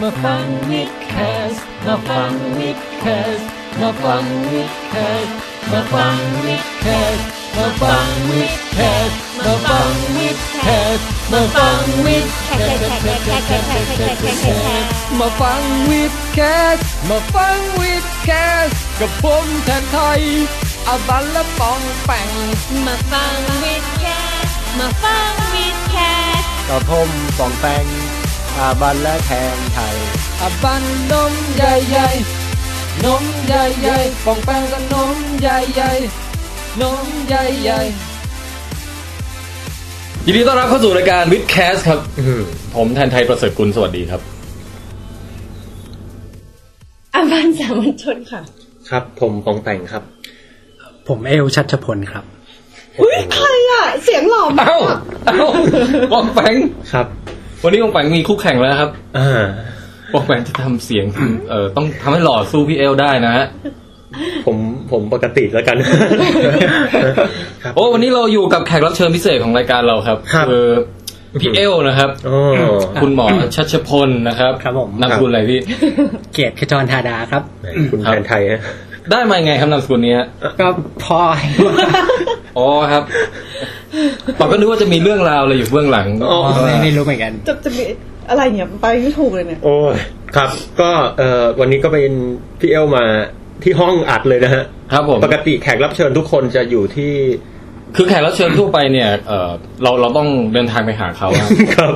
มาฟังวิดแคสมาฟังวิดแคสมาฟังวิดแคสมาฟังวิดแคสมาฟังวิดแคสมาฟังวิดแคสมาฟังวิดแคสมาฟังวิดแคสมาฟังวิดแคสกับผมแทนไทยอาบัลและปองแปง มาฟังวิดแคสมาฟังวิดแคส กับผมปองแปงอาบันและแทนไทย อาบัลนมใหญ่ๆนมใหญ่ๆปองแปงก็นมใหญ่ๆนมใหญ่ๆ ยินดีต้อนรับเข้าสู่รายการวิดแคสครับอื้อหือผมแทนไทยประเสริฐกุลสวัสดีครับ อาบันสามัญชนค่ะ ครับ ผมปองแปงครับ ผมเอลชัชพลครับ อุ้ยใครอ่ะ เสียงหล่อมาก เอ้าเอ้าปองแปง ครับ วันนี้ปองแปงมีคู่แข่งแล้วนะครับ อ่า ปองแปงจะทำเสียงเอ่อต้องทำให้หล่อสู้พี่เอลได้นะฮะ ผมผมปกติแล้วกัน ครับ โอ้วันนี้เราอยู่กับแขกรับเชิญพิเศษของรายการเราครับ ครับ คือพี่เอลนะครับ โอ้ คุณหมอชัชพลนะครับ ครับผม นามสกุลอะไรพี่ เกียรติขจรธาดาครับ คุณแทนไทยฮะ ได้มายังไงครับนามสกุลเนี้ย ก็พอ อ๋อครับปองก็นึกว่าจะมีเรื่องราวอะไรอยู่เบื้องหลัง ไม่ไม่รู้เหมือนกัน จะจะมีอะไรเนี่ยไปไม่ถูกเลยเนี่ย โอ้ยครับ ก็เอ่อวันนี้ก็เป็นพี่เอลมาที่ห้องอัดเลยนะฮะ ครับผม ปกติแขกรับเชิญทุกคนจะอยู่ที่ คือแขกรับเชิญทั่วไปเนี่ยเออเราเราต้องเดินทางไปหาเขาอะ ครับ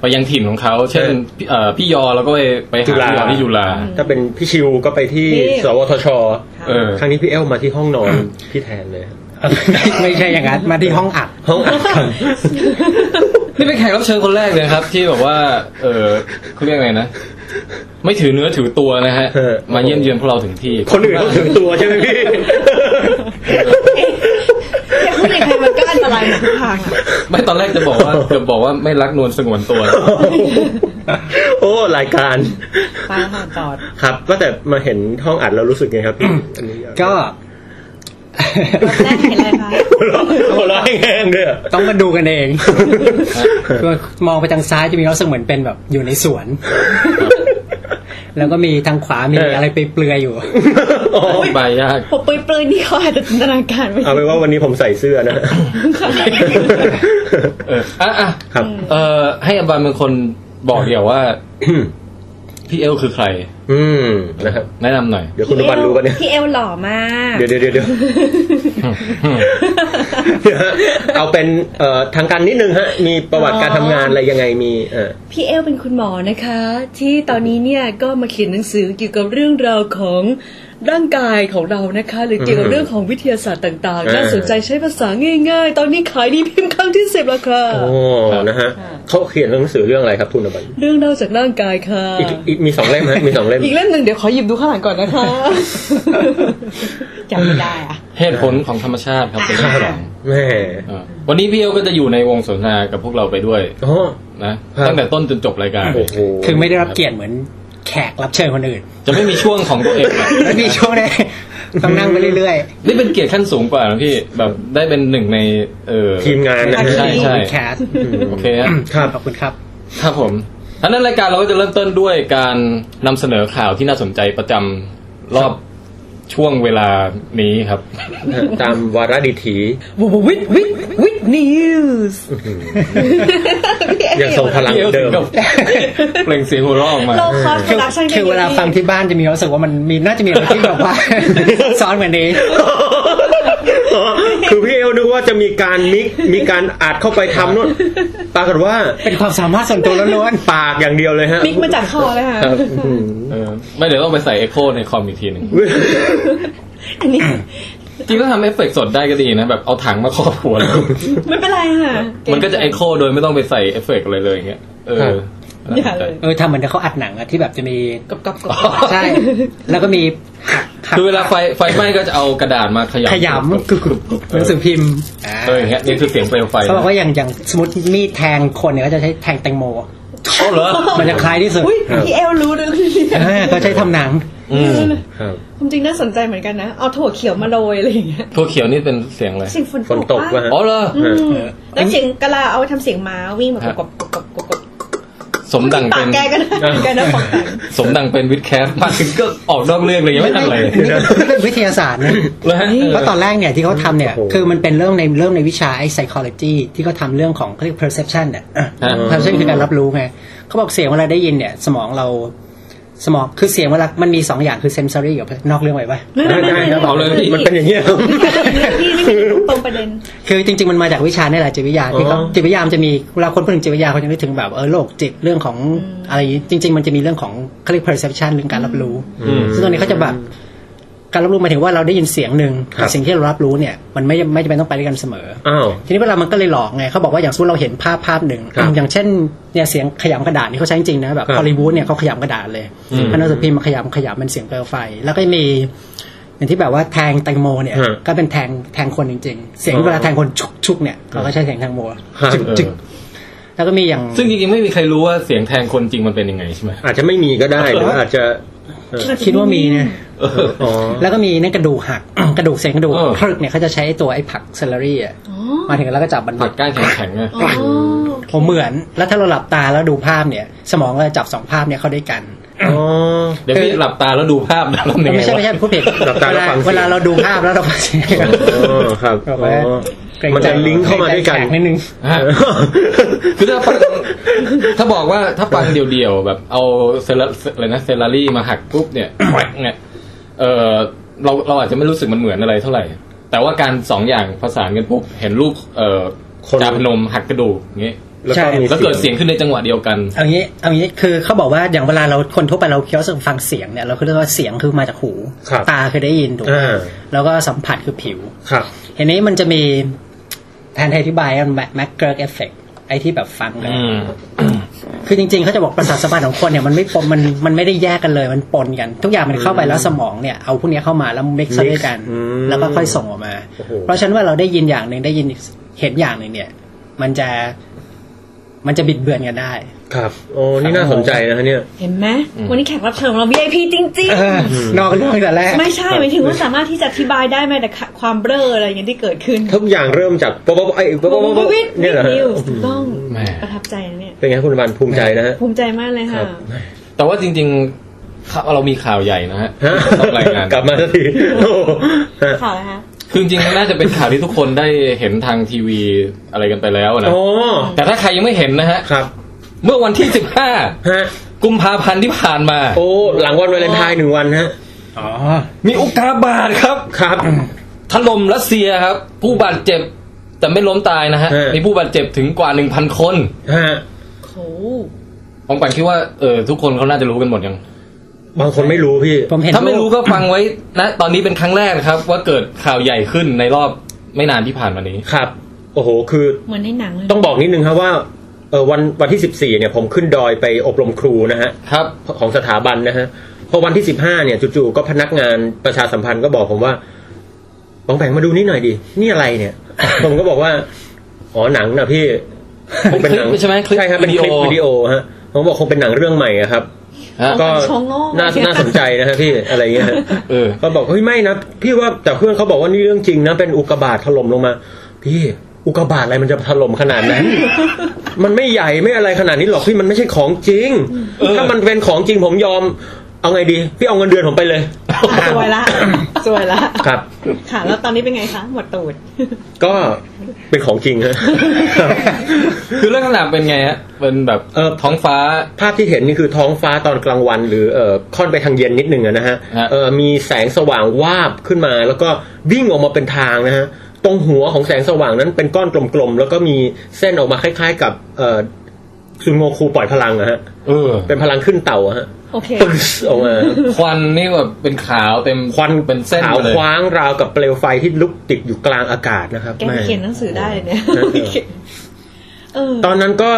ไปยังถิ่นของเขา เช่นพี่เอ่อพี่ยอเราก็ไปไปหา จุฬา พี่ยอที่จุฬา ถ้าเป็นพี่ชิวก็ไปที่สวทช เออ ครั้งนี้พี่เอลมาที่ห้องนอนพี่แทนเลยฮะ ไม่ใช่อย่างนั้น มาที่ห้องอัด ห้องอัดครับ นี่เป็นแขกรับเชิญคนแรกเลยครับ ที่แบบว่า เออเขาเรียกไงนะ ไม่ถือเนื้อถือตัวนะฮะ เออ มาเยี่ยมเยือนพวกเราถึงที่ คนอื่นเขาถึงตัวใช่ไหมพี่ อย่าพูดอย่างไรมันก็อันตรายหมดทุกทางอะ ไม่ตอนแรกจะบอกว่าจะบอกว่าไม่รักนวลสงวนตัว โอ้ รายการ ตามาจอด ครับ ก็แต่มาเห็นห้องอัดแล้วรู้สึกไงครับพี่อันนี้ ก็ แรกเห็นอะไรคะ หัวเราะหัวเราะแห้งๆด้วยอะ ต้องมาดูกันเองก็มองไปทางซ้ายจะมีเราเสมือนเป็นแบบอยู่ในสวน แล้วก็มีทางขวามีอะไรไปเปลือยอยู่ อ๋อ ใบยาก ผมปลืนๆนี่เขาอาจจะจินตนาการไม่ เอาไปนว่าวันนี้ผมใส่เสื้อนะ เอออ่ะอ่ะ ครับ เออให้อบันเป็นคนบอกเดี๋ยวว่า พี่เอลคือใคร อืมนะครับ แนะนำหน่อย เดี๋ยวคุณนุบันรู้ปะเนี่ย พี่เอลหล่อมาก เดี๋ยวเดี๋ยวเดี๋ยวเอาเป็นเอ่อทางการนิดนึงฮะ มีประวัติการทำงานอะไรยังไงมีเออ พี่เอลเป็นคุณหมอนะคะ ที่ตอนนี้เนี่ยก็มาเขียนหนังสือเกี่ยวกับเรื่องราวของร่างกายของเรานะคะ หรือเกี่ยวกับเรื่องของวิทยาศาสตร์ต่างๆน่าสนใจใช้ภาษาง่าย ๆ ตอนนี้ขายดีพิมพ์ครั้งที่สิบแล้วค่ะ โอ้นะฮะเขาเขียนหนังสือเรื่องอะไรครับคุณนบัน เรื่องเล่าจากร่างกายค่ะ อีกอีกมีสองเล่มฮะมีสองเล่ม อีกเล่มหนึ่งเดี๋ยวขอหยิบดูข้างหลังก่อนนะคะจำไม่ได้อะ เหตุผลของธรรมชาติครับเป็นเรื่องสอง แม่ อ่าวันนี้พี่เอลก็จะอยู่ในวงสนทนากับพวกเราไปด้วย อ๋อ นะครับ ตั้งแต่ต้นจนจบรายการ โอ้โห คือไม่ได้รับเกียรติเหมือนแขกรับเชิญคนอื่น จะไม่มีช่วงของ ตัวเองนะ แล้วมีช่วงนี้ต้องนั่งไปเรื่อย นี่เป็นเกียรติขั้นสูงกว่านะพี่แบบได้เป็นหนึ่งในเออ ทีมงานนะฮะ ใช่ ๆ ใช่ ขอบคุณแคส โอเคฮะ ครับ ขอบคุณครับ ครับผมอันนั้นรายการเราก็จะเริ่มต้นด้วยการนำเสนอข่าวที่น่าสนใจประจำรอบช่วงเวลานี้ครับ ตามวาระดิถี วิววิทวิทวิทนิวส์ ยังทรงพลัง พี่เอล เดิ ถึง ม กับ เปล่งเสียงหัวเราะออกมา เราคอสโปรดักชั่น คือเวลาฟังที่บ้านจะมีรู้สึกว่ามันมีน่าจะมีอะไรที่แบบว่า ซ้อนเหมือนนี้ คือพี่เอลนึกว่าจะมีการมิกมีการอัดเข้าไปทำนู่นปรากฏว่า เป็นความสามารถส่วนตัวล้วน ปากอย่างเดียวเลยฮะ มิกมาจากคอเลยค่ะ ครับเออไม่เดี๋ยวต้องไปใส่เอ็โคในคอมอีกทีหนึ่ง อันนี้ จริงๆถ้าทำเอฟเฟกต์สดได้ก็ดีนะแบบเอาถังมาครอบหัวแล้ว ไม่เป็นไรค่ะ มันก็จะเอ็โคโดยไม่ต้องไปใส่เอฟเฟกต์อะไรเลยอย่างเงี้ย เออ อย่าเลย ๆ เออทำเหมือนเขาอัดหนังอะที่แบบจะมี กับกับกับ ใช่ แล้วก็มีหักหัก คือเวลาไฟไฟไหม้ก็จะเอากระดาษมาขยำ ขยำกึกๆหนังสือพิมพ์อ่า เอออย่างเงี้ยนี่คือเสียงเปลวไฟ เขาบอกว่าอย่างอย่างสมมติมีดแทงคนเนี่ยก็จะใช้แทงแตงโม เขาเหรอ มันจะคล้ายที่สุด อุ้ยพี่เอลรู้ด้วยเนี่ย อ่าก็ใช้ทำหนัง อืม ครับ ความจริงน่าสนใจเหมือนกันนะ เอาถั่วเขียวมาโรยอะไรอย่างเงี้ย ตัวเขียวนี่เป็นเสียงอะไร เสียงฝน ฝนตก ปะ วะฮะ อ๋อเหรอ อืมแล้วเสียงกะลาเอาไปทำเสียงม้าวิ่งแบบกบกบกบกบกบ ส สมดัง ปา เป็ ก น แกก็ได้เหมือนกันนะของแต่ง สมดังเป็นวิดแคสมาถึงก็ออกนอกเรื่องเลยยังไม่ทันอะไรเลย นี่ก็เป็นวิทยาศาสตร์นะ แล้วฮะ เพราะตอนแรกเนี่ยที่เขาทำเนี่ย โอ้โห คือมันเป็นเรื่องในเรื่องในวิชาไอ้ psychology ที่เขาทำเรื่องของเขาเรียก perception เนี่ย ฮะ perception คือการรับรู้ไงเขาบอกเสียงเวลาได้ยินเนี่ย สมองเราสมองคือเสียงเวลามันมีสองอย่างคือ sensory กับนอกเรื่องไปปะ ไม่ไม่ไม่ ครับ เอาเลยพี่ มันเป็นอย่างนี้ยครับ พี่นี่ไม่รู้ตรงประเด็น คือจริง ๆ มันมาจากวิชาเนี่ยแหละจิตวิทยาที่เขา อ๋อ จิตวิทยามันจะมีเวลาคนพูดถึงจิตวิทยาเขาจะนึกถึงแบบเออโรคจิตเรื่องของอะไรอย่างงี้จริง ๆ มันจะมีเรื่องของเขาเรียก perception เรื่องการรับรู้ อืม ซึ่งตรงนี้เขาจะแบบการรับรู้หมายถึงว่าเราได้ยินเสียงหนึ่ง ครับ สิ่งที่เรารับรู้เนี่ย มันไม่ไม่จำเป็นต้องไปด้วยกันเสมอ อ้าว ทีนี้เวลามันก็เลยหลอกไงเขาบอกว่าอย่างสมมติเราเห็นภาพภาพหนึ่ง ครับ อย่างเช่นเนี่ยเสียงขยำกระดาษนี่เขาใช้จริงๆนะแบบ ครับ ฮอลลีวูดเนี่ยเขาขยำกระดาษเลย อืม อันนั้นสุพิมพ์มาขยำขยำเป็นเสียงเปลวไฟ แล้วก็มี อย่างที่แบบว่าแทงแตงโมเนี่ย ฮะ ก็เป็นแทงแทงคนจริง ๆ เสียง อ๋อ เวลาแทงคนชุกชุกเนี่ยเขาก็ใช้เสียงแทงโม ครับ จึกจึกแล้วก็มีอย่าง ซึ่งจริงๆไม่มีใครรู้ว่าเสียงแทงคนจริงมันเป็นยังไงใช่ไหม อาจจะไม่มีก็ได้หรืออาจจะ คิดว่ามีนะ เออ อ๋อ แล้วก็มีนั่นกระดูก หัก กระดูกเสียงกระดูก เออ ครึกเนี่ยเขาจะใช้ไอ้ตัวไอ้ผักเซลลารี่อะมาถึงแล้วก็จับบัน ผั ทึ ก ก ก้านแข็งๆอะ อ๋อ ผมเหมือน แล้วถ้าเราหลับตาแล้วดูภาพเนี่ย สมองเราจะจับสองภาพเนี่ยเข้าด้วยกัน อ๋อ เดี๋ยวพี่หลับตาแล้วดูภาพนะแล้วยังไง ไม่ใช่ วะ ไม่ใช่ผู้ผิด หลับตาแล้วฟังเสียง เวลาเราดูภาพ แล้วเราฟังเสียง อ๋อครับ บอก อ๋ ว่า อ เกรง มันจะลิงก์เข้ามาด้วยกัน แขนิดนึง ฮะ คือถ้าฟังถ้าบอกว่าถ้าฟังเดี่ยวๆแบบเอาเซลลอะไรนะเซลลารี่มาหักปุ๊บเนี่ย แหวกเนี่ยเออเราเราอาจจะไม่รู้สึกมันเหมือนอะไรเท่าไหร่ แต่ว่าการสองอย่างผสานกันปุ๊บเห็นรูปเอ่อ คน จาพนมหักกระดูกอย่างเงี้ย แล้ว ใช่ ก็มี แล้วเกิดเสียงขึ้นในจังหวะเดียวกัน เอางี้เอางี้คือเขาบอกว่าอย่างเวลาเราคนทั่วไปเราเคี้ยวฟังเสียงเนี่ยเราคือเรียกว่าเสียงคือมาจากหู ครับ ตาคือได้ยินถูกไหม อ่า แล้วก็สัมผัสคือผิว ครับ ทีนี้มันจะมีแทนที่อธิบายมันแม็กเกิร์กเอฟเฟกไอ้ที่แบบฟังกัน อืม คือจริงๆ เขาจะบอกประสาทสัมผัสของคนเนี่ยมันไม่ปมมันมันไม่ได้แยกกันเลย มันปนกัน ทุกอย่างมันเข้าไปแล้วสมองเนี่ยเอาพวกเนี้ยเข้ามาแล้วมิกซ์ Mix ด้วยกัน อืม แล้วก็ค่อยส่งออกมา โอ้โห เพราะฉะนั้นว่าเราได้ยินอย่างหนึ่งได้ยินเห็นอย่างหนึ่งเนี่ย มันจะมันจะบิดเบือนกันได้ ครับโอ้นี่น่าสนใจนะฮะเนี่ย เห็นไหมวันนี้แขกรับเชิญของเรา VIP จริง นอกเรื่องตั้งแต่แรก ๆ ไม่ใช่หมายถึงว่าสามารถที่จะอธิบายได้ไหมแต่ความเบ้ออะไรอย่างนี้ยที่เกิดขึ้น ทุกอย่างเริ่มจากป๊อบป๊อบไอ้ยป๊อบป๊อบป๊อบ วิทย์ เนี่ยเหรอฮะ นิวส์ถูกต้อง แหม ประทับใจนะเนี่ย เป็นไงคุณบานภูมิใจนะฮะ ภูมิใจมากเลย ครั ค่ะ บ แต่ว่าจริงๆข่าวเรามีข่าวใหญ่นะฮะ ฮะ ต้องรายงาน กลับมาสักทีโอ้ฮะ ข่าวอะไรคะ คือจริงๆน่าจะเป็นข่าวที่ทุกคนได้เห็นทางทีวีอะไรกันไปแล้วนะ โอ้ แต่ถ้าใครยังไม่เห็นนะฮะ ครับ เมื่อวันที่ ฮะ 15 กุมภาพันธ์ที่ผ่านมา โอ้หลังวันวาเลนไทน์หนึ่งวันฮะ อ๋อ มีอุกกาบาตครับ ครับ ถล่มรัสเซียครับ ผู้บาดเจ็บแต่ไม่ล้มตายนะฮะ เออ มีผู้บาดเจ็บถึงกว่า 1,000 คน ฮะ โห ผมปันคิดว่าเออทุกคนเขาน่าจะรู้กันหมดยัง บางคนไม่รู้พี่ ผมเห็น ถ้าไม่รู้ก็ฟังไว้ นะ ตอนนี้เป็นครั้งแรกนะครับ ว่าเกิดข่าวใหญ่ขึ้นในรอบไม่นานที่ผ่านมานี้ ครับ โอ้โห คือ เหมือนในหนังเลย ต้องบอกนิดนึงครับว่าเออวันวันที่ 14 เนี่ย ผมขึ้นดอยไปอบรมครูนะฮะ ครับ ของสถาบันนะฮะพอวันที่ 15 เนี่ยจู่ๆก็พนักงานประชาสัมพันธ์ก็บอกผมว่าบองแผงมาดูนี่หน่อยดิ นี่อะไรเนี่ย ผมก็บอกว่า อ๋อหนังนะพี่คงเป็นหนัง คลิปใช่ไหมคลิป ใช่ครับเป็นคลิป วิ วิ ดี ดี โอ โอฮะผมบอกคงเป็นหนังเรื่องใหม่อะครับ ฮะ ก็ ชงโง่ น่าน่าสนใจนะฮะพี่อะไรเงี้ยฮะ เออ ก็บอกเฮ้ยไม่นะพี่ว่าแต่เพื่อนเขาบอกว่านี่เรื่องจริงนะเป็นอุกกาบาตถล่มลงมา พี่อุกกาบาตอะไรมันจะถล่มขนาดนั้น มันไม่ใหญ่ไม่อะไรขนาดนี้หรอกพี่มันไม่ใช่ของจริง เออ ถ้ามันเป็นของจริงผมยอม เอาไงดี พี่เอาเงินเดือนผมไปเลย สวยละสวยละ ครับ ค่ะ แล้วตอนนี้เป็นไงคะหมด ตูด ก็เป็นของจริงฮะ คือลักษณะเป็นไงฮะเป็นแบบ เออ ท้องฟ้า ภาพที่เห็นนี่คือท้องฟ้าตอนกลางวัน หรือเอ่อค่อนไปทางเย็นนิดหนึ่งอะนะฮะ ฮะ เอ่อมีแสงสว่างวาบขึ้นมา แล้วก็วิ่งออกมาเป็นทางนะฮะตรงหัวของแสงสว่างนั้นเป็นก้อนกลมๆแล้วก็มีเส้นออกมาคล้าย ๆ กับเอ่อซุนโงคูปล่อยพลังอะฮะ เออ เป็นพลังขึ้นเต่าอะฮะ โอเค ปึ้ง ออกมา ควันนี่แบบเป็นขาวเต็ม ควัน เป็นเส้น ขาว ไปเลย คว้างราวกับเปลวไฟที่ลุกติดอยู่กลางอากาศนะครับ แกไปเขียนหนังสือได้เลยเนี่ยเออ ตอนนั้นก็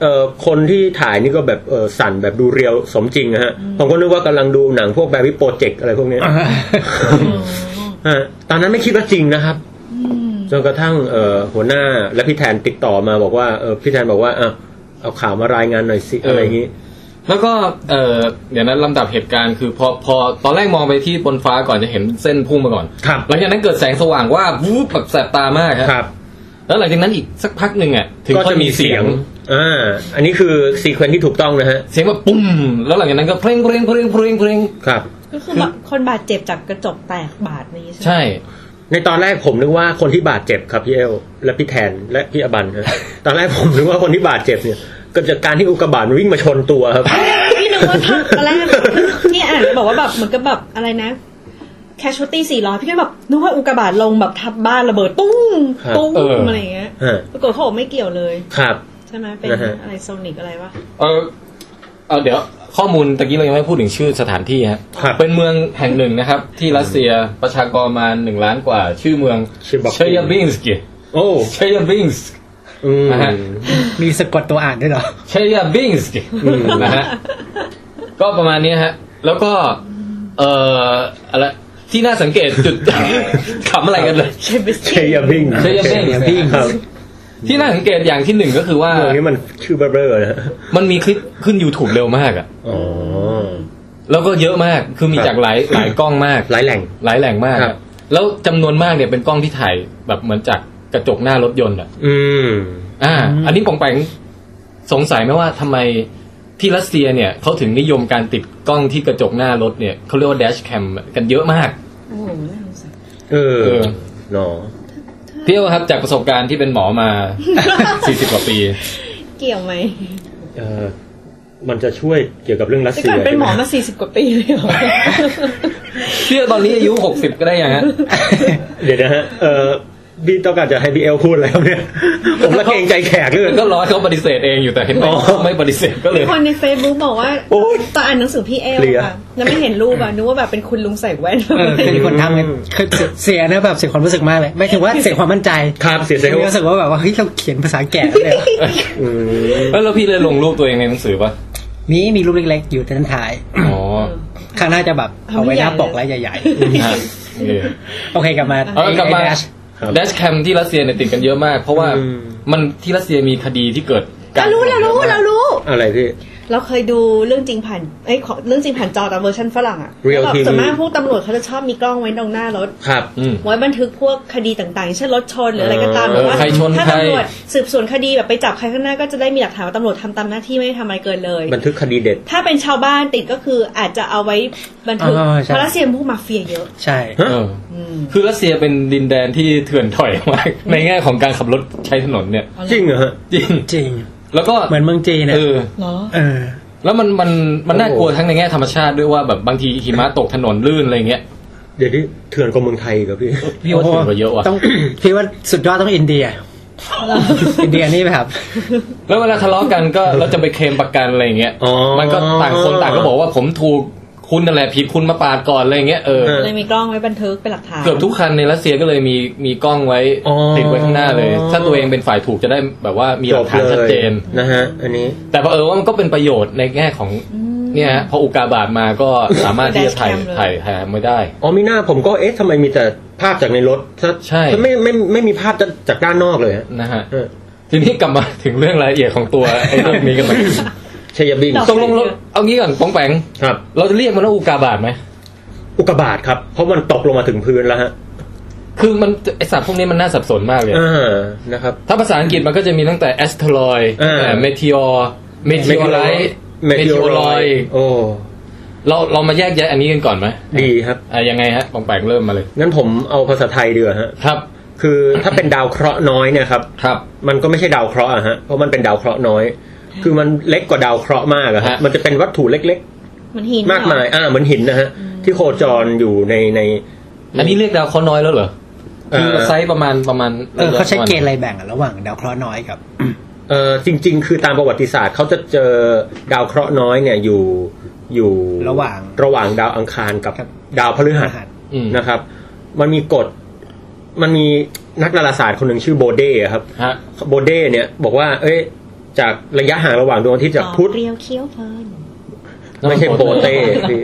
เอ่อคนที่ถ่ายนี่ก็แบบเอ่อสั่นแบบดูเรียวสมจริงอะฮะผมก็นึกว่ากำลังดูหนังพวกแบริโปรเจกต์อะไรพวกเนี้ย ฮะตอนนั้นไม่คิดว่าจริงนะครับจนกระทั่งเอ่อหัวหน้าและพี่แทนติดต่อมาบอกว่าเออพี่แทนบอกว่าอ่ะเอาข่าวมารายงานหน่อยสิ เอออ อะไรอย่างนี้ แล้วก็เออเดี๋ยวนั้นลำดับเหตุการณ์คือพอพอตอนแรกมองไปที่บนฟ้าก่อนจะเห็นเส้นพุ่งมาก่อน ครับ หลังจากนั้นเกิดแสงสว่างว่าบวูบแบบแสบตามากฮะ ครับ แล้วหลังจากนั้นอีกสักพักหนึ่งอ่ะถึง ก็ ค่อย จะมี มีเสียง เสีย อ่าอันนี้คือซีเควนซ์ที่ถูกต้องนะฮะ เสียงแบบปุ้มแล้วหลังจากนั้นก็เพลงเพลงเพลงเพลงเพลง ครับ ก็คือแบบคนบาดเจ็บจากกระจกแตกบาดนี้ใช่ไหม ใช่ ในตอนแรกผมนึกว่าคนที่บาดเจ็บครับพี่เอลและพี่แทนและพี่อบันฮะตอนแรกผมนึกว่าคนที่บาดเจ็บเนี่ยเกิดจากการที่อุกกาบาตมันวิ่งมาชนตัวครับ พี่นึกว่าทักตอนแรกที่อ่านบอกว่าแบบเหมือนกับแบบอะไรนะ แคชชวตี้สี่ร้อยพี่ก็แบบนึกว่าอุกกาบาตลงแบบทับบ้านระเบิดตุ้ง ครับ ตุ้ง เอออ อะไรอย่างเงี้ย ฮะ ปรากฏเขาบอกไม่เกี่ยวเลย ครับ ใช่ไหมเป็น นะฮะ อะไรโซนิกอะไรวะ เออเออเดี๋ยวข้อมูลตะกี้เรายังไม่พูดถึงชื่อสถานที่ฮะ ครับ เป็นเมืองแห่งหนึ่งนะครับ ที่รัสเซียประชากรประมาณหนึ่งล้านกว่า ชื่อเมือง ชื่อบอก เชยาบิงสกี้ โอ้ เชยาบิงสก อืม นะฮะ มีสะกดตัวอ่านด้วยเหรอ เชยาบิงส กี้นะฮะก็ประมาณนี้ฮะ แล้วก็ เอ่ออะไรที่น่าสังเกตจุด ขำอะไรกันเลย เชฟบิส เช กี้ ยาบิง เชยาบิง ครับ ที่น่าสังเกตอย่างที่หนึ่งก็คือว่า เรื่องนี้มันชื่อเบอร์เบอร์นะฮะ มันมีคลิปขึ้น YouTube เร็วมากอะ อ๋อ แล้วก็เยอะมากคือมี ครับ จากหลายหลายกล้องมาก หลายแหล่ง หลายแหล่งมาก ครั อะ บ แล้วจำนวนมากเนี่ยเป็นกล้องที่ถ่ายแบบเหมือนจากกระจกหน้ารถยนต์อ่ะ อืม อ่า อืม อันนี้ปองแปงสงสัยไหมว่าทำไมที่รัสเซียเนี่ยเขาถึงนิยมการติดกล้องที่กระจกหน้ารถเนี่ยเขาเรียกว่า dash cam กันเยอะมาก โอ้โหน่าสงสาร เออ เออ เนาะ เพี่ยวครับจากประสบการณ์ที่เป็นหมอ มา 40 กว่าปี เกี่ยวไหม เออมันจะช่วยเกี่ยวกับเรื่องรัส แต่ เซี ก่ ย อนเป็นหมอ ใช่ไ มาสี่สิบกว่าปีเลยเหรอ เพี่ยวตอนนี้อายุ 60 ก็ได้ยังฮะ เดี๋ยวนะฮะเออพี่ต้องการจะให้พี่เอลพูดอะไรครับเนี่ย ผมละเกรงใจแขกเลย ก็ร้อยเขาปฏิเสธเองอยู่แต่เห็นไหมไม่ปฏิเสธก็เลย คนใน Facebook บอกว่า โอ้ย ตอนอ่านหนังสือพี่เอล เหลือ ค่ะแล้วไม่เห็นรูปอ่ะนึกว่าแบบเป็นคุณลุงใส่แว่น เออเคยมีคนทำกันคือเสียนะแบบเสียความรู้สึกมากเลยไม่ถึง ว่าเสียความมั่นใจ ครับเสียเซลล์ มีรู้สึกว่าแบบว่าเฮ้ยเราเขียนภาษาแก่เลยเหรอ อืม แล้วแล้วพี่เลยลงรูปตัวเองในหนังสือปะ มีมีรูปเล็กๆ อยู่ในนั้นถ่าย อ๋อ ข้างหน้าจะแบบ เอา เอา ไม่ ไว้หใหญ่ น้าปเลยกแล้วใหญ่ ฮะโอเค ๆ โอเคกลับมา เอากลับมา ไอ้ Dash ครับ แดชแคมที่รัสเซียเนี่ยติดกันเยอะมาก เพราะว่า อืม มันที่รัสเซียมีคดีที่เกิดกา เรารู้เรารู้เรารู้ อะไรพี่ เราเคยดูเรื่องจริงผ่านเอ้ยของเรื่องจริงผ่านจอแต่เวอร์ชันฝรั่งอ่ะ Real แล้วแบบ TV ส่วนมากพวกตำรวจเขาจะชอบมีกล้องไว้ตรงหน้ารถ ครับ อืม ไว้บันทึกพวกคดีต่างๆเช่นรถชนหรืออะไรก็ตาม เออ หรือว่า ใครชน ถ้า ใคร ตำรวจสืบสวนคดีแบบไปจับใครข้างหน้าก็จะได้มีหลักฐานว่าตำรวจทำตามหน้าที่ไม่ได้ทำอะไรเกินเลย บันทึกคดีเด็ด ถ้าเป็นชาวบ้านติดก็คืออาจจะเอาไว้บันทึก อ๋อใช่ เพราะรัสเซียมีพวกมาเฟียเยอะ ใช่ ฮะ เออคือรัสเซียเป็นดินแดนที่เถื่อนถอยมาก ในแง่ของการขับรถใช้ถนนเนี่ย จริงเหรอฮะ จริง จริง แล้วก็ เหมือนเมืองจีนนะ เออ เออ แล้วมันมันมันน่า โอ้โห กลัวทั้งในแง่ธรรมชาติด้วยว่าแบบบางทีหิมะตกถนนลื่นอะไรเงี้ย เดี๋ยวนี้เถื่อนกว่าเมืองไทยอีกับพี่ พี่ว่า โอ้ ถื โห อว่าเยอะว่ะ ต้อง พี่ว่าสุดยอดต้องอินเดีย อินเดียนี่แบบ แล้วเวลาทะเลาะกันก็ เราจะไปเคลมประกันอะไรเงี้ย อ๋อ มันก็ต่างคนต่างก็บอกว่าผมถูกคุณนั่นแหละผิดคุณมาปาดก่อนอะไรเงี้ยเออ เออ เลยมีกล้องไว้บันทึกเป็นหลักฐาน เกือบทุกคันในรัสเซียก็เลยมีมีกล้องไว้ อ๋อ ติดไว้ข้างหน้าเลย ถ้าตัวเองเป็นฝ่ายถูกจะได้แบบว่ามีหลักฐานชัดเจน นะฮะ อันนี้ แต่เผอิญว่ามันก็เป็นประโยชน์ในแง่ของเนี่ยฮะพออุกกาบาตมาก็สามารถที่จะถ่ายถ่ายถ่ายไม่ได้ อ๋อมีหน้าผมก็เอ๊ะทำไมมีแต่ภาพจากในรถถ้า ใช่ ถ้าไม่ไม่ไม่ไม่มีภาพจากจากด้านนอกเลยฮะ นะฮะ เออ ทีนี้กลับมาถึงเรื่องรายละเอียดของ ตัวไอ้เรื่องนี้กันหน่อย ชยบิง ตกลงเราเอางี้ก่อนป้องแปง ครับ เราจะเรียกมันว่าอุกกาบาตไหม อุกกาบาตครับ เพราะมันตกลงมาถึงพื้นแล้วฮะ คือมันไอสัตว์พวกนี้มันน่าสับสนมากเลย อ่านะครับ ถ้าภาษาอังกฤษมันก็จะมีตั้งแต่ asteroid อ่า เมทิออร์เมทิออไรต์เม เม ทิ ทิ อ โอรอร อย ย โอ้ เราเรามาแยกแยะอันนี้กันก่อนไหม ดีครับ อ่ะยังไงฮะปองแปงเริ่มมาเลย งั้นผมเอาภาษาไทยเดือฮะ ครับ คือถ้าเป็นดาวเคราะห์น้อยเนี่ยครับ ครับ มันก็ไม่ใช่ดาวเคราะห์อะฮะ เพราะมันเป็นดาวเคราะห์น้อย คือมันเล็กกว่าดาวเคราะห์มากอะฮะ ฮะ มันจะเป็นวัตถุเล็ก มันหิน ๆ มากมาย อ่าเหมือนหินนะฮะ ที่โคจรอยู่ในใน อันนี้เรียกดาวเคราะห์น้อยแล้วเหรอ เอ่อ คือไซส์ประมาณประมาณ เออเขาใช้เกณฑ์อะไรแบ่งอะระหว่างดาวเคราะห์น้อยกับ เออจริง ๆ คือตามประวัติศาสตร์เขาจะเจอดาวเคราะห์น้อยเนี่ยอยู่อยู่ ระหว่าง ระหว่างดาวอังคารกับ ครับ ดาวพฤหัส อืม นะครับ มันมีกฎ มันมีนักดาราศาสตร์คนหนึ่งชื่อโบเดอะครับ ฮะ โบเดเนี่ยบอกว่า เอ้ย จากระยะห่างระหว่างดวงอาทิตย์จากพุธ เรียวเคี้ยวเพลิน ไม่ใช่โบเต้พี่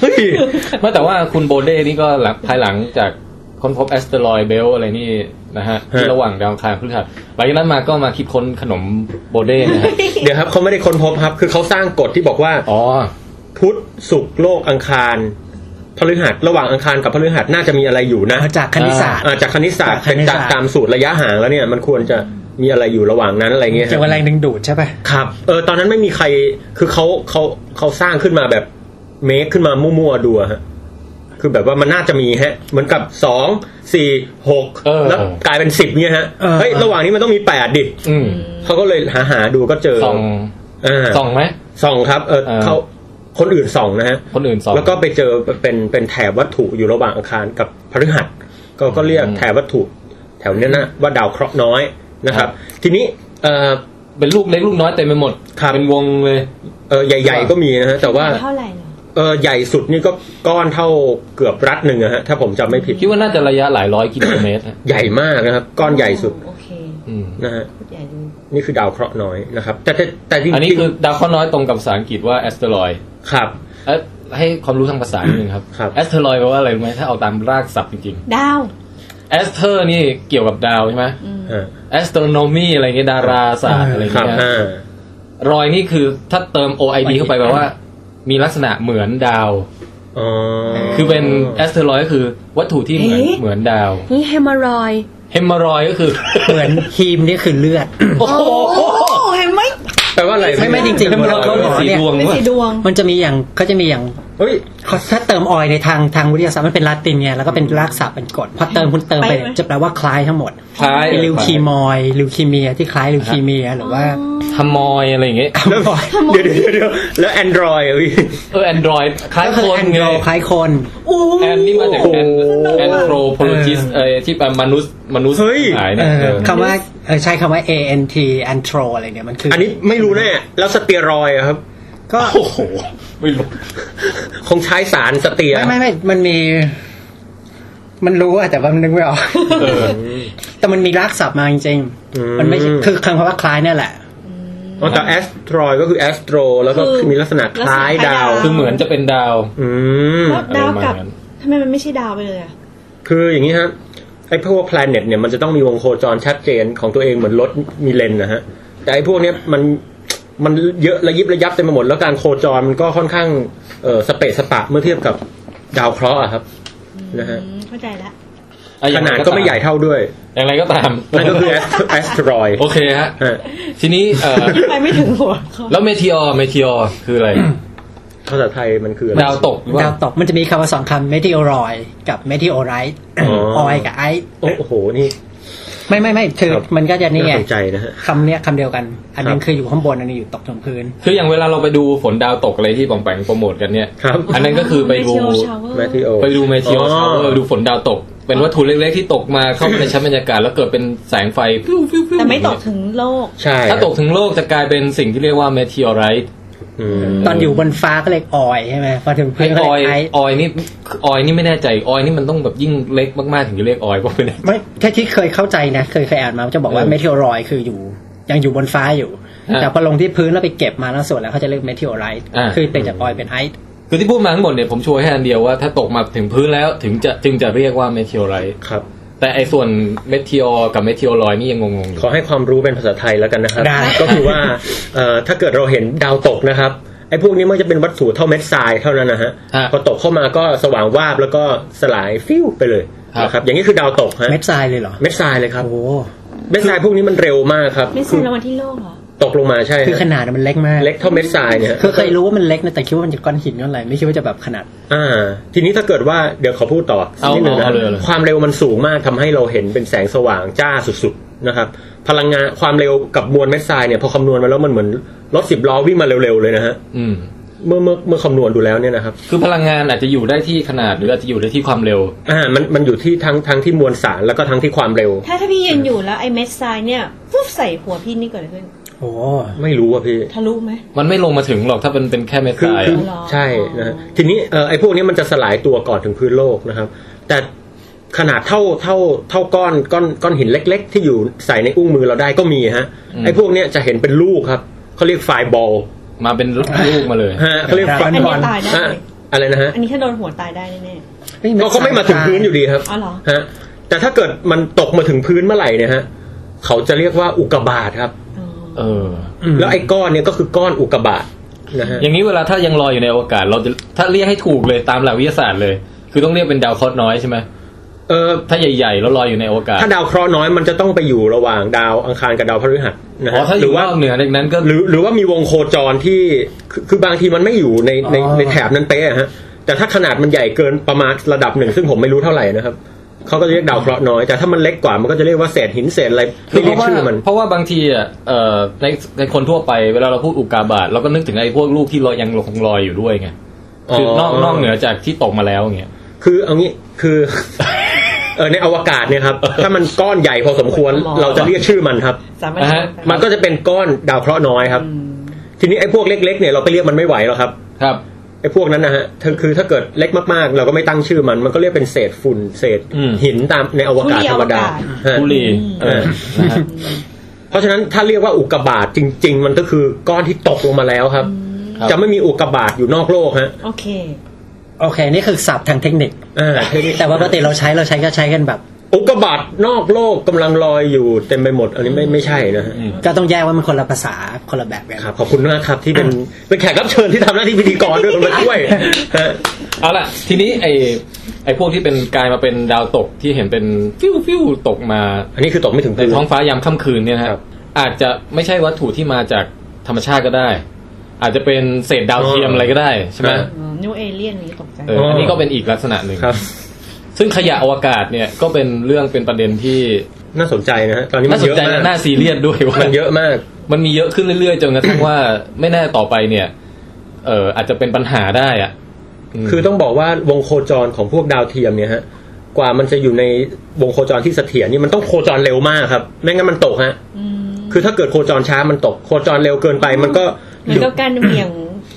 เฮ้ย ไม่แต่ว่าคุณโบเด้นี่ก็หลังภายหลังจากค้นพบแอสเตรอยเบลอะไรนี่นะฮะที่ ฮะ ระหว่างดาวอังคารพฤหัสหลังจากนั้นมาก็มาคิดค้นขนมโบเด้นะฮะ เดี๋ยวครับเขาไม่ได้ค้นพบครับ คือเขาสร้างกฎที่บอกว่า อ๋อ พุธศุกร์โลกอังคารพฤหัสระหว่างอังคารกับพฤหัสน่าจะมีอะไรอยู่นะ มาจากคณิตศาสตร์ อ่าจากคณิตศาสตร์ จากค เป็น ณิต จา ศาสตกร์ ตามสูตรระยะห่างแล้วเนี่ย มันควรจะ มีอะไรอยู่ระหว่างนั้นอะไรเงี้ย เกี่ยวกับแรงดึงดูดใช่ป่ะ ครับเออตอนนั้นไม่มีใครคือเขาเขาเขาสร้างขึ้นมาแบบเมคขึ้นมามั่วๆดูอะฮะคือแบบว่ามันน่าจะมีฮะ เหมือนกับสองสี่หก เออ แล้วกลายเป็นสิบเนี่ยฮะ เออ เฮ้ยระหว่างนี้มันต้องมีแปดดิ อืม เขาก็เลยหาหาดูก็เจอ สอง อ่า สองไหม ส่องครับ เออ เออ เขาคนอื่นส่องนะฮะ คนอื่นสอง แล้วก็ไปเจอเป็นเป็นแถบวัตถุอยู่ระหว่างอาคารกับพฤหัสก็ก็เรียกแถบวัตถุ แถวเนี้ยนะว่าดาวเคราะห์น้อยนะครับ ครับ ทีนี้เออ เป็นลูกเล็กลูกน้อยเต็มไปหมด ครับ เป็นวงเลย เออใหญ่ ๆ ก็มีนะฮะแต่ว่า เท่าไหร่เหรอ เออใหญ่สุดนี่ก็ก้อนเท่าเกือบรัดหนึ่งอะฮะถ้าผมจำไม่ผิด คิดว่าน่าจะระยะหลายร้อยกิโลเมตรนะ ใหญ่มากนะครับ ก้อนใหญ่สุด โอเค อืม นะฮะ พูดใหญ่ดู นี่คือดาวเคราะห์น้อยนะครับ แต่แต่แต่จริงๆ อันนี้คือดาวเคราะห์น้อยตรงกับภาษาอังกฤษว่าแอสเตรอย ครับ ให้ความรู้ทางภาษานิดนึงครับ ครับ แอสเตรอยแปลว่าอะไรรู้ไหมถ้าเอาตามรากศัพท์จริง ดาว ๆแอสเตอร์นี่เกี่ยวกับดาวใช่ไหม อ่า แอสโทรโนมีอะไรเงี้ยดาราศาสตร์อะไร ครับ เงี้ย อ่าร อยนี่คือถ้าเติม OID เข้าไปแปลว่า มีลักษณะเหมือนดาว อ๋อ คือเป็นแอสเทรอยก็คือวัตถุที่เหมือน เอ๊ะ เหมือนดาว นี่เฮมารอย เฮมรอยก็คือ เหมือนฮีมนี่คือเลือด โอ้โห โอ้เห็นไหม แปลว่าอะไร ไม่ไม่จริงๆ เฮมอ เรา ย เรา เป็นสีดวง เป็น วะ สีดวง มันจะมีอย่างเขาจะมีอย่าง เฮ้ย เขาถ้าเติมออยในทางทางวิทยาศาสตร์มันเป็นลาตินไงแล้วก็เป็นรากศัพท์เป็นกรดพอเติมคุณเติมไป ไปไหม จะแปลว่าคล้ายทั้งหมด คล้าย เป็นลิวคีมอยลิวคีเมียที่คล้ายลิวคีเมียหรือว่า ฮมอยอะไรอย่างเงี้ย แล้วก็ เดี๋ยวเดี๋ยวเดี๋ยวแล้วแอนดรอยอ่ะพี่ เออแอนดรอยคล้าย คือ คน แอน ไง โดรคล้ายคน แอนนี่มาจาก โอ้โห แอนแอนโทรโพโลจิสเออที่แปลมนุษย์มนุษย์ เฮ้ย หาย เอ เนี่ย อ เออ คำว่าเออใช้คำว่า A N T antro อะไรเนี่ยมันคือ อั อั นนี้ไม่รู้แน่ แล้วสเตียรอยด์อะครับ ก็ โอ้โห ไม่รู้ คงใช้สารสเตีย ไม่ไม่ไม่มันมี มันรู้อะแต่ว่ามันนึกไม่ออก เออ แต่มันมีรากศัพท์มาจริงๆมันไม่ใช่คือคำว่าคล้ายเนี่ยแหละ อ๋อแต่แอสตรอยก็คือแอสโตร แล้วก็ คือ มีลักษณะคล้ายลักษณะคดาวล้ายดาว คือเหมือนจะเป็นดาว อืม แล้วดาวกลับ เออประมาณนั้น ทำไมมันไม่ใช่ดาวไปเลยอะ คืออย่างนี้ฮะ ไอ้พวก planet เนี่ยมันจะต้องมีวงโคจรชัดเจนของตัวเองเหมือนรถมีเลนนะฮะ แต่ไอ้พวกเนี้ยมันมันเยอะระยิบระยับเต็มไปหมด แล้วการโคจรมันก็ค่อนข้างเออสเปซสปะเมื่อเทียบกับดาวเคราะห์อะครับนะฮะ อืมเข้าใจละ อ่ะอ ข ย่งร นาดก็ไม่ใหญ่เท่าด้วย อย่างไรก็ตาม นั่นก็คือ ast- asteroid โอเคฮะ ฮะ ทีนี้เอ่อ ยิ่งไปไม่ถึงหัวเขา แล้วเมทีออร์เมทีออร์คืออะไร ภาษาไทยมันคืออะไร ดาวตกหรือเป ดา ล่าว ตกมันจะมีคำว่าสองคำ meteoroid กับ meteorite อ๋อ ออยกับไอซ์ โอ้โห นี่ ไม่ไม่ไม่คือ ครับ มันก็จะนี่ไง าสนใจนะฮะ คำเนี้ยคำเดียวกัน อันนึงครับ คืออยู่ข้างบน อันนึงอยู่ตกถึงพื้น คืออย่างเวลาเราไปดูฝนดาวตกอะไรที่ปองแปงโปรโมทกันเนี่ย ครับ อันนั้นก็คือไปดู แมทธิโอ ไปดูเมทีออร์ อ๋อ ชาวเวอร์ดูฝนดาวตก เป็นวัตถุเล็กๆที่ตกมาเข้าไปในชั้นบรรยากาศแล้วเกิดเป็นแสงไฟฟิวฟิวฟิว แต่ไม่ตกถึงโลก ใช่ ถ้าตกถึงโลกจะกลายเป็นสิ่งที่เรียกว่าเมทีออไรต์ อืม ตอนอยู่บนฟ้าก็เลยกออยใช่ไหมพอถึงพื้ ไอน ก็ อ เลย ยไอซ์ ออยนี่ออยนี่ไม่แน่ใจออยนี่มันต้องแบบยิ่งเล็กมากๆถึงจะเรียกออยเพราะเป็น ไม่ถ้าที่เคยเข้าใจนะ เคยเคยอ่านมาจะบอกว่า เออ meteoroid คืออยู่ ยังอยู่บนฟ้าอยู่ ฮะ แต่พอลงที่พื้นแล้วไปเก็บมาแล้วส่วนแล้วเขาจะเรียก meteorite อ่า คือเปลี่ยนจากออยเป็นไอซ์ คือที่พูดมาทั้งหมดเนี่ยผมช่วยแค่อันเดียวว่าถ้าตกมาถึงพื้นแล้วถึงจะจึงจะเรียกว่าเมทีออไรต์ ครับ แต่ไอส่วนเมทีออร์กับเมทีออรอยนี่ยังงงๆอยู่ ขอให้ความรู้เป็นภาษาไทยแล้วกันนะครับ ได้ ก็คือว่าเอ่อถ้าเกิดเราเห็นดาวตกนะครับ ไอ้พวกนี้มันจะเป็นวัตถุเท่าเม็ดทรายเท่านั้นนะฮะ ฮะ พอตกเข้ามาก็สว่างวาบแล้วก็สลายฟิวไปเลย ครับ นะครับ อย่างนี้คือดาวตกฮะ เม็ดทรายเลยเหรอ เม็ดทรายเลยครับ โอ้โห เม็ดทรายพวกนี้มันเร็วมากครับ ไม่ใช่รางวัลที่โลกเหรอ ตกลงมาใช่ คือข ฮะ นาดมันเล็กมาก เล็กเท่าเม็ดทรายเนี่ยฮะ คือเคยรู้ว่ามันเล็กนะแต่คิดว่ามันจะก้อนหินก้อนอะไรไม่คิดว่าจะแบบขนาด อ่าทีนี้ถ้าเกิดว่าเดี๋ยวขอพูดต่อสักนิดหนึ่งนะ เอาเอาเอาเลยเลย ความเร็วมันสูงมากทำให้เราเห็นเป็นแสงสว่างจ้าสุดๆนะครับ พลังงานความเร็วกับมวลเม็ดทรายเนี่ยพอคำนวณมาแล้วมันเหมือนรถสิบล้อวิ่งมาเร็วๆเลยนะฮะ อืม เมื่อเมื่อเมื่อคำนวณดูแล้วเนี่ยนะครับ คือพลังงานอาจจะอยู่ได้ที่ขนาดหรืออาจจะอยู่ได้ที่ความเร็ว อ่ามันมันอยู่ที่ทั้งทั้งที่มวลสารแล้วก็ทั้งที่ความเร็ว ถ้าถ้าพี่ยืนอยู่แล้วไอ้เม็ดทรายเนี่ยฟุบใส่หัวพี่นี่เกิดอะไรขึ้น โอ้ ไม่รู้อะพี่ ทะลุไหม มันไม่ลงมาถึงหรอกถ้าเป็นเป็นแค่เม็ด คื ท อ ราย คือ อะ หรอ ใช่นะฮะทีนี้เอ่อไอ้พวกนี้มันจะสลายตัวก่อนถึงพื้นโลกนะครับ แต่ขนาดเท่าเท่าเท่าก้อนก้อนก้อนหินเล็ก ๆ ที่อยู่ใส่ในอุ้งมือเราได้ก็มีฮะไอ้พวกเนี้ยจะเห็นเป็นลูกครับเขาเรียกไฟบอล มาเป็นลูกมาเลย ฮะเขาเรียกฟัน อัน บอ นี้ ล ตายได้ ฮะ เลย อะไรนะฮะ อันนี้ถ้าโดนหัวตายได้แน่ เฮ้ยน ก็ก็ไม่มาถึงพื้นอยู่ดีครับ อ๋อเหรอ ฮะแต่ถ้าเกิดมันตกมาถึงพื้นเมื่อไหร่เนี่ยฮะเขาจะเรียกว่าอุกกาบาตครับ ๆอ๋อ เออ แล้วไอ้ก้อนเนี่ยก็คือก้อนอุกกาบาตนะฮะ อย่างนี้เวลาถ้ายังลอยอยู่ในอวกาศ เราจะถ้าเรียกให้ถูกเลยตามหลักวิทยาศาสตร์เลย คือต้องเรียกเป็นดาวเคราะห์น้อยใช่ไหม เออ ถ้าใหญ่ๆแล้วลอยอยู่ในโอกาส ถ้าดาวเคราะห์น้อยมันจะต้องไปอยู่ระหว่างดาวอังคารกับดาวพฤหัสนะ อ๋อ ฮะ ถ้าอ หรื ยู่ อว่า นอกเหนือจากนั้นก็ หรือหรือว่ามีวงโคจรที่คือคือบางทีมันไม่อยู่ในใน อ๋อ ในแถบนั้นเป๊ะอะฮะแต่ถ้าขนาดมันใหญ่เกินประมาณระดับหนึ่ง ซึ่งผมไม่รู้เท่าไหร่นะครับเขาก็จะเรียกดาวเคราะห์น้อย แต่ถ้ามันเล็กกว่ามันก็จะเรียกว่าเศษหินเศษอะไร คือ ไม่ เพ เรียก ราะว่า ชื่อมัน เพราะว่าบางทีอ่ะเอ่อในในคนทั่วไปเวลาเราพูดอุกกาบาตเราก็นึกถึงไอ้พวกลูกที่ลอยยังคงลอยอยู่ด้วยไงคืออนอก อ๋อ นอกเหนือจากที่ตกมาแล้วอย่างเงี้ย คือเอางี้คือ เออในอวกาศเนี่ยครับ ถ้ามันก้อนใหญ่พอสมควร เราจะเรียกชื่อมันครับ สามารถ อ่าฮะ มันก็จะเป็นก้อนดาวเคราะห์น้อยครับ ทีนี้ไอ้พวกเล็กๆเนี่ยเราไปเรียกมันไม่ไหวหรอกครับ ครับ ไอ้พวกนั้นนะฮะถ้าคือถ้าเกิดเล็กมากๆ เราก็ไม่ตั้งชื่อมัน มันก็เรียกเป็นเศษฝุ่น เศษ อืม หินตามในอวกาศ ทุลี ธรรมอวดากาศ ฮะ บุรีเออ นะฮะ เพราะฉะนั้นถ้าเรียกว่าอุกกาบาตจริง ๆ มันก็คือก้อนที่ตกลงมาแล้วครับ จะไม่มีอุกกาบาตอยู่นอกโลกฮะ โอเค โอเค นี่คือศัพท์ทางเทคนิค อ่า แต่ว่าปกติเราใช้เราใช้ก็ใช้กันแบบ อุกกาบาตนอกโลกกำลังลอยอยู่เต็มไปหมด อันนี้ไม่ไม่ใช่นะฮะ ก็ต้องแยกว่ามันคนละภาษาคนละแบบกัน ครับขอบคุณมากครับที่เป็นเป็นแขกรับเชิญที่ทำหน้าที่พิธีกรด้วยมาช่วยฮะ เอาล่ะทีนี้ไอ้ไอ้พวกที่เป็นกลายมาเป็นดาวตกที่เห็นเป็นฟิวฟิวๆตกมา อันนี้คือตกไม่ถึง ใน พื้น ท้องฟ้ายามค่ำคืนเนี่ยนะค ครั รับบ อาจจะไม่ใช่วัตถุที่มาจากธรรมชาติก็ได้ อาจจะเป็นเศษดาวเทียม อ๋ออ อะไรก็ได้ใช่ไหคมรับ นิวเอเลียนนี้ตกใจ เอออันนี้ก็เป็นอีกลักษณะหนึ่ง ครับ ซึ่งขยะอวกาศเนี่ยก็เป็นเรื่องเป็นประเด็นที่ น่าสนใจนะฮะตอนนี้มั น่าน ส เยอะนมาใจและ ก น่าซีเรียสด้วยว่า มันเยอะมาก มันมีเยอะขึ้นเรื่อยๆจนกระทั่งว่า ไม่แน่ต่อไปเนี่ย เอออาจจะเป็นปัญหาได้อ่ะม คือต้องบอกว่าวงโคจรของพวกดาวเทียมเนี่ยฮะกว่ามันจะอยู่ในวงโคจรที่เสถียรนี่มันต้องโคจรเร็วมากครับไม่งั้นมันตกฮะคือถ้าเกิดโคจรช้ามันตก โคจรเร็วเกินไปมันก็ เหมือนกับการเหวี่ยง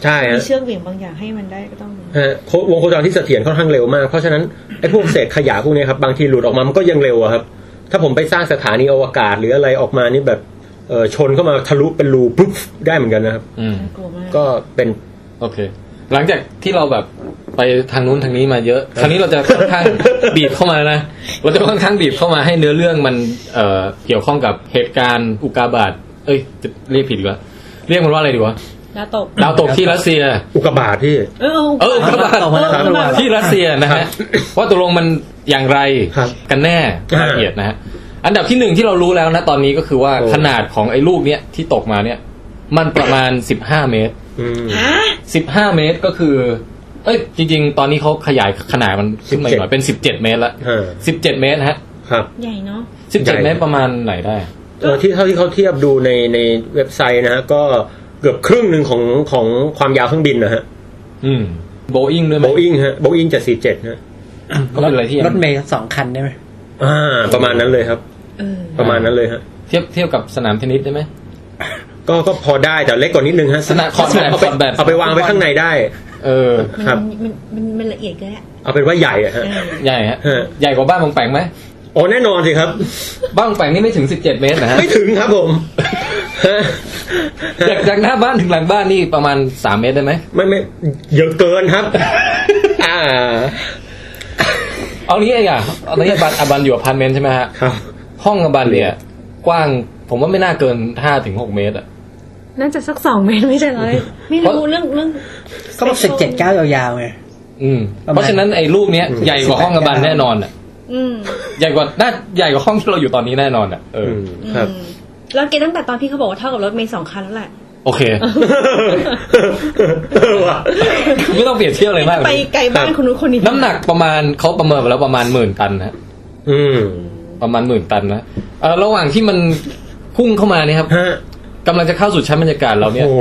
ใช่ มี ฮะ เชือกเหวี่ยงบางอย่างให้มันได้ก็ต้อง ฮะโควงโคจรที่เสถียรค่อนข้างเร็วมากเพราะฉะนั้นไอ้พวกเศษขยะพวกเนี้ยครับบางทีหลุดออกมามันก็ยังเร็วอะครับ ถ้าผมไปสร้างสถานีอวกาศหรืออะไรออกมานี่แบบเออชนเข้ามาทะลุเป็นรูปุ๊บได้เหมือนกันนะครับ อืม กลัวมาก ก็เป็น โอเค หลังจากที่เราแบบไปทางนู้นทางนี้มาเยอะ คราวนี้เราจะค่อนข้าง บีบเข้ามานะ เราจะค่อนข้างบีบเข้ามาให้เนื้อเรื่องมันเอ่อเกี่ยวข้องกับเหตุการณ์อุกกาบาต เอ้ยจะเรียกผิดดีกว่า เรียกมันว่าอะไรดีวะ ดาวตก ดาวตกที่รัสเซีย อุกกาบาตที่ เออ เอออุกกาบาต ออกมาแล้ว เออ ระหว่าง ที่รัสเซียนะฮะ ว่าตกลงมันอย่างไร ครับ กันแน่รายละเอียดนะฮะ อันดับที่หนึ่งที่เรารู้แล้วนะตอนนี้ก็คือว่า โอ้ ขนาดของไอ้ลูกเนี้ยที่ตกมาเนี่ย มันประมาณสิบห้าเมตร อืม ฮะ สิบห้าเมตรก็คือ เอ้ย จริง ๆ ตอนนี้เขาขยายขนาดมันขึ้นมาอีกหน่อยเป็นสิบเจ็ดเมตรละ เออ สิบเจ็ดเมตรฮะ ครับ ใหญ่เนาะ สิบ ใหญ่ เจ็ดเมตรประมาณไหนได้ เออที่เท่าที่เขาเทียบดูในในเว็บไซต์นะฮะก็เกือบครึ่งหนึ่งของของความยาวเครื่องบินนะฮะ อืมโบอิงด้วยไหม โบอิงฮะโบอิงเจ็ดสี่เจ็ดฮะ ก็เป็นอะไรที่ รถเมย์สองคันได้ไหม อ่าประมาณนั้นเลยครับ เออ ประมาณนั้นเลยฮะ เทียบเทียบกับสนามเทนนิสได้ไหม ก็ก็พอได้แต่เล็กกว่านิดนึงฮะ สนามคอร์ตแบบ เอาไป คอร์ตแบบ เอาไปวางไว้ข้างในได้ เออ มัน ครับ มันมันมันละเอียดเกินอะ เอาเป็นว่าใหญ่อะฮะ เออ ใหญ่ฮะ ฮะ ใหญ่กว่าบ้านบางแปงไหม โอ้แน่นอนสิครับ บ้านบางแปงนี่ไม่ถึงสิบเจ็ดเมตรนะฮะ ไม่ถึงครับผมฮะ จากจากหน้าบ้านถึงหลังบ้านนี่ประมาณสามเมตรได้ไหม ไม่ไม่เยอะเกินครับ อ่า เอานี้เองอ่ะเอานี้อบันอบันอยู่อพาร์ตเมนต์ใช่ไหมฮะ ครับ ห้องอบันเนี่ย กว้างผมว่าไม่น่าเกินห้าถึงหกเมตรอ่ะ น่าจะสักสองเมตรไม่ใช่เหรอไม่รู้เรื่องเรื่อง ก็บอกสิบเจ็ดเก้ายาวๆไง อืม ประมาณ เพราะฉะนั้นไอ้รูปเนี้ยใหญ่กว่าห้องกระบัน 18 แน่นอนอ่ะ อืม ใหญ่กว่าน่าใหญ่กว่าห้องที่เราอยู่ตอนนี้แน่นอนอ่ะเอ อื ออ มครับ อืมแล้วเกตั้งแต่ตอนพี่เขาบอกว่าเท่ากับรถเมย์สองคันแล้วแหละ โอเค เออว่ะ ไม่ต้องเปรียบเทียบอะไรมากเล ไป ย ไกลบ้านคนนู้นคนนี้ น้ำหนักประมาณเขาประเมินไว้แล้วประมาณหมื่นตันนะฮะ อืม ประมาณหมื่นตันนะเออระหว่างที่มันพุ่งเข้ามาเนี่ยครับ ฮะ กำลังจะเข้าสู่ชั้นบรรยากาศเราเนี่ย โอ้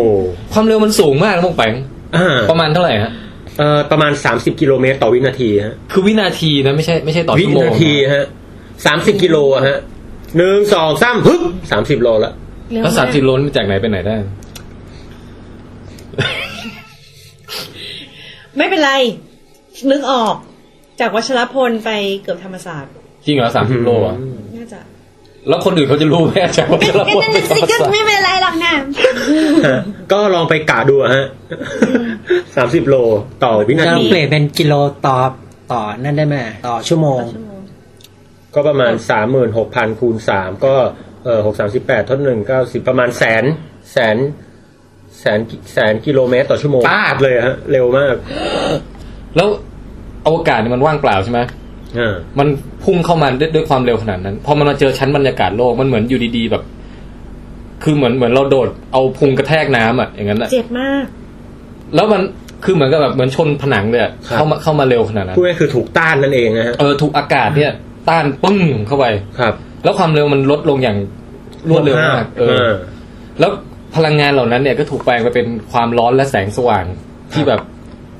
ความเร็วมันสูงมากนะมงแปง อ่า ประมาณเท่าไหร่ฮะ เอ่อประมาณ 30 กิโลเมตรต่อวินาทีฮะ คือวินาทีนะไม่ใช่ไม่ใช่ต่อ วิ ชั่วโมง นาทีฮะสามสิบกิโลอะฮะหนึ่งสองสามฮึบสามสิบโลละ เร็ แล้วสามสิบโลนี่จากไหนไปไหนได้ ไม่เป็นไร นึกออก จากวัชรพลไปเกือบธรรมศาสตร์ จริงเหรอสามสิบโลอ่ะ น่าจะ แล้วคนอื่นเขาจะรู้ไหมอาจารย์ว่าเรา ก็นั่น ไป น่ะสิก็ ทำอะไร ไม่เป็นไรหรอกนะ ฮะก็ลองไปกะดูอะฮะสามสิบโลต่อวินา เรา ที เปลี่ยนเป็นกิโลต่อต่อนั่นได้ไหมต่อชั่วโมง ชั่วโมง ก็ประมาณสามหมื่นหกพันคูณสามก็เอ่อหกสามสิบแปดทดหนึ่งเก้าสิบประมาณแสนแสนแสนแสนกิโลเมตรต่อชั่วโมงปาดเลยฮะ เร็วมาก แล้วอวกาศเนี่ยมันว่างเปล่าใช่ไหม เออ มันพุ่งเข้ามาด้วยด้วยความเร็วขนาดนั้น พอมันมาเจอชั้นบรรยากาศโลกมันเหมือนอยู่ดีๆแบบ คือเหมือนเหมือนเราโดดเอาพุงกระแทกน้ำอ่ะอย่างนั้นแหละ เจ็บมาก แล้วมันคือเหมือนกับแบบเหมือนชนผนังเลยอะ ครับ เข้ามาเข้ามาเร็วขนาดนั้น พูดง่ายๆคือถูกต้านนั่นเองนะฮะ เออถูกอากาศเนี่ย ต้านปึ้งเข้าไป ครับ แล้วความเร็วมันลดลงอย่างรวดเร็วมากเอ เอ อ อ แล้วพลังงานเหล่านั้นเนี่ยก็ถูกแปลงไปเป็นความร้อนและแสงสว่างที่แบบ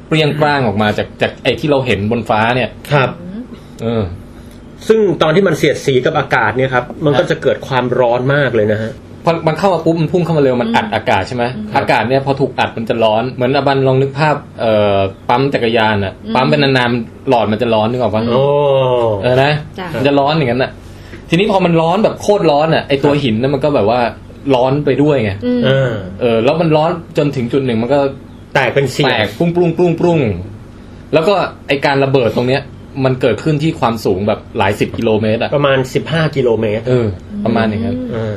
เปรี้ยงปร้างออกมาจากจากไอ้ที่เราเห็นบนฟ้าเนี่ย ครับ เออ ซึ่งตอนที่มันเสียดสีกับอากาศเนี่ยครับ มันก็ ครับ จะเกิดความร้อนมากเลยนะฮะ พอมันเข้ามาปุ๊บมันพุ่งเข้ามาเร็วมันอัดอากาศใช่ไหมอากาศเนี่ยพอถูกอัดมันจะร้อนเหมือนอบันลองนึกภาพเอ่อปั๊มจักรยานอะปั๊มเป็นนานๆหลอดมันจะร้อนนึกออกปะ โอ้ เออนะ จ้ะ มันจะร้อนอย่างนั้นอะทีนี้พอมันร้อนแบบโคตรร้อนอะไอตัวหินนั่นมันก็แบบว่าร้อนไปด้วยไง อืม เออ เออแล้วมันร้อนจนถึงจุดหนึ่งมันก็ แตกเป็นเสีย แต ง กปรุ้งปรุ้งปรุ้งปรุ้งแล้วก็ไอการระเบิดตรงเนี้ย มันเกิดขึ้นที่ความสูงแบบหลายสิบกิโลเมตรอะ ประมาณ 15 กิโลเมตร เออ ประมาณอย่างนั้น เออ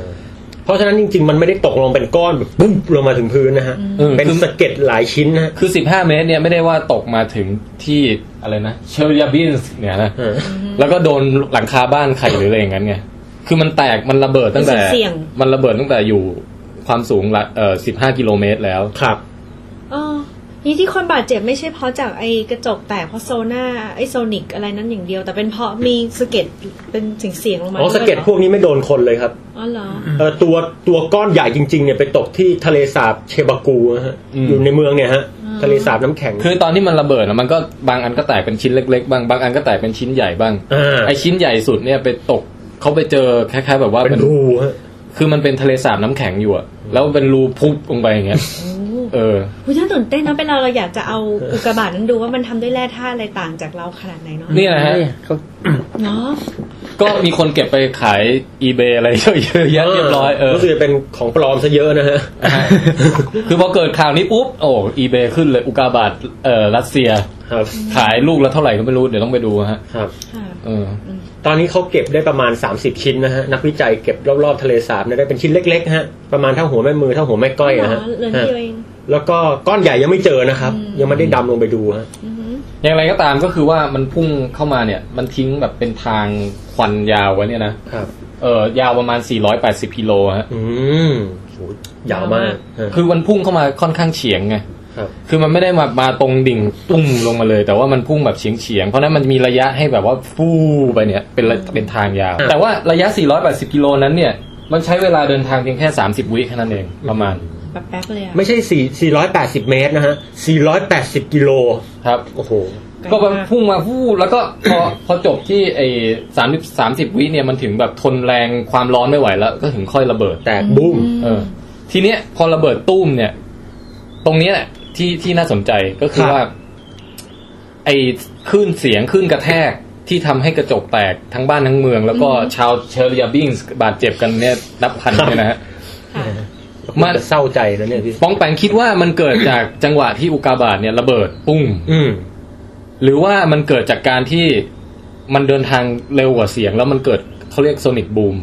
เพราะฉะนั้นจริง ๆ มันไม่ได้ตกลงเป็นก้อนแบบปุ๊บลงมาถึงพื้นนะฮะ เออ เป็นสะเก็ดหลายชิ้นนะฮะ คือสิบห้าเมตรเนี่ยไม่ได้ว่าตกมาถึงที่อะไรนะเชลยาบินส์เนี่ยนะ เออ แล้วก็โดนหลังคาบ้านใครหรืออะไรอย่างนั้นไงคือมันแตกมันระเบิดตั้งแต่ เสี่ยง มันระเบิดตั้งแต่อยู่ความสูงละเออสิบห้ากิโลเมตรแล้ว ครับ เออนี่ที่คนบาดเจ็บไม่ใช่เพราะจากไอ้กระจกแตกเพราะโซน่าไอ้โซนิกอะไรนั้นอย่างเดียว แต่เป็นเพราะมีสะเก็ดเป็นเสียงเสียงๆลงมา อ๋อ ด้วย สะเก็ดพวกนี้ไม่โดนคนเลยครับ อ๋อเหรอ เออตัวตัวก้อนใหญ่จริง ๆ เนี่ยไปตกที่ทะเลสาบเชบากูนะฮะ อืม อยู่ในเมืองเนี่ยฮะ ทะเลสาบน้ำแข็ง คือตอนที่มันระเบิดนะมันก็บางอันก็แตกเป็นชิ้นเล็กๆบ้างบางอันก็แตกเป็นชิ้นใหญ่บ้าง อ่า ไอชิ้นใหญ่สุดเนี่ยไปตกเขาไปเจอคล้ายๆแบบว่า เป็นรูฮะ คือมันเป็นทะเลสาบน้ำแข็งอยู่ อะแล้วเป็นรูพุบลงไปอย่างเงี้ย เออ คุณน่าตื่นเต้นนะเป็นเราเราอยากจะเอาอุกกาบาตนั้นดูว่ามันทำด้วยแร่ธาตุอะไรต่างจากเราขนาดไหนเนาะ นี่นะฮะ เขา เนาะ ก็มีคนเก็บไปขาย eBay อะไรเยอะๆเยอะเรียบร้อย เออ รู้สึกจะเป็นของปลอมซะเยอะนะฮะ คือพอเกิดข่าวนี้ปุ๊บ โอ้ eBay ขึ้นเลย อุกาบาตเอ่อรัสเซีย ครับ ขายลูกละเท่าไหร่ก็ไม่รู้ เดี๋ยวต้องไปดูฮะ ครับ ค่ะ เออ ตอนนี้เขาเก็บได้ประมาณ 30 ชิ้นนะฮะ นักวิจัยเก็บรอบๆทะเลสาบเนี่ยได้เป็นชิ้นเล็กๆฮะ ประมาณเท่าหัวแม่มือเท่าหัวแม่ก้อยนะฮะ เหรอเหลือนิดเดียวเอง ฮะแล้วก็ก้อนใหญ่ยังไม่เจอนะครับ ยังไม่ได้ดำลงไปดูฮะ อย่างไรก็ตามก็คือว่ามันพุ่งเข้ามาเนี่ย มันทิ้งแบบเป็นทางควันยาวไว้เนี่ยนะ ครับ เออยาวประมาณ 480กิโลฮะ อืมโหยาวมากฮะ คือมันพุ่งเข้ามาค่อนข้างเฉียงไง ครับ คือมันไม่ได้มามาตรงดิ่งตุ้มลงมาเลย แต่ว่ามันพุ่งแบบเฉียงเฉียงๆเพราะฉะนั้นมันมีระยะให้แบบว่าฟูไปเนี่ยเป็นระเป็นทางยาว ครับ แต่ว่าระยะ 480 กิโลนั้นเนี่ย มันใช้เวลาเดินทางเพียงแค่ 30 วิแค่นั้นเองประมาณ แบบแป๊บเลยอะ ไม่ใช่4 480 เมตรนะฮะ 480 กิโล ครับ โอ้โห ก็มันพุ่งมาฟูแล้วก็พอ พอจบที่ไอ้สามสิบสามสิบวิเนี่ยมันถึงแบบทนแรงความร้อนไม่ไหวแล้ว ก็ถึงค่อยระเบิด แตกบุ้ม เออ ทีเนี้ยพอระเบิดตุ้มเนี่ย ตรงเนี้ยแหละที่ที่น่าสนใจก็คือ ครับ ว่า ไอ้คลื่นเสียงคลื่นกระแทกที่ทำให้กระจกแตกทั้งบ้านทั้งเมือง แล้วก็ชาวเชอร์ลียบิงส์บาดเจ็บกันเนี่ยนับพันเนี่ยนะฮะ ค่ะ มั มัน น จะเศร้าใจนะเนี่ยพี่ ป้องแปงคิดว่ามันเกิดจากจังหวะที่อุกกาบาตเนี่ยระเบิดปุ้ง อืม หรือว่ามันเกิดจากการที่มันเดินทางเร็วกว่าเสียง แล้วมันเกิดเขาเรียกโซนิกบูม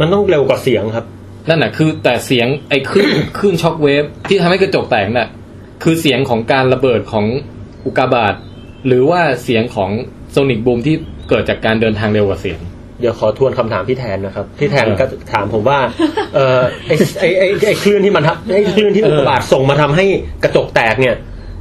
มันต้องเร็วกว่าเสียงครับ นั่นน่ะคือแต่เสียงไอ้คลื่น คลื่นช็อคเวฟที่ทำให้กระจกแตกน่ะคือเสียงของการระเบิดของอุกกาบาตหรือว่าเสียงของโซนิกบูมที่เกิดจากการเดินทางเร็วกว่าเสียง เดี๋ยวขอทวนคำถามพี่แทนนะครับ พี่แทน เออ ก็ถามผมว่า เออไอไอไอไอคลื่นที่มันทับไอคลื่นที่ เอ อุ อ กกาบาตส่งมาทำให้กระจกแตกเนี่ย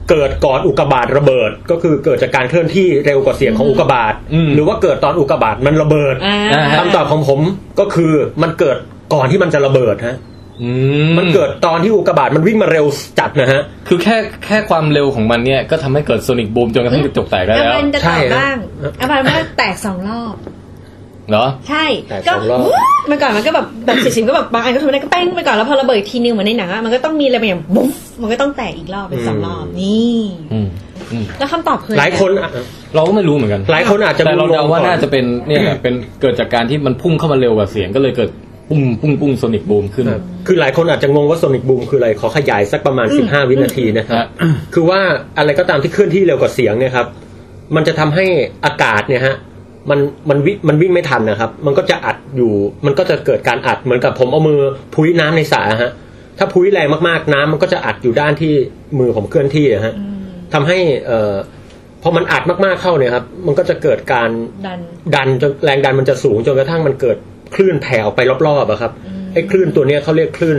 เกิดก่อนอุกกาบาตระเบิด ก็คือเกิดจากการเคลื่อนที่เร็วกว่าเสียงของอุกกาบาตหรือว่าเกิดตอนอุกกาบาตมันระเบิด อ่า อ่าฮะ คำตอบของผมก็คือมันเกิดก่อนที่มันจะระเบิดฮะ อื มันเกิดตอนที่อุกกาบาตมันวิ่งมาเร็วจัดนะฮะ คือแค่แค่ความเร็วของมันเนี่ยก็ทำให้เกิดโซนิกบูมจนกระทั่งกระจกแตกได้ อา แล้ว บันจะ ใช่ ตอบ นะ บ้างอาบันว่าแตกสองรอบ เหรอ ใช่ แตก ก็ สองรอบ วู้ดเมื่อก่อนมันก็แบบแบบสิบสิบก็แบบบางอันก็ทำไม่ได้ก็แป้งไปก่อนแล้วพอระเบิดอีกทีนึงเหมือนในหนังอะมันก็ต้องมีอะไรบางอย่างบุ๊มมันก็ต้องแตกอีกรอบเป็นสองรอบนี่ อืมอืม แล้วคำตอบคือ หลายคนอ่ะ เราก็ไม่รู้เหมือนกัน หลายคนอาจจะ แต่เรา งง เดาว่า ก่อ น่าจะเป็นเนี่ยแหละเป็นเกิดจากการที่มันพุ่งเข้ามาเร็วกว่าเสียงก็เลยเกิดปุ้งปุ้งปุ้งโซนิกบูมขึ้น ครับคือหลายคนอาจจะงงว่าโซนิกบูมคืออะไรขอขยายสักประมาณ 15 วินาทีนะครั ฮะ บ คือว่าอะไรก็ตามที่เคลื่อนที่เร็วกว่าเสียงเนี่ยครับ มันจะทำให้อากาศเนี่ยฮะ มันมันวิมันวิ่งไม่ทันนะครับ มันก็จะอัดอยู่ มันก็จะเกิดการอัดเหมือนกับผมเอามือพุ้ยน้ำในสระฮะ ถ้าพุ้ยแรงมากๆน้ำมันก็จะอัดอยู่ด้านที่มือผมเคลื่อนที่อะฮะทำให้เอ่อ พอมันอัดมากๆเข้าเนี่ยครับ มันก็จะเกิดการ ดัน ดันจนแรงดันมันจะสูงจนกระทั่งมันเกิดคลื่นแผ่ออกไปรอบๆอะครับไอ้คลื่นตัวเนี้ยเขาเรียกคลื่น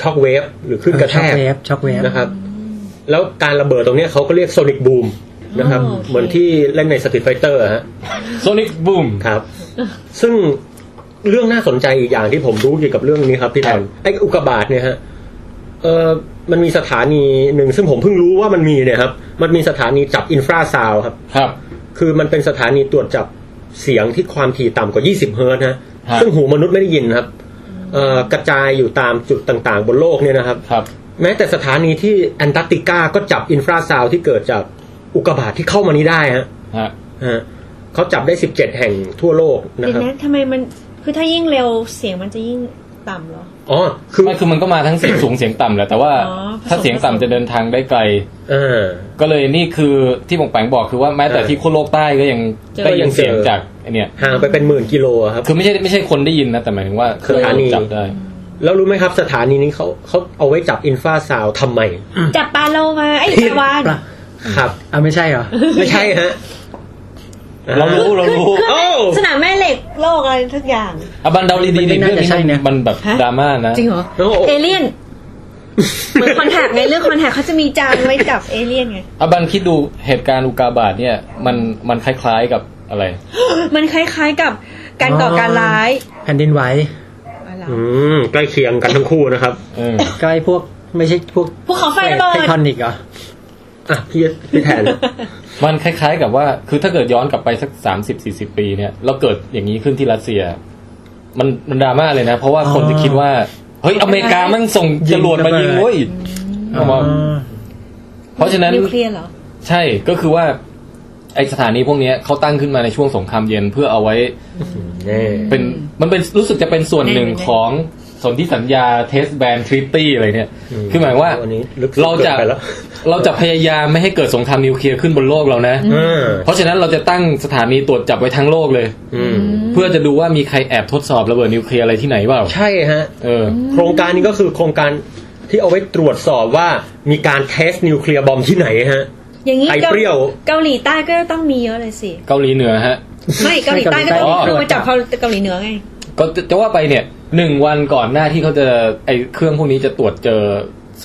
ช็อคเวฟหรือคลื่นกระแท ช็อก ก เวฟช็อกเวฟ นะครับ แล้วการระเบิดตรงเนี้ยเขาก็เรียกโซนิกบูมนะครับ อ๋อโอเค เหมือนที่เล่นในสต e ี t ไฟเตอร์ฮะ โซนิกบูม ครับ ซึ่งเรื่องน่าสนใจอีกอย่างที่ผมรู้เกี่ยวกับเรื่องนี้ครับพี่แทนไอ้อุกกาบาตเนี่ยฮะ เออมันมีสถานีหนึ่งซึ่งผมเพิ่งรู้ว่ามันมีเนี่ยครับ มันมีสถานีจับอินฟราซาวครับ ครับ คือมันเป็นสถานีตรวจจับเสียงที่ความถี่ต่ำกว่า 20 เฮิร์ตซ์นะ ฮะ ซึ่งหูมนุษย์ไม่ได้ยินครับ เอ่อกระจายอยู่ตามจุดต่างๆ บนโลกเนี่ยนะครับ ครับ แม้แต่สถานีที่แอนตาร์กติกาก็จับอินฟราซาวด์ที่เกิดจากอุกกาบาตที่เข้ามานี้ได้ฮะ ฮะ ฮะเขาจับได้ 17 แห่งทั่วโลกเดี๋นะย ครับ วนะทำไมมันคือถ้ายิ่งเร็วเสียงมันจะยิ่งต่ำเหรอ อ๋อ คือ ไม่คือมันก็มาทั้งเสียงสูงเสียงต่ำแหละแต่ว่า อ๋อ ถ้าเสียงต่ำจะเดินทางได้ไกล เอ่า ก็เลยนี่คือที่ผมแปงบอกคือว่าแม้แต่ เออ ที่ขั้วโลกใต้ก็ยัง เจอ ได้ยินเสียง เจอ จากไอเนี่ย ห่างไปเป็นหมื่นกิโลอะครับ คือไม่ใช่ไม่ใช่คนได้ยินนะ แต่หมายถึงว่า สถานี จับได้ แล้วรู้ไหมครับ สถานีนี้เขาเขาเอาไว้จับอินฟราซาวด์ทำไม จับปลาโลมาไอ้ยปลาวาน ปลา ครับ เอาไม่ใช่เหรอ ไม่ใช่ฮะ เรารู้เรา รู้ เครื่องแม่ เอ้า สนามแม่เหล็กโลกอะไรทุกอย่าง อะบันเดาดีๆ มันไม่ เรื่อง น่าจะ นี้ ใช่นะ มันแบบ ฮะ ดราม่านะ จริงเหรอ โอ้โห เอเลี่ยนเหมือนคอนแทคไงเรื่องคอนแทคเขาจะมีจานไว้จับเอเลี่ยนไง อะบันคิดดูเหตุการณ์อุกาบาตเนี่ยมันมันคล้าย ๆกับอะไร มันคล้ายๆกับการก่อการร้าย แผ่นดินไหว อะไร อืมใกล้เคียงกันทั้งคู่นะครับ เออ ก็ไอ้พวกไม่ใช่พวก ภูเขาไฟระเบิ ไท ด ทอนิกเหรอ อ่ะพี่พี่แทน มันคล้าย ๆ กับว่าคือถ้าเกิดย้อนกลับไปสักสามสิบสี่สิบปีเนี่ยแล้วเกิดอย่างนี้ขึ้นที่รัสเซีย มันมันดราม่าเลยนะ เพราะว่าคนจะคิดว่าเฮ้ยอเมริกามันส่งจรวดมายิงเว้ยเอามา เพราะฉะนั้น นิวเคลียร์เหรอ ใช่ก็คือว่าไอสถานีพวกเนี้ยเขาตั้งขึ้นมาในช่วงสงครามเย็นเพื่อเอาไว้ แน่ เป็นมันเป็นรู้สึกจะเป็นส่วนหนึ่ง แน่นอน ของสนธิสัญญาเทสแบนทริตี้อะไรเนี่ย คือหมายว่า อันนี้ลึก เราจะ กินไปแล้ว เราจะพยายามไม่ให้เกิดสงครามนิวเคลียร์ขึ้นบนโลกเรานะ อ่า เพราะฉะนั้นเราจะตั้งสถานีตรวจจับไว้ทั้งโลกเลย อืม เพื่อจะดูว่ามีใครแอบทดสอบระเบิดนิวเคลียร์อะไรที่ไหนเปล่า ใช่ฮะ เออ โครงการนี้ก็คือโครงการที่เอาไว้ตรวจสอบว่ามีการเทสนิวเคลียร์บอมที่ไหนฮะ อย่างนี้ ไอ้เปรี้ยว เกาหลีใต้ก็ต้องมีเยอะเลยสิ เกาหลีเหนือฮะ ไม่เกาหลีใต้ก็ต้องมี อ๋อ เครื่องมาจับเขาเกาหลีเหนือไง ก็จะจะว่าไปเนี่ยหนึ่งวันก่อนหน้าที่เขาจะไอเครื่องพวกนี้จะตรวจเจอ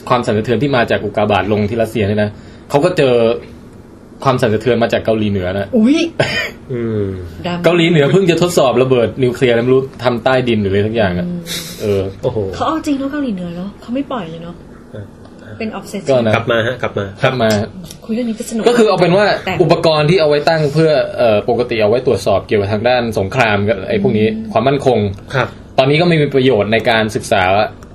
ความสั่นสะเทือนที่มาจากอุกกาบาตลงที่รัสเซียเนี่ยนะเขาก็เจอความสั่นสะเทือนมาจากเกาหลีเหนือนะ อุ้ย อืม ดราม่า เกาหลีเหนือเพิ่งจะทดสอบระเบิดนิวเคลียร์อะไรไม่รู้ทำใต้ดินหรืออะไรทั้งอย่างอะเออ โอ้โห เขาเอาจริงเนาะเกาหลีเหนือเนาะเขาไม่ปล่อยเลยเนาะเป็นออฟเซส ก็นะ กลับมาฮะ กลับมา ครับมา คุยเรื่องนี้ก็สนุก ก็คือเอาเป็นว่า แต่ อุปกรณ์ที่เอาไว้ตั้งเพื่อเอ่อปกติเอาไว้ตรวจสอบเกี่ยวกับทางด้านสงครามกับไอ้พวกนี้ความมั่นคง ครับ ตอนนี้ก็ไม่มีประโยชน์ในการศึกษา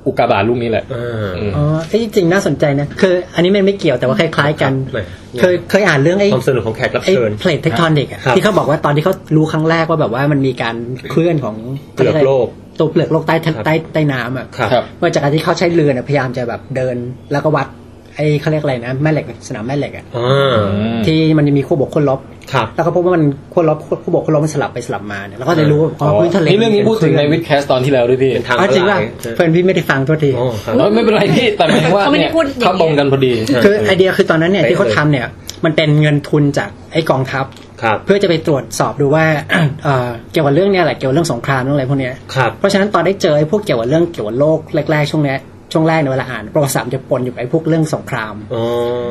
อุกกาบาตลูกนี้แหละ อ่า อืม อ๋อเอ้ยจริงๆน่าสนใจนะ คือ อันนี้มันไม่เกี่ยวแต่ว่าคล้าย ๆ กัน ครับไม่ เคยเคยอ่านเรื่องไอ้ ความสนุกของแขกรับ ไอ้ เชิญ เพลทเทคทอนิกอะ ครับ ที่เขาบอกว่าตอนที่เขารู้ครั้งแรกว่าแบบว่ามันมีการเคลื่อนของ เปลือกโลก ตัวเปลือกโลกใต้ทะ ครับ ใต้ใต้น้ำอะ ครับ ครับ ว่าจากการที่เขาใช้เรือเนี่ยพยายามจะแบบเดินแล้วก็วัดไอ้เขาเรียกอะไรนะแม่เหล็กสนามแม่เหล็กอะ อ่า อืม ที่มันจะมีขั้วบวกขั้วลบ ครับ แล้วก็พบว่ามันขั้วลบขั้วบวกขั้วลบมันสลับไปสลับมาเนี่ยแล้วก็เลยรู้ว่าอ๋อพื้นทะเล นี่เรื่องนี้พูดถึงในวิ ท ดแคสต์ตอนที่แล้วด้วยพี่ เป็นทาง อ๋อจริงป่ะเพื่อนพี่ไม่ได้ฟังตัวที โอ้ครับ เอ้ยไม่เป็นไรพี่ แต่หมายถึงว่า เขาไม่ได้ เนี่ย พูดอย่างนี้ เขาตรงกันพอดี คือไอเดียคือตอนนั้นเนี่ย เป๊ะ ที่เขาทำเนี่ยมันเป็นเงินทุนจากไอกองทัพ ครับ เพื่อจะไปตรวจสอบดูว่า เอ่อเกี่ยวกับเรื่องเนี่ยแหละเกี่ยวกับเรื่องสงครามเรื่องอะไรพวกเนี้ย ครับ เพราะฉะนั้นตอนได้เจอไอพวกเกี่ยวกับเรื่องเกี่ยวกับโลกแรกๆช่วงเนี้ยช่วงแรกในยเวลาอ่านประวัติศาสตร์มันจะปนอยู่กับไอพวกเรื่องสงคราม อ๋อ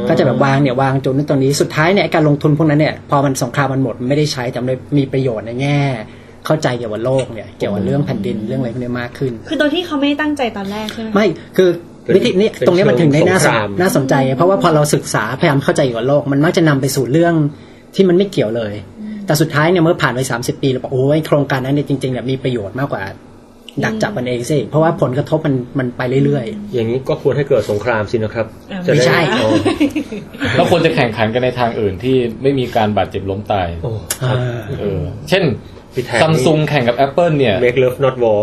ก็จะแบบวางเนี่ยวางจุดนั้นตรงนี้สุดท้ายเนี่ยไอ้การลงทุนพวกนั้นเนี่ยพอมันสงครามมันหมดมันไม่ได้ใช้แต่มันมีประโยชน์ในแง่ เข้าใจเกี่ยวกับโลกเนี่ยเกี่ยวกับเรื่องแผ่นดินเรื่องอะไรพวกเนี้ยมากขึ้น คือโดยที่เขาไม่ได้ตั้งใจตอนแรกใช่ไหม ไม่คือวิธีนี้ เป็น ตรงนี้มันถึงได้น่าส เชิงนสงคราม น่าสนใจ เพราะว่าพอเราศึกษาพยายามเข้าใจเกี่ยวกับโลก มันมักจะนำไปสู่เรื่องที่มันไม่เกี่ยวเลย แต่สุดท้ายเนี่ยเมื่อผ่านไป 30 ปีเราบอกโอ้ยโครงการนั้นเนี่ยจริงๆเนี่ยมีประโยชน์มากกว่า ดักจับมันเองสิเพราะว่าผลกระทบมันมันไปเรื่อย อย่างนี้ก็ควรให้เกิดสงครามสินะครับ เออ จะด้ ไม่ใช่ อ๋อ เราควรจะแข่งขันกันในทางอื่นที่ไม่มีการบาดเจ็บล้มตาย โอ้ ๆ ครับ อ่า เออ เช่น พี่แทนนี่ ซัมซุงแข่งกับ Apple เนี่ย make love not war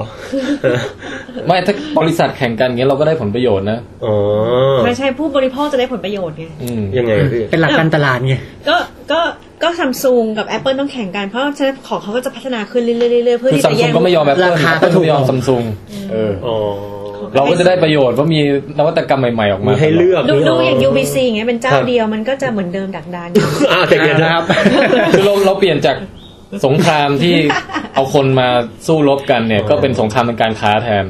ไม่ถ้าบริษัทแข่งกันเงี้ยเราก็ได้ผลประโยชน์นะ อ๋อ ไม่ใช่ผู้บริโภคจะได้ผลประโยชน์ไง อืม ยังไงพี่ เป็นหลักการตลาดไง ก็ ก็ ก็ซัมซุงกับ Apple ต้องแข่งกัน เพราะฉะนั้นของเขาก็จะพัฒนาขึ้นเรื่อยๆเรื่อยๆเพื่อ คือ ที่ ซัม จะ ซุ แย่ ง ง ก็ไม่ยอม Apple าคาก็ Apple ถูก ไม่ยอมซัมซุงเออ อ๋อ เราก็จะได้ประโยชน์ว่ามีนวัตกรรมใหม่ๆออกมา มี มี ให้เลือก ดูดูอย่าง มี UBC อย่างเงี้ยเป็นเจ้า ครับ เดียวมันก็จะเหมือนเดิมดักดาน อ่าแต่เดี๋ยวนะ นะ ค รัครับ บ คือเราเราเปลี่ยนจากสงครามที่เอาคนมาสู้รบกันเนี่ย ก็เป็นสงครามทางการค้าแทน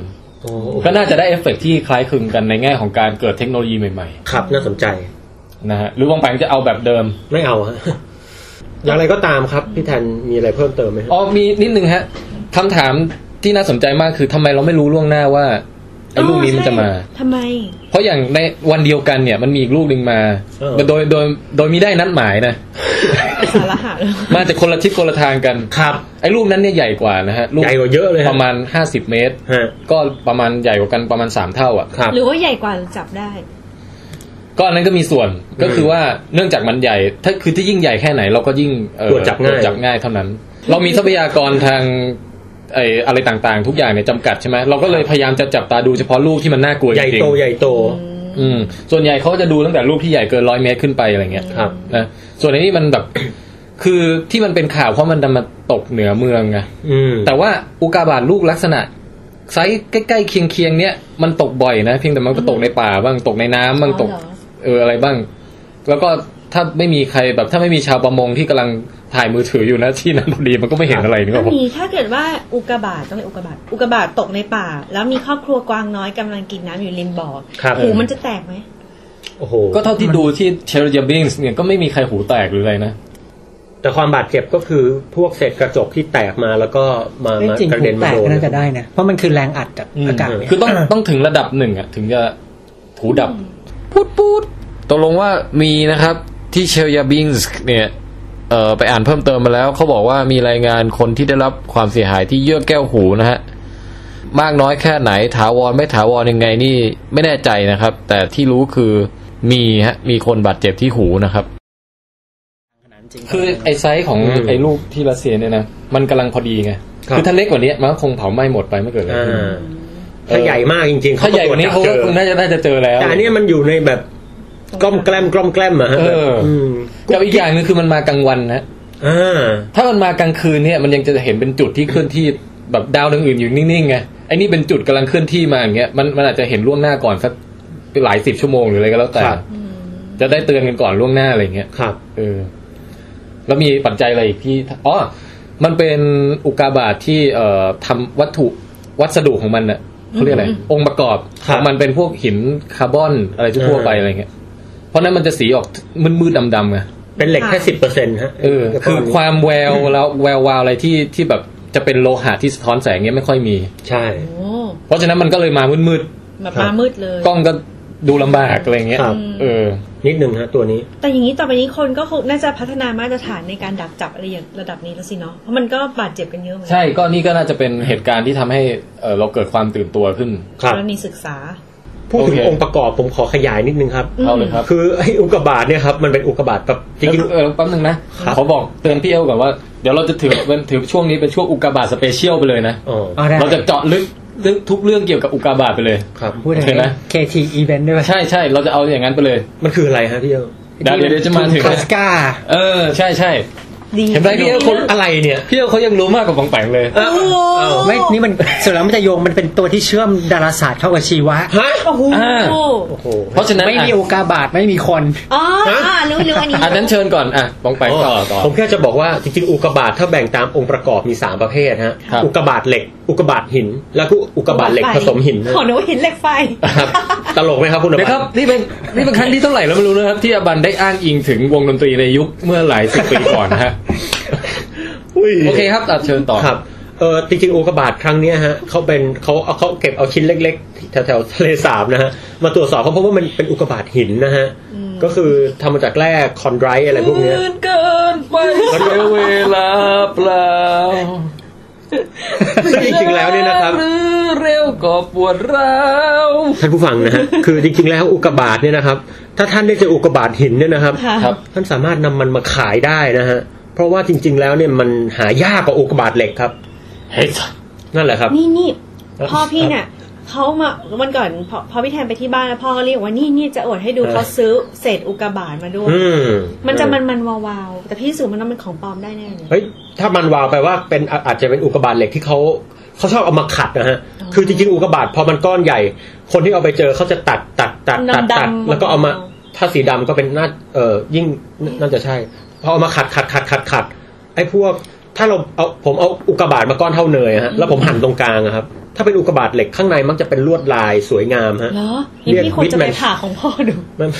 ก็น่าจะได้เอฟเฟกต์ที่คล้ายคลึงกันในแง่ของการเกิดเทคโนโลยีใหม่ ครับน่าสนใจ ๆนะฮะหรือบางแผงจะเอาแบบเดิม ไม่เอาฮะ อย่างไรก็ตามครับ พี่แทนมีอะไรเพิ่มเติมไหมฮะ อ๋อมีนิดนึงฮะคำถามที่น่าสนใจมากคือทำไมเราไม่รู้ล่วงหน้าว่าไอ้ลูกนี้มันจะมา ทำไม เพราะอย่างในวันเดียวกันเนี่ยมันมีอีกลูกหนึ่งมา โดยโดยโดยโดยมีได้นัดหมาย นะ สาระหาเลย มาจากคนละทิศคนละทางกัน ครับ ไอ้ลูกนั้นเนี่ยใหญ่กว่านะฮะลูก ใหญ่กว่าเยอะเลยฮ ประมาณ 50 เมตร ฮะ ก็ประมาณใหญ่กว่ากันประมาณ 3 เท่าอ่ะ ครับ หรือว่าใหญ่กว่าจับได้ ก็อันนั้นก็มีส่วนก็คือว่าเนื่องจากมันใหญ่ ถ้าคือที่ยิ่งใหญ่แค่ไหนเราก็ยิ่งเอ่อ ตรวจจับง่าย ตรวจจับง่ายเท่านั้น เรามีทรัพยากรทางไอ้อะไรต่างๆ ทุกอย่างเนี่ยจำกัดใช่ไหมเราก็เลยพยายามจะจับตาดูเฉพาะลูกที่มันน่ากลัว ใหญ่ จริง โตใหญ่โต ๆอืมส่วนใหญ่เขาจะดูตั้งแต่ลูกที่ใหญ่เกินร้อยเมตรขึ้นไปอะไรเงี้ย ครับ นะส่วนไอ้นี้มันแบบ คือที่มันเป็นข่าวเพราะมันดันมาตกเหนือเมืองไง อืม แต่ว่าอุกาบาตลูกลักษณะไซส์ใกล้ๆเคียงๆเนี่ยมันตกบ่อยนะ เพียงแต่มันก็ตกในป่าบ้างตกในน้ำบ้างตก อ๋อเหรอ เอออะไรบ้าง แล้วก็ถ้าไม่มีใครแบบถ้าไม่มีชาวประมงที่กำลังถ่ายมือถืออยู่นะที่นั้นพอดีมันก็ไม่เห็นอะไรนึกอ ถ้า อกปะ มีถ้าเกิดว่าอุกกาบาตต้องเรียกอุกกาบาตอุกกาบาตตกในป่า แล้วมีครอบครัวกวางน้อยกำลังกินน้ำอยู่ริมบ่อ ครับ หูมันจะแตกไหม โอ้โห ก็เท่าที่ดูที่เชลเจบิงส์เนี่ยก็ไม่มีใครหูแตกหรืออะไรนะ แต่ความบาดเจ็บก็คือพวกเศษกระจกที่แตกมาแล้วก็มา ไม่ มา จริง กระเด็น หู มา แตก โดน ก็น่าจะได้นะ เพราะมันคือแรงอัดจาก อืม อากาศเนี่ย คือต้องต้องถึงระดับหนึ่งอ่ะ ถึงจะหูดับ พูดพูดตกลงว่ามีนะครับที่เชลยาบิงส์เนี่ยเอ่อไปอ่านเพิ่มเติมมาแล้ว เขาบอกว่ามีรายงานคนที่ได้รับความเสียหายที่เยื่อแก้วหูนะฮะ มากน้อยแค่ไหนถาวรไม่ถาวรยังไงนี่ไม่แน่ใจนะครับ แต่ที่รู้คือมีฮะมีคนบาดเจ็บที่หูนะครับ คือไอไซส์ของ อืม ไอลูกที่รัสเซียเนี่ยนะมันกำลังพอดีไง ครับ คือถ้าเล็กกว่านี้มันก็คงเผาไหม้หมดไปไม่เกิดอะไร อ่ ขึ้น าถ้าใหญ่มากจริงๆ ถ้าใหญ่กว่านี้เขา ตรจก็จับ คงน่าจะน่าจะเจอแล้ว แต่อันเนี้ยมันอยู่ในแบบกล้อมแกล้มกล้อมแกล้มอะฮะ เออ แบบม กับอีกอย่างหนึงคือมันมากลางวันนะ อ่า ถ้ามันมากลางคืนเนี่ยมันยังจะเห็นเป็นจุดที่เคลื่อนที่แบบดาวดวงอื่นอยู่นิ่งๆไงไอ้นี่เป็นจุดกำลังเคลื่อนที่มาอย่างเงี้ยมันมันอาจจะเห็นล่วงหน้าก่อนสักหลายสิบชั่วโมงหรืออะไรก็แล้วแต่ ครับ จะได้เตือนกันก่อนล่วงหน้าอะไรเงี้ย ครับ เออ แล้วมีปัจจัยอะไรอีกที่อ๋อมันเป็นอุกกาบาตที่เอ่อทำวัตถุวัสดุของมันน่ะเขาเรียกอะไรองค์ประกอบ ครับ ของมันเป็นพวกหินคาร์บอนอะไรทั่วๆไป เอออ อะไรเงี้ยเพราะนั้นมันจะสีออกมืดๆดำๆไง เป็นเหล็กแค่สิบเปอร์เซ็นต์ฮะ เออคือความแววแล้วแวววาวอะไรที่ที่แบบจะเป็นโลหะที่สะท้อนแสงเงี้ยไม่ค่อยมี ใช่ โอ้ เพราะฉะนั้นมันก็เลยมามืด แบบมามืดเลย ๆกล้องก็ดูลำบากอะไรเงี้ย ครับ เออ นิดหนึ่งฮะตัวนี้ แต่อย่างนี้ต่อไปนี้คนก็คงน่าจะพัฒนามาตรฐานในการดักจับอะไรอย่างระดับนี้แล้วสิเนาะเพราะมันก็บาดเจ็บกันเยอะเหมือนกั ใช่ก็นี่ก็น่าจะเป็นเหตุการณ์ที่ทำให้เออเราเกิดความตื่นตัวขึ้น ครับ กรณีศึกษา พูดถึง โอเค องค์ประกอบผมขอขยายนิดนึงครับ เอาเลยครับ คือไอ้อุกกาบาตเนี่ยครับมันเป็นอุกกาบาตแบบจ จริ ริ ง ง เออแป๊บนึงนะครับ ขอบอกเตือนพี่เอลก่อนว่าเดี๋ยวเราจะถือเป็นถือช่วงนี้เป็นช่วงอุกกาบาตสเปเชียลไปเลยนะ ๆอ๋อ อ๋อได้ เราจะเจาะลึกเรื่องทุกเรื่องเกี่ยวกับอุกกาบาตไปเลย ครับ พูดถึง เห็นไหม นะ KT event ด้วย ใช่ใช่เราจะเอาอย่างนั้นไปเลย มันคืออะไรฮะพี่เอ๋ เดี๋ยวเดี๋ยวจะมาถึง คา นะ สกา เออใช่ใช่ ดี เห็นไหมพี่ พี่ เอ เอ๋ ล ค คน นอะไรเนี่ย พี่เอลเขายังรู้มากกว่าปองแปงเลย โอ้โห ไม่นี่มันสุดแล้วมันจะโยงมันเป็นตัวที่เชื่อมดาราศาสตร์เข้ากับชีวะ ฮะ โอ้โห อ่า โอ้โห เพราะฉะนั้น ไม่มี อ่ะ โอกาบาตไม่มีคน อ๋ออ่ารู้รู้อันนี้ อันนั้นเชิญก่อน อ่ะปองแปงต่อต่อ ผมแค่จะบอกว่าจริงๆอุกกาบาตถ้าแบ่งตามองค์ประกอบมี 3 ประเภทฮะ ครับ อุกกาบาตเหล็ก อุกกาบาตหิน แล้วก็อุกกาบาตเหล็กผสมหินนะ ขอหนูหินเหล็กไฟ ครับ ตลกไหมครับคุณอ นะค ภั รับ ทร นี่เป็นนี่เป็นครั้งที่เท่าไหร่แล้วไม่รู้นะครับ ที่อบันได้อ้างอิงถึงวงดนตรีในยุคเมื่อหลายสิบปีก่อนนะฮะ อุ้ย โอเคครับอ่ะเชิญต่อ ครับเออจริงๆอุกกาบาตครั้งเนี้ยฮะเขาเป็นเขาเอาเขาเก็บเอาชิ้นเล็กๆแถวๆทะเลสาบนะฮะมาตรวจสอบเขาพบว่ามันเป็นอุกกาบาตหินนะฮะก็คือทำมาจากแร่คอนไดรต์อะไรพวกเนี้ย เกินไปเสียเวลาเปล่า ซึ่งจริงๆแล้วเนี่ยนะครับ หอเร็วก็ปวดร้าว ท่านผู้ฟังนะฮะ คือจริงๆแล้วอุกกาบาตเนี่ยนะครับ ถ้าท่านได้เจออุกกาบาตหินเนี่ยนะครับ ค่ะ ครับ ท่านสามารถนำมันมาขายได้นะฮะ เพราะว่าจริง ๆ แล้วเนี่ยมันหายากกว่าอุกกาบาตเหล็กครับ เฮ้ย นั่นแหละครับ นี่นี่ เอ่อ พ่อพี่เนี่ยเขามาวันก่อนพอพอพี่แทนไปที่บ้านแล้วพ่อก็เรียกว่านี่นี่จะอวดให้ดู เออ เขาซื้อเศษอุกกาบาตมาด้วย อืม มันจะมันมันๆวาวๆแต่พี่รู้สูมันต้องเป็นของปลอมได้แน่เลย เฮ้ยถ้ามันวาวแปลว่าเป็นอาอาจจะเป็นอุกกาบาตเหล็กที่เขา เขาชอบเอามาขัดนะฮะ คือจริงๆอุกกาบาตพอมันก้อนใหญ่ คนที่เอาไปเจอเขาจะตัดตัดตัดตัดตัด ดำๆ แล้วก็เอามา เบา ถ้าสีดำก็เป็นน่าเออยิ่งน่าจะใช่พอเอามาขัดขัดขัดขัดขัดไอ้พวกถ้าเราเอาผมเอาอุกกาบาตมาก้อนเท่าเนยฮะแล้วผมหั่นตรงกลางอะครับ ถ้าเป็นอุกกาบาตเหล็กข้างในมักจะเป็นลวดลายสวยงามฮะ เหรอนี่พี่ควรจะไป Whitman ผ่าของพ่อดู มัน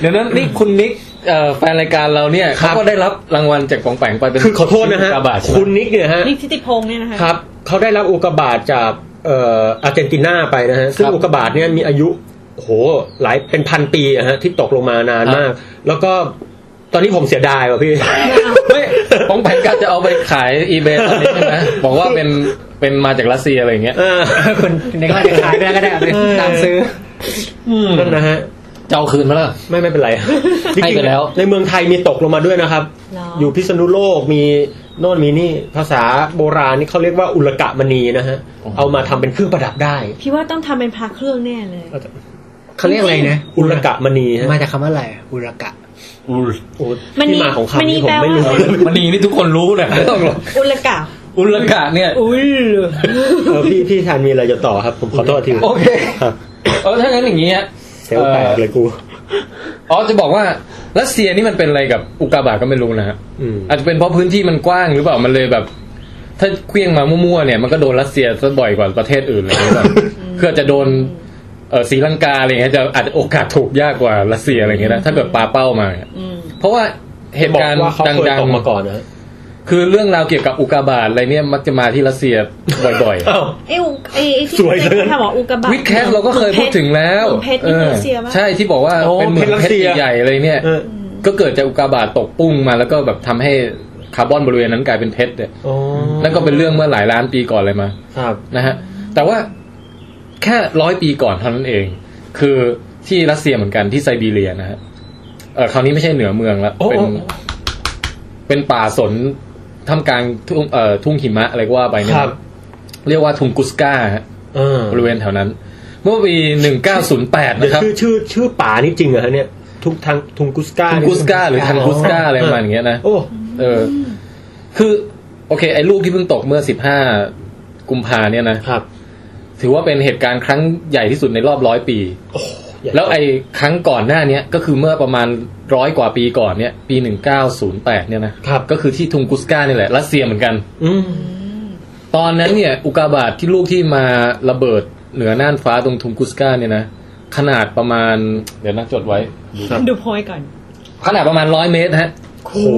เดี๋ยวนั้นนี่คุณนิกเอ่อแฟนรายการเราเนี่ย ครั เขา บ ก็ได้รับรางวัลจากของแปงไปเป็น คือขอโทษนะฮะ กาบาทใช่ไหม คุณนิกเนี่ยฮะ นี่ทิติพงษ์เนี่ยนะคะ ครับเขาได้รับอุกกาบาตจากเอ่ออาร์เจนตินาไปนะฮะซึ่ง ครับ อุกกาบาตเนี่ยมีอายุโอ้โหหลายเป็นพันปีอะฮะที่ตกลงมานานมาก แล้วก็ตอนนี้ผมเสียดายว่ะพี่ ไม่ ของแปงกาจะเอาไปขายอีเบตอนนี้ใช่ ไหมบอกว่าเป็นเป็นมาจากรัสเซียอะไรอย่างเงี้ย เออ คนในก็ได้ขายไปแล้วก็ได้เอาไปตามซื้อ นั่นนะฮะ จะเอาคืนไหมาล่ะ ไม่ไม่เป็นไรจริงๆ ให้ไปแล้ว ในเมืองไทยมีตกลงมาด้วยนะครับ หรอ อ อ ยู่พิษณุโลกมีโน่นมีนี่ภาษาโบราณนี่เขาเรียกว่าอุลกะมณีนะฮะเอามาทำเป็นเครื่องประดับได้ พี่ว่าต้องทำเป็นพระเครื่องแน่เลย เขาเรียกอะไรนะ อุลกะมณีฮะ มาจากคำว่าอะไรอุรกะ โอ้ มณี ที่มาของคำนี้ผม มณีแปลว่า ไม่รู้ มันนีนี่ทุกคนรู้นะไม่ต้องหรอก อุลกะ อุลกาเนี่ย อุ้ย เออพี่พี่ทานมีอะไรจะต่อครับ ผมขอโทษที โอเค เออถ้างั้นอย่างเงี้ย เซลลแตกเลยกู อ๋อจะบอกว่ารัสเซียนี่มันเป็นอะไรกับอุกกาบาตก็ไม่รู้นะฮะ อืม อาจจะเป็นเพราะพื้นที่มันกว้างหรือเปล่ามันเลยแบบ ถ้าเคลี้ยงมามั่วๆเนี่ยมันก็โดนรัสเซียซะบ่อยกว่าประเทศอื่นเลยหรือเปล่าคืออาจจะโดนเออศรีลังกาอะไรเงี้ยจะอาจจะโอกาสถูกยากกว่ารัสเซียอะไรเงี้ยนะถ้าเกิดปาเป้ามาเนี่ยเพราะว่าเหตุ บอก การณ์ ว่าเขาเคย ดัง ตกมาก่อนนะฮะ ๆ คือเรื่องราวเกี่ยวกับอุกกาบาตอะไรเนี่ยมักจะมาที่รัสเซียบ่อย อ้าว ไอ้อุไอ้ไอ้ที่ สวยเลย ที่ทำว่าอุกกาบาต วิดแคสเราก็เคยพูดถึงแล้ว เหมือนเพชรนี่รัสเซีย อ ปะ อใช่ที่บอกว่า โอ้ เป็นเหมือน เพชรรัส เพช เซีย รใหญ่ๆอะไรเนี่ย เออ ก็เกิดจากอุกกาบาตตกปุ้งมาแล้วก็แบบทำให้คาร์บอนบริเวณนั้นกลายเป็นเพชรเนี่ย อ๋อ นั่นก็เป็นเรื่องเมื่อหลายล้านปีก่อนเลยมา ครับ นะฮะแต่ว่าแค่ร้อยปีก่อนเท่านั้นเอง คือที่รัสเซียเหมือนกันที่ไซบีเรียนะฮะเออคราวนี้ไม่ใช่เหนือเมืองละ โอ้ เป็น โอ้ เป็นป่าสนท่ามกลางทุ่งเอ่อทุ่งหิมะอะไรก็ว่าไปเนี่ย ครับ เรียกว่าทุงกุสกาฮะ เออบ ริเวณแถวนั้น เมื่อปี 1908 เดี๋ยว นะครับ ชื่อชื่อชื่อป่านี่จริงเหรอฮะเนี่ยทุกทางทุงกุสกา ทันกุสกาหรือทันกุสกาอะไรประมาณอย่างเงี้ยนะ โอ้ เออ คือ โอเค ไอ้ลูกที่เพิ่งตกเมื่อ 15 กุมภาเนี่ยนะ ครับ ถือว่าเป็นเหตุการณ์ครั้งใหญ่ที่สุดในรอบร้อยปี โอ้ใหญ่ แล้วไอ้ครั้งก่อนหน้าเนี้ยก็คือเมื่อประมาณร้อยกว่าปีก่อนเนี่ย ปี 1908 เนี่ยนะ ครับ ก็คือที่ทุงกุสกาเนี่ยแหละ รัสเซียเหมือนกัน อืม ตอนนั้นเนี่ย อุกกาบาตที่ลูกที่มาระเบิดเหนือน่านฟ้าตรงทุงกุสกาเนี่ยนะ ขนาดประมาณ เดี๋ยวนะจดไว้ ดูโพยก่อน ขนาดประมาณร้อยเมตรฮะ โอ้ โอ้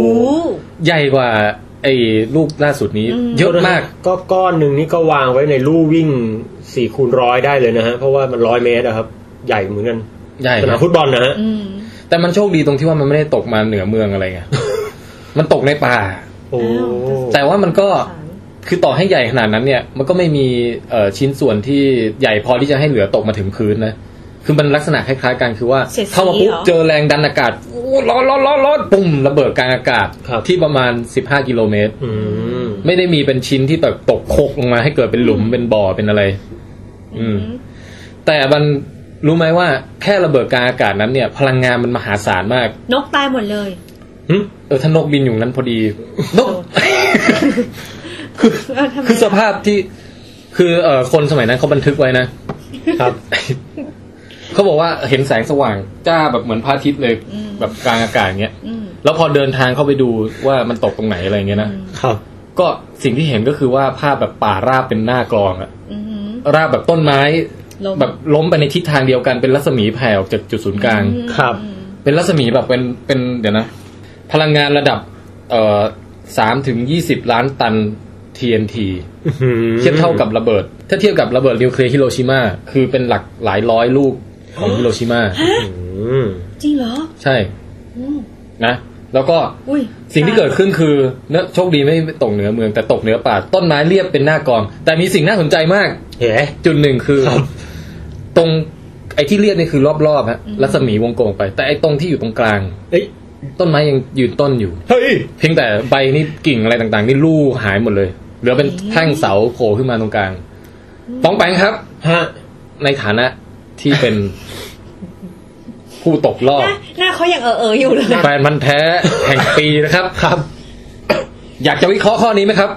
ใหญ่กว่าไอ้ลูกล่าสุดนี้ เยอะมาก ก็ก้อนหนึ่งนี่ก็วางไว้ในลู่วิ่งสี่คูณร้อยได้เลยนะฮะ เพราะว่ามันร้อยเมตรอะครับ ใหญ่เหมือนกัน ใหญ่ สนาม นะ ฟุตบอลนะฮะ แต่มันโชคดีตรงที่ว่ามันไม่ได้ตกมาเหนือเมืองอะไร ไง มันตกในป่า โอ้ แต่ว่ามันก็คือต่อให้ใหญ่ขนาดนั้นเนี่ย มันก็ไม่มีเอ่อชิ้นส่วนที่ใหญ่พอที่จะให้เหลือตกมาถึงพื้นนะ คือมันลักษณะคล้ายๆกันคือว่า เข้ามาปุ๊บเจอแรงดันอากาศโอ้ร้อนร้อนร้อนร้อนปุ่มระเบิดกลางอากาศที่ประมาณ 15 กิโลเมตร อืม ไม่ได้มีเป็นชิ้นที่แบบตกโคกลงมาให้เกิดเป็นหลุมเป็นบ่อเป็นอะไร อืม แต่มันรู้ไหมว่าแค่ระเบิดกลางอากาศนั้นเนี่ย พลังงานมันมหาศาลมาก นกตายหมดเลย เออถ้านกบินอยู่นั้นพอ ดีนก เออทำไม คือสภาพที่คือเออคนสมัยนั้นเขาบันทึกไว้นะครับ เขาบอกว่าเห็นแสงสว่าง จ้าแบบเหมือนพระอาทิตย์เลยแบบกลางอากาศเงี้ย อืม แล้วพอเดินทางเข้าไปดูว่ามันตกตรงไหนอะไรเงี้ยนะครับ ก็สิ่งที่เห็นก็คือว่าภาพแบบป่าราบเป็นหน้ากลองอะ อืม ราบแบบต้นไม้ ล้ม แบบล้มไปในทิศทางเดียวกันเป็นรัศมีแผ่ออกจากจุดศูนย์กลาง ครับ เป็นรัศมีแบบเป็นเป็นเดี๋ยวนะ พลังงานระดับเอ่อสามถึงยี่สิบล้านตัน TNT อื้อหือ เทียบเท่ากับระเบิด ถ้าเทียบกับระเบิดนิวเคลียร์ฮิโรชิมาคือเป็นหลักหลายร้อยลูกของฮิโรชิมา อืม จริงเหรอ ใช่นะ แล้วก็ อุ้ย สิ่งที่เกิดขึ้นคือเนอะโชคดีไม่ตกเหนือเมืองแต่ตกเหนือป่าต้นไม้เรียบเป็นหน้ากอง แต่มีสิ่งน่าสนใจมาก เฮ้ย จุดหนึ่งคือ ครับ ตรงไอ้ที่เรียบนี่คือรอบๆฮะรัศมีวงกลมออกไป แต่ไอ้ตรงที่อยู่ตรงกลาง เอ้ย ต้นไม้ยังยืนต้นอยู่ เฮ้ย เพียงแต่ใบนี่กิ่งอะไรต่างๆ นี่ลู่หายหมดเลยเหลือเป็นแท่งเสาโผล่ขึ้นมาตรงกลางป้องแปงครับ ฮะ ในฐานะที่เป็น ผู้ตกรอบ หน้าหน้าเขาอย่างเออเอออยู่เลย แฟนมันธุ์แท้แห่งปีนะครับ ครับ อยากจะวิเคราะห์ข้อนี้ไหมครับ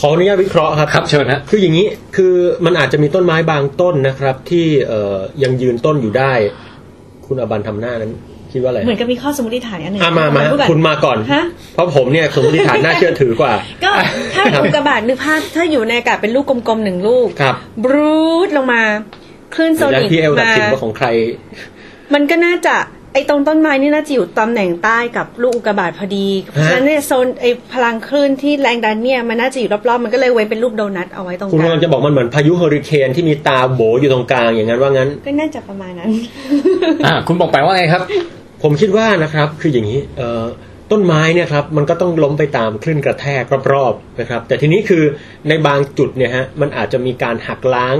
ขออนุญาตวิเคราะห์ครับ ครับเชิญฮะ คืออย่างนี้คือมันอาจจะมีต้นไม้บางต้นนะครับ ที่เอ่อยังยืนต้นอยู่ได้ คุณอบันทำหน้านั้น คิดว่าอะไร เหมือนกับมีข้อสมมติฐานอันหนึ่ง อ่ะมามา พูดก่อน คุณมาก่อน ฮะ เพราะผมเนี่ยสมมติฐานน่าเชื่อถือกว่า ก็ถ้า ครับ อุกกาบาตนึกภาพถ้าอยู่ในอากาศเป็นลูกกลมๆหนึ่งลูก ครับ บรูดลงมาคลื่นโซ แล้ว นิก ที่เอลดับ มา สิบว่าของใคร มันก็น่าจะไอ้ตรงต้นไม้นี่น่าจะอยู่ตำแหน่งใต้กับลูกอุกกาบาตพอดี เพราะฉะนั้นเนี่ยโซนไอ้พลังคลื่นที่แรงดันเนี่ยมันน่าจะอยู่รอบๆ มันก็เลยเว้นเป็นรูปโดนัทเอาไว้ตรง คุกลากณำลั ง งจะบอกมันเหมือนพายุเฮอริเคนที่มีตาโบอยู่ตรงกลางอย่างนั้นว่างั้น ก็น่าจะประมาณนั้น อ่าคุณบอกไปว่าไงครับ ผมคิดว่านะครับคืออย่างนี้เอ่อต้นไม้เนี่ยครับมันก็ต้องล้มไปตามคลื่นกระแทกรอบๆนะครับ แต่ทีนี้คือในบางจุดเนี่ยฮะมันอาจจะมีการหักล้าง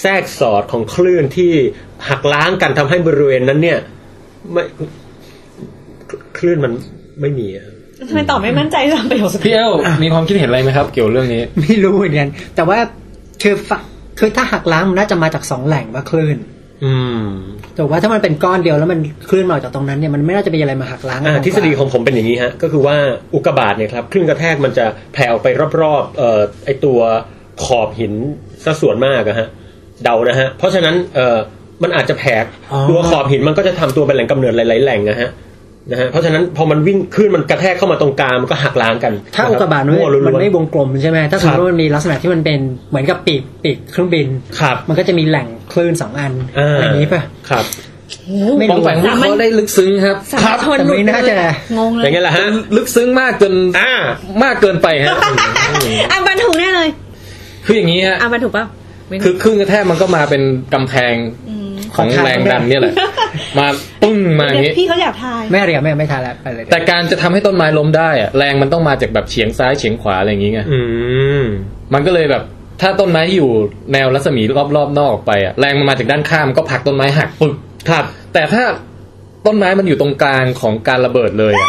แทรกสอดของคลื่นที่หักล้างกันทำให้บริเวณนั้นเนี่ยไม่คลื่นมันไม่มีอะ ทำไมตอบไม่มั่นใจตามประโยคสุดท้าย พี่เอลมีความคิดเห็นอะไรไหมครับ เกี่ยวเรื่องนี้ ไม่รู้เหมือนกัน แต่ว่าคือฝั่งคือถ้าหักล้างมันน่าจะมาจากสองแหล่งว่าคลื่น อืม แต่ว่าถ้ามันเป็นก้อนเดียวแล้วมันคลื่นมาออกจากตรงนั้นเนี่ยมันไม่น่าจะมีอะไรมาหักล้าง อ่าทฤษฎีของผมเป็นอย่างนี้ฮะก็คือว่าอุกกาบาตเนี่ยครับคลื่นกระแทกมันจะแผ่ออกไปรอบๆเอ่อไอตัวขอบหินซะส่วนมากอะฮะเดานะฮะเพราะฉะนั้นเอ่อมันอาจจะแผกตัวขอบหินมันก็จะทำตัวเป็นแหล่งกำเนิดหลายๆแหล่งนะฮะนะฮะเพราะฉะนั้นพอมันวิ่งคลื่นมันกระแทกเข้ามาตรงกลางมันก็หักล้างกัน ถ้าอุกกาบาตมัน มั่ ไม่ วล้วนๆ มันไม่วงกลมใช่ไหมถ้าสมม ครั ติ บ ว่ามันมีลักษณะที่มันเป็นเหมือนกับปีกปีกเครื่องบิน ครับ มันก็จะมีแหล่งคลื่นสองอัน อ่า อะไรอย่างนี้ป่ะ ครับ ไม่ ปอง รู้ แปงวิเคราะห์ได้ลึกซึ้งครับ ครับแต่ไม่น่าจะ งงเล อย ย่างเงี้ยแหละฮะ ลึกซึ้งมากจน อ่าม ากเกินไป ฮะ อ่ะบันถูกแน่เลย คืออย่างนี้ฮะ อ่ะบันถูกเปล่าไม่ถู คือก คลื่นกระแทกมันก็มาเป็นกำแพงของแรงดันเนี่ยแหละ มาปึ้งมาอย่าง เดี๋ นี้ ยวพี่เขาอยากทาย แม่เรียกแม่ไม่ทานแล้วไปเลย แต่การจะทำให้ต้นไม้ล้มได้อะแรงมันต้องมาจากแบบเฉียงซ้ายเฉียงขวาอะไรอย่างงี้ไง อืม มันก็เลยแบบถ้าต้นไม้อยู่แนวรัศมีรอบๆนอกออกไปอะแรงมันมาจากด้านข้ามก็ผลักต้นไม้หักปึ๊บ ครับ แต่ถ้าต้นไม้มันอยู่ตรงกลางของการระเบิดเลยอะ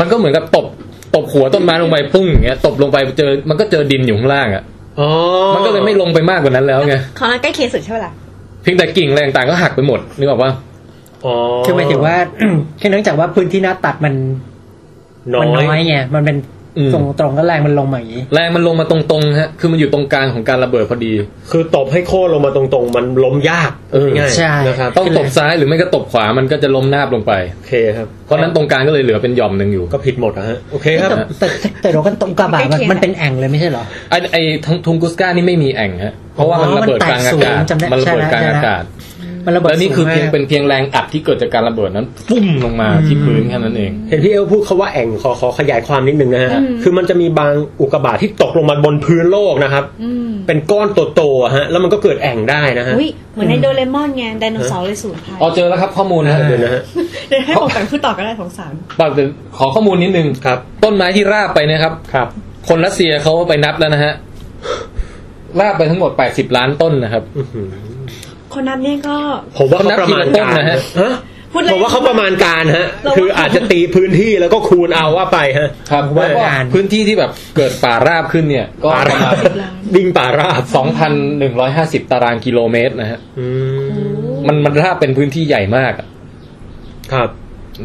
มันก็เหมือนกับตบตบหัวต้นไม้ลงไปปุ้งอย่างเงี้ยตบลงไปเจอมันก็เจอดินอยู่ข้างล่างอะ อ๋อ มันก็เลยไม่ลงไปมากกว่านั้นแล้วไง ของเราใกล้เคียงสุดใช่ไหมล่ะ เพียงแต่กิ่งอะไรต่างๆก็หักไปหมดนึกออกว่า อ๋อ คือหมายถึงว่า แค่เนื่องจากว่าพื้นที่หน้าตัดมัน น้ มันน้ อ อย ย ไงมันเป็น อืม ตรงตรงๆก็แรงมันลงมาอย่างนี้ แรงมันลงมาตรงๆฮะคือมันอยู่ตรงกลางของการระเบิดพอดี คือตบให้โค่นลงมาตรงๆ มันล้มยาก เออ ง่าย ใช่ ๆนะครับ ต้องตบซ้ายหรือไม่ก็ตบขวามันก็จะล้มนาบลงไป โอเคครับ เพราะฉะนั้นตรงกลางก็เลยเหลือเป็นหย่อมหนึ่งอยู่ ก็ผิดหมดนะฮะโอเคครับ แต่แต่แต่แต่เราก็ตรงกระบาดมันมันเป็นแอ่งเลยไม่ใช่เหรอ ไอไอทงทุงกุสก้านี่ไม่มีแอ่งฮะเพราะว่า อ๋อ มันระเบิดกลางอากาศ มันแตกสูงจำได้ มันระเบิด ใช่ กลาง ใช่ อากาศ มันระเบิด แล้วนี่คือ สูง เพียง มาก เป็นเพียงแรงอัดที่เกิดจากการระเบิดนั้นปุ้มลงมาที่พื้นแค่นั้นเอง เห็นพี่เอลพูดคาว่าแอ่งขอขอขยายความนิดนึงนะฮะคือมันจะมีบางอุกกาบาตที่ตกลงมาบนพื้นโลกนะครับ เป็นก้อนโตๆอะฮะแล้วมันก็เกิดแอ่งได้นะฮะ อุ้ยเหมือนในโดเรมอนไงไดโนเสาร์เลยสูญพัน อ๋อ ธุ์ เจอแล้วครับข้อมูลฮะ เดี๋ยวนะฮะ เดี๋ยวให้ผมไปพูดต่อก็ได้สงสาร ปักเดี๋ยวขอข้อมูลนิดนึง ครับ ต้นไม้ที่ราบไปเนะครับ ครับ คนรัสเซียเขาไปนับแล้วนะฮะราบไปทั้งหมด 80 ล้านต้นนะครับ อื้อหือ คนนั้นเนี่ยก็ ผมว่าเขาประมาณการ คนนับทีละต้นนะฮะ ฮะ พูดเลย ผมว่าเขาประมาณการฮะ เราว่า คืออาจจะตีพื้นที่แล้วก็คูณเอาว่าไปฮะ ครับ ผแล้วม่าว ก็ อ่าน พื้นที่ที่แบบเกิดป่าราบขึ้นเนี่ย ก็ ป่า ประ รา มา บ ณ ดิงป่าราบ 2,150 ตารางกิโลเมตรนะฮะ อืม มันมันถ้าเป็นพื้นที่ใหญ่มากอะ ครับ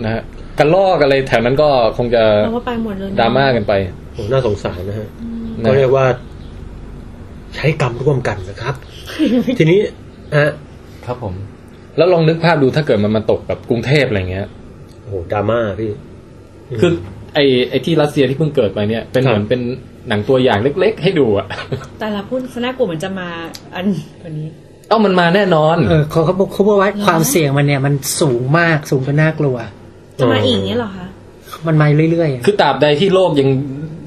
นะฮะกระลอกอะไรแถวนั้นก็คงจะ เราว่าไปหมดเลยนะ ดราม่ากันไป โหน่าสงสารนะฮะ นะ ก็เรียกว่าใช้กรรมร่วมกัน นะครับ ทีนี้ฮะ ครับผม แล้วลองนึกภาพดูถ้าเกิดมันมาตกแบบกรุงเทพอะไรเงี้ย โอ้โหดราม่าพี่ คือไอ้ไอ้ที่รัสเซียที่เพิ่งเกิดไปเนี่ย เป็นเหมือคนรับ เป็นหนังตัวอย่างเล็ก ๆ ให้ดูอะ แต่ละพูดสนากลัวเหมือนจะมาอันวันนี้ เอ้ามันมาแน่นอน เออเขาเขาบอกเขาบอกว่าความเสี่ยงมันเนี่ยมันสูงมากสูงจนน่ากลัว จะมาอีกเนี้ยเหรอคะ มันมาเรื่อย คือตราบใดที่โลกยัง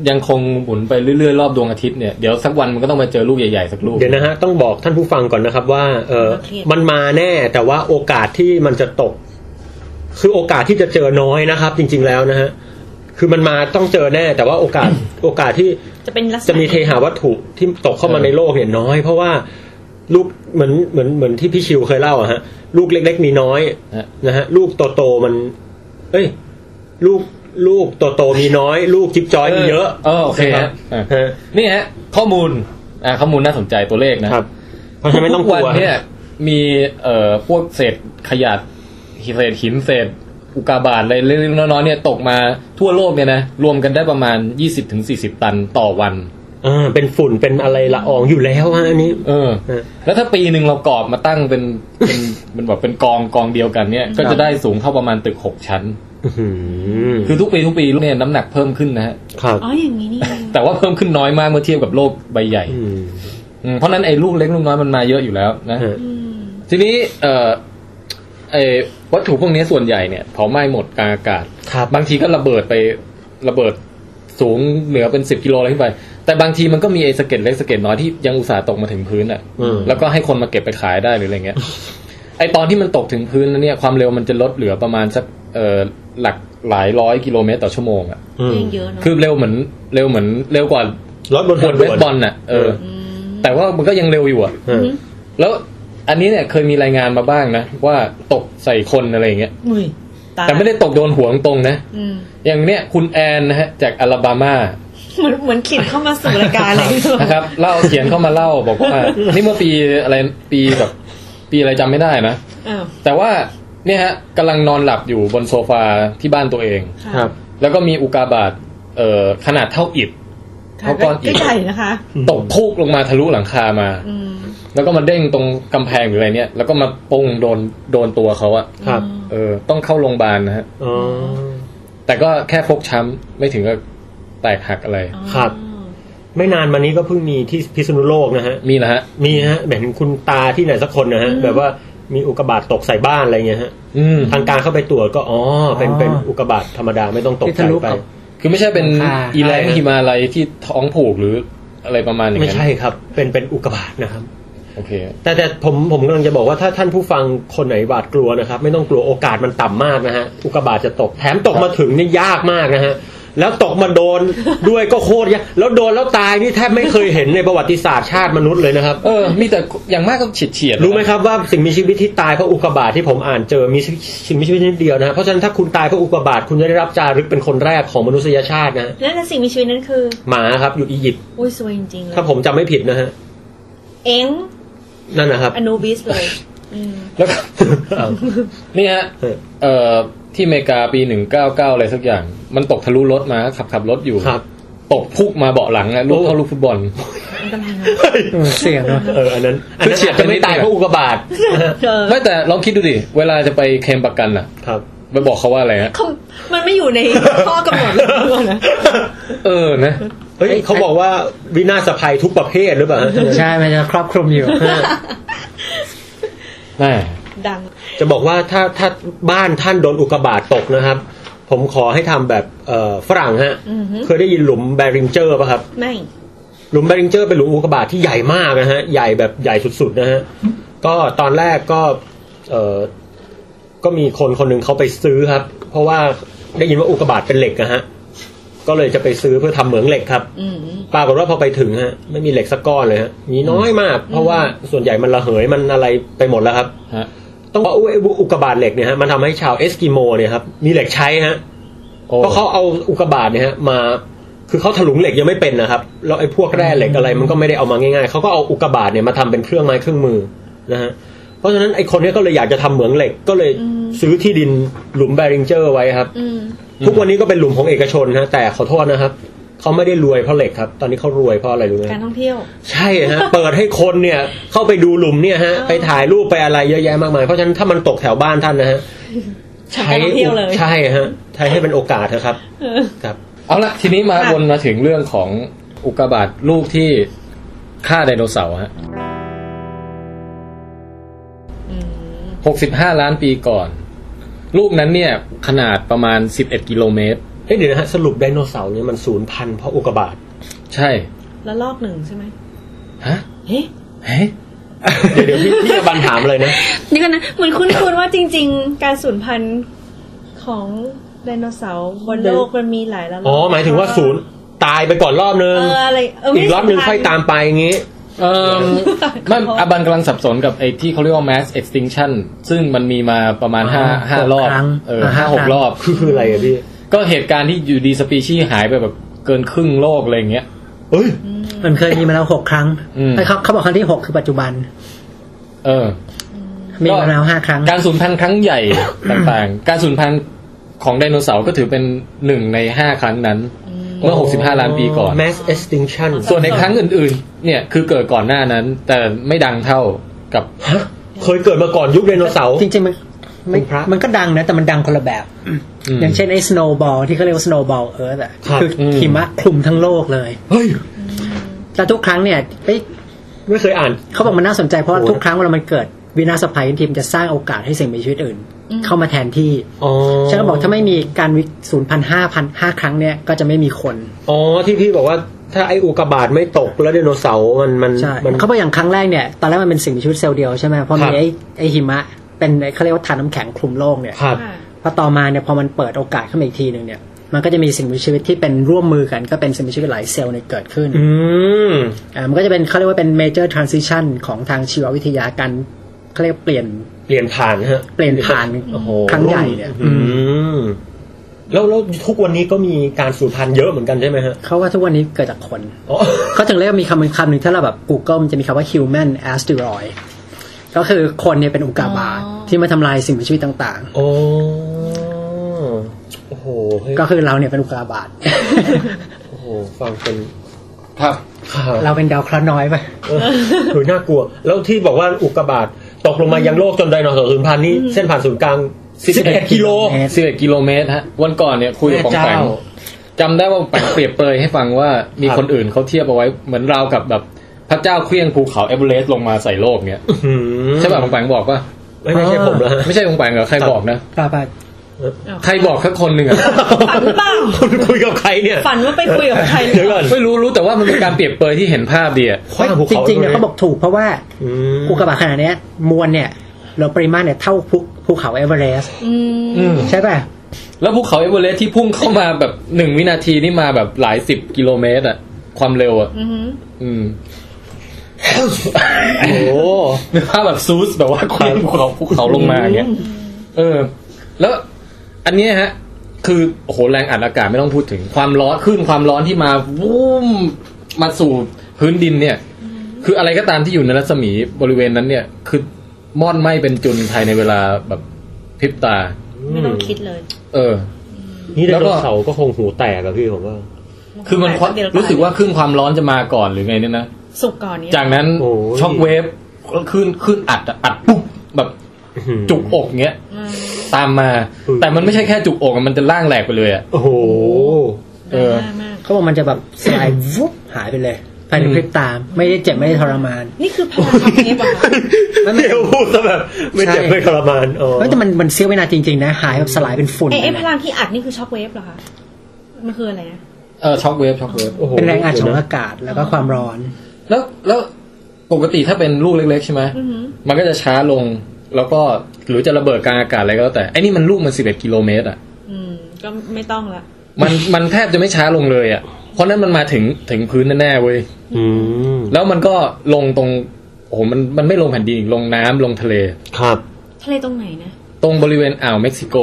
ยังคงหมุนไปเรื่อยๆรอบดวงอาทิตย์เนี่ยเดี๋ยวสักวันมันก็ต้องมาเจอลูกใหญ่ๆสักลูก เดี๋ยวนะฮะ ต้องบอกท่านผู้ฟังก่อนนะครับ ว่า เออ โอเค มันมาแน่ แต่ว่าโอกาสที่มันจะตก คือโอกาสที่จะเจอน้อยนะครับ จริง ๆแล้วนะฮะ คือมันมาต้องเจอแน่ แต่ว่าโอกาส โอกาสที่ จะเป็นลักษณะ จะมีเทหาวัตถุที่ตกเข้ามา เออ ในโลกเนี่ยน้อย เพราะว่าลูกเหมือนเหมือนเหมือนที่พี่ชิวเคยเล่าอะฮะ ลูกเล็ก ๆ มีน้อย นะ นะฮะลูกโตโตๆมัน เอ้ย ลูกลูกโตโตๆมีน้อย ลูกจิ๊บจ้อยมีเยอะ เออโอเคฮะ นะ เออ ฮะ นี่ฮะ ข้อมูลอ่าข้อมูลน่าสนใจตัวเลขนะครับ เพราะฉะนั้นไม่ต้อง ทุ ก วัน ลัว เนี่ยมีเอ่อพวกเศษขยะเศษหินเศษอุกกาบาตอะไรเล็กๆน้อยๆเนี่ยตกมาทั่วโลกเนี่ยนะรวมกันได้ประมาณ 20-40 ตันต่อวัน อ่าเป็นฝุ่นเป็นอะไรละอองอยู่แล้วฮะอันนี้ เออ เออ แล้วถ้าปีหนึ่งเรากรอบมาตั้งเป็น เป็นเป็นแบบเป็นกองกองเดียวกันเนี่ย ก็จะได้สูงเท่าประมาณตึกหกชั้น อื้อหือ คือทุกปีทุกปีเนี่ยน้ำหนักเพิ่มขึ้นนะฮะ ครับ อ๋ออย่างนี้นี่เอง แต่ว่าเพิ่มขึ้นน้อยมากเมื่อเทียบกับโลกใบใหญ่ อืม อืมเพราะฉะนั้นไอ้ลูกเล็กลูกน้อยมันมาเยอะอยู่แล้วนะ ฮะ ทีนี้เอ่อไอ้วัตถุพวกนี้ส่วนใหญ่เนี่ยเผาไหม้หมดกลางอากาศ ครับ บางทีก็ระเบิดไประเบิดสูงเหนือเป็นสิบกิโลอะไรขึ้นไป แต่บางทีมันก็มีไอ้สะเก็ดเล็กสะเก็ดน้อยที่ยังอุตส่าห์ตกมาถึงพื้นอ่ะ อืม แล้วก็ให้คนมาเก็บไปขายได้หรืออะไรเงี้ย ไอตอนที่มันตกถึงพื้นแล้วเนี่ยความเร็วมันจะลดเหลือประมาณสักเอ่อหลักหลายร้อยกิโลเมตรต่อชั่วโมงอ่ะ อืม เรื่องเยอะเนาะ คือเร็วเหมือนเร็วเหมือนเร็วกว่าร ถบน บ ทาน ง เว ด่ว ส น บอลน่ะเออ แต่ว่ามันก็ยังเร็วอยู่อ่ะ เออ แล้วอันนี้เนี่ยเคยมีรายงานมาบ้างนะว่าตกใส่คนอะไรอย่างเงี้ย อุ้ยตาย แต่ไม่ได้ตกโดนหัวตรงๆนะ อืม อย่างเนี้ยคุณแอนนะฮะจากอลาบามา เหมือนเหมือนขีดเข้ามาสู่รายการเลย นะครับเล่าเขียนเข้ามาเล่าบอกว่า นี่เมื่อปีอะไรปีแบบปีอะไรจำไม่ได้นะ อ้าว แต่ว่าเนี่ยฮะกำลังนอนหลับอยู่บนโซฟาที่บ้านตัวเอง ค่ะ ครับ แล้วก็มีอุกาบาตเอ่อขนาดเท่าอิฐ ค่ะ เอาก้ ก็ อนอีก ก็ใหญ่นะคะ ตกพุกลงมาทะลุหลังคามา อืม แล้วก็มาเด้งตรงกำแพงหรืออะไรเนี่ย แล้วก็มาปงโดนโดนตัวเขาอะ ครับ เออต้องเข้าโรงพยาบาลนะฮะ อ๋อ แต่ก็แค่ฟกช้ำไม่ถึงกับแตกหักอะไร ครับ ไม่นานมานี้ก็เพิ่งมีที่พิษณุโลกนะฮะ มีนะฮะ มีฮะแบบเห็นคุณตาที่ไหนสักคนนะฮะ แบบว่ามีอุกกาบาตตกใส่บ้านอะไรเงี้ยฮะ อืม ทางการเข้าไปตรวจก็อ๋อเป็นเป็นอุกกาบาตธรรมดาไม่ต้องตก ที่ ใจ ทะลุ ไป กับ คือไม่ใช่เป็น อ่า อีแรง ใช่ฮะ หิมาลัยที่ท้องผูกหรืออะไรประมาณอย่าง ไม่ นั้น ใช่ครับ เป็นเป็นอุกกาบาตนะครับ โอเค แต่แต่ผมผมกำลังจะบอกว่าถ้าท่านผู้ฟังคนไหนบาดกลัวนะครับ ไม่ต้องกลัวโอกาสมันต่ำมากนะฮะอุกกาบาตจะตกแถมตกมาถึงนี่ยากมากนะฮะแล้วตกมาโดน ด้วยก็โคตรยากแล้วโดนแล้วตายนี่แทบไม่เคยเห็นในประวัติศาสตร์ชาติมนุษย์เลยนะครับ เออ มีแต่อย่างมากก็เฉียดเฉียดๆ รู้ไหมครับว่าสิ่งมีชีวิตที่ตายเพราะอุกกาบาตที่ผมอ่านเจอมีสิ่งมีชีวิตนิดเดียวนะฮะเพราะฉะนั้นถ้าคุณตายเพราะอุกกาบาตคุณจะได้รับจารึกเป็นคนแรกของมนุษยชาตินะฮะ นั่นน่ะสิ่งมีชีวิตนั้นคือ หมาครับอยู่อียิปต์ อุ้ยสวยจริงๆเลย ถ้าผมจำไม่ผิดนะฮะ เอ็ง นั่นนะครับ อนูบิสเลยอืม แล้วก็ นี่ฮะ เออ เอ่อ ที่อเมริกาปีหนึ่งเก้าเก้าอะไรสักอย่าง มันตกทะลุรถมาขับขับรถอยู่ ครับ ตกพุกมาเบาะหลังนะลูกเข้าลูกฟุตบอล อันตรายเนอะ เออเสี่ยงเนอะ เอออันนั้นอันนั้น คือเฉียด อาจ กั จะ นนิ ไม่ ดเดียว ตายเพราะอุกกาบาต เออ ไม่แต่ลองคิดดูดิ เวลาจะไปเคลมประกันอ่ะ ครับ ไปบอกเขาว่าอะไรฮะ เขามันไม่ อยู่ในข้อกำหนดเลยนะ เออนะ เฮ้ยเขาบอกว่าวินาศภัยทุกประเภทหรือเปล่าฮะ ใช่ มันจะครอบคลุมอยู่ น่า ดัง จะบอกว่าถ้าถ้าบ้านท่านโดนอุกกาบาตตกนะครับ ผมขอให้ทำแบบเอ่อฝรั่งฮะ อือฮึ เคยได้ยินหลุมแบริงเจอร์ป่ะครับ ไม่ หลุมแบริงเจอร์เป็นหลุมอุกกาบาตที่ใหญ่มากนะฮะ ใหญ่แบบใหญ่สุดๆนะฮะ ก็ตอนแรกก็เออก็มีคนคนหนึ่งเขาไปซื้อครับ เพราะว่าได้ยินว่าอุกกาบาตเป็นเหล็กนะฮะ ก็เลยจะไปซื้อเพื่อทำเหมืองเหล็กครับ อืม ปรากฏว่าพอไปถึงฮะไม่มีเหล็กสักก้อนเลยฮะมีน้อยมาก เพราะว่าส่วนใหญ่มันระเหยมันอะไรไปหมดแล้วครับ ฮะ ต้องบอกว่าอุอุกกาบาตเหล็กเนี่ยฮะมันทำให้ชาวเอสกิโมเนี่ยครับมีเหล็กใช้ฮะ โอ้ เพราะเขาเอาอุกกาบาตเนี่ยฮะมาคือเขาถลุงเหล็กยังไม่เป็นนะครับแล้วไอ้พวกแร่เหล็กอะไรมันก็ไม่ได้เอามาง่ายๆเขาก็เอาอุกกาบาตเนี่ยมาทำเป็นเครื่องไม้เครื่องมือนะฮะเพราะฉะนั้นไอ้คนเนี้ยก็เลยอยากจะทำเหมืองเหล็กก็เลยซื้อที่ดินหลุมแบริงเจอร์ไว้ครับ อืม ทุกวันนี้ก็เป็นหลุมของเอกชนนะแต่ขอโทษนะครับเขาไม่ได้รวยเพราะเหล็กครับ ตอนนี้เขารวยเพราะอะไรรู้ไหม การท่องเที่ยว ใช่ ฮะ เปิดให้คนเนี่ยเข้าไปดูหลุมเนี่ยฮะ ไปถ่ายรูปไปอะไรเยอะแยะมากมายเพราะฉะนั้นถ้ามันตกแถวบ้านท่านนะฮะ ใช้การท่องเที่ยวเลย ใช่ฮะใช้ให้เป็นโอกาสนะครับ ครับ เอาละทีนี้มาวนมาถึงเรื่องของอุกกาบาตลูกที่ฆ่าไดโนเสาร์ฮะหกสิบห้าล้านปีก่อน ลูกนั้นเนี่ย ขนาดประมาณสิบเอ็ดกิโลเมตร เอ้ยเดี๋ยวนะฮะสรุปไดโนเสาร์เนี่ยมันสูญพันธุ์เพราะอุกกาบาต ใช่ แล้วลอกหนึ่งใช่ไหม ฮะ เฮ้ เฮ้ย เดี๋ยวเดี๋ยวพี่พี่บันถามเลยนะ นี่กันนะ เหมือนคุ้นๆว่าจริง ๆ การสูญพันธุ์ของไดโนเสาร์บนโลกมันมีหลายระลอก อ๋อหมายถึงว่าศูนย์ตายไปก่อนรอบนึ เอง ออะไรเออ อี ไม่ กรอบนึง สำญ ค่อยตามไปอย่างงี้ เออไม่อาบันกำลังสับสนกับไอ้ที่เขาเรียกว่า mass extinction ซึ่งมันมีมาประมาณห้า อ๋อ ห้ารอหบกครั้ง เออ อ่า ห้า ห้า ห ค ก รั้ง รอบ คืออะไรอะพี่ ก็เหตุการณ์ที่อยู่ดีสปีชีส์หายไปแบบเกินครึ่งโลกอะไรอย่างเงี้ย เอ้ย มันเคยมีมาแล้วหกครั้ง อืม ไอ้เขาเขาบอกครั้งที่หกคือปัจจุบัน เออ มีมาแล้วห้าครั้ง การสูญพันธุ์ครั้งใหญ่ ต่างๆ การสูญพันธุ์ของไดโนเสาร์ก็ถือเป็นหนึ่งในห้าครั้งนั้น เมื่อ 65 ล้านปีก่อน mass extinction ส่วนในครั้งอื่นๆ เนี่ยคือเกิดก่อนหน้านั้น แต่ไม่ดังเท่ากับ ฮะเคยเกิดมาก่อนยุคไดโนเสาร์ จริงๆมันไม่ เป็นพระ มันก็ดังนะ แต่มันดังคนละแบบ ม อย่างเช่นไอ้ snowball ที่เขาเรียกว่า snowball earth อะ ครับ คืออ ม หิมะคลุมทั้งโลกเลย เฮ้ย แต่ทุกครั้งเนี่ยไอ้ ไม่เคยอ่าน เขาบอกมันน่าสนใจเพราะว่า โอ้ ทุกครั้งเวลามันเกิดวินาศภัยทีมจะสร้างโอกาสให้สิ่งมีชีวิตอื่น เข้ามาแทนที่ อ๋อ ฉันก็บอกถ้าไม่มีการวิศูนย์พันห้าพันห้าครั้งเนี่ยก็จะไม่มีคน อ๋อที่พี่บอกว่าถ้าไออุกกาบาตไม่ตกแล้วไดโนเสาร์มันมัน ใช่ มัน เขาบอกอย่างครั้งแรกเนี่ยตอนแรกมันเป็นสิ่งมีชีวิตเซลล์เดียวใช่ไหมพอ ครั มี บ ไอ้ไอ้หิมะเป็นไอ้เขาเรียกว่าฐานน้ำแข็งคลุมโลกเนี่ย ครับ พอต่อมาเนี่ยพอมันเปิดโอกาสขึ้นมาอีกทีหนึ่งเนี่ยมันก็จะมีสิ่งมีชีวิตที่เป็นร่วมมือกันก็เป็นสิ่งมีชีวิตหลายเซลล์เนี่ยเกิดขึ้น อืม อ่ามันก็จะเป็นเขาเรียกว่าเป็น major transition ของทางชีววิทยาการเขาเรียกเปลี่ยน เปลี่ยนผ่านฮะ เปลี่ยนผ่าน โอ้โห ครั้งใหญ่เนี่ย อืมแล้วแล้วทุกวันนี้ก็มีการสูญพันธุ์เยอะเหมือนกันใช่ไหมฮะ เขาว่าทุกวันนี้เกิดจากคน อ๋อ เขาถึงเรียกว่ามีคำคำหนึ่งถ้าเราแบบ Google มันจะมีคำว่า human asteroid ก็คือคนเนี่ยเป็นอุกกาบาต อ๋อ ที่มาทำลายสิ่งมีชีวิตต่าง โอ้โอ้โหเฮ้ย ๆ ก็คือเราเนี่ยเป็นอุกกาบาต โอ้โห ฟังเป็น ครับ ข่าว เราเป็นดาวเคราะห์น้อยไปะ หรือน่ากลัว แล้วที่บอกว่าอุกกาบาตตกลงมายังโลกจนไดโนเสาร์สูญพันธุ์นี่เส้นผ่านศูนย์กลาง 11 กิโล 11 กิโลเมตรฮะ วันก่อนเนี่ยคุยกับปองแปง แม่เจ้า จำได้ว่าแปงเปรียบเปรยให้ฟังว่ามีคนอื่นเขาเทียบเอาไว้เหมือนเรากับแบบพระเจ้าเคลี้ยงภูเขาเอเวอเรสต์ลงมาใส่โลกเนี่ย หืม ใช่ป่ะปองแปงบอกว่า ไม่ไม่ใช่ผมแล้วฮะ ไม่ใช่ปองแปงเหรอใครบอกนะ ปาปา ใครบอกสักคนหนึ่งอะ ฝันเปล่า คุณคุยกับใครเนี่ย ฝันว่าไปคุยกับใครหรือ เดี๋ยว เป ก่ ล่า อน ไม่รู้รู้แต่ว่ามันเป็นการเปรียบเปรยที่เห็นภาพดีอะ คว้าภู จ เขา ริงๆเนี่ย ล เขาบอกถูกเพราะว่า อืม อุกกาบาตขนาดเนี้ยมวลเนี่ยเราปริมาณเนี่ยเท่าภูภูเขาเอเวอเรสต์ อืม ใช่ป่ะ แล้วภูเขาเอเวอเรสต์ที่พุ่งเข้ามาแบบ หนึ่งวินาทีนี่มาแบบหลายสิบกิโลเมตรอะความเร็วอะอืม โอ้โห นึกภาพแบบซูสแบบว่าเคลื่อนภูเขาภูเขาลงมาอย่างเงี้ยเออ แล้วอันเนี้ยฮะ คือโอ้โหแรงอัดอากาศไม่ต้องพูดถึงความร้อนขึ้นความร้อนที่มาวูมมาสู่พื้นดินเนี่ย คืออะไรก็ตามที่อยู่ในรัศมีบริเวณนั้นเนี่ย คือมอดไหม้เป็นจุนภายในเวลาแบบพริบตา ไม่ต้องคิดเลย เออ นี่ได แล้ว โน ก็ เสาร์ก็คงหูแตกอะพี่ผมว่า คือมันความ เดี๋ยว รู้สึกว่าคลื่นความร้อนจะมาก่อนหรือไงเนี่ยนะ สุกก่อนเนี่ย จากนั้น โอ้ย ช็อคเวฟคลื่นคลื่นอัดอะอัดปุ๊บแบบจุกอกเงี้ย อืม ตามมา แต่มันไม่ใช่แค่จุกอกอะมันจะล่างแหลกไปเลยอะ โอ้โห เออ ดราม่ามาก เขาบอกมันจะแบบสลายวุบหายไปเลยภายในพริบตาไม่ได้เจ็บไม่ได้ทรมาน นี่คือพลังของเทปเหรอคะ มันไม่ เดี๋ยวพูดซะแบบ ไม่เจ็บไม่ทรมานอ๋อ เฮ้ยแต่มันมันเสี้ยววินาทีจริงๆนะหายแบบสลายเป็นฝุ่น ไอ้ไอ้ ไป พ เลย ลังที่อัดนี่คือช็อคเวฟเหรอคะมันคืออะไรนะ เออช็อคเวฟช็อคเวฟ โอ้โห เป็นแรงอัดของอากาศแล้วก็ความร้อน แล้วแล้วปกติถ้าเป็นลูกเล็กๆใช่ไหมมันก็จะช้าลงแล้วก็หรือจะระเบิดกลางอากาศอะไรก็แล้วแต่ไอ้นี่มันลูกมันสิบเอ็ดกิโลเมตรอะ อืม ก็ไม่ต้องละ มันมันแทบจะไม่ช้าลงเลยอะเพราะนั้นมันมาถึงถึงพื้นแน่ๆเว้ย อืม แล้วมันก็ลงตรงโอ้โหมันมันไม่ลงแผ่นดินลงน้ำลงทะเล ครับ ทะเลตรงไหนนะ ตรงบริเวณอ่าวเม็กซิโก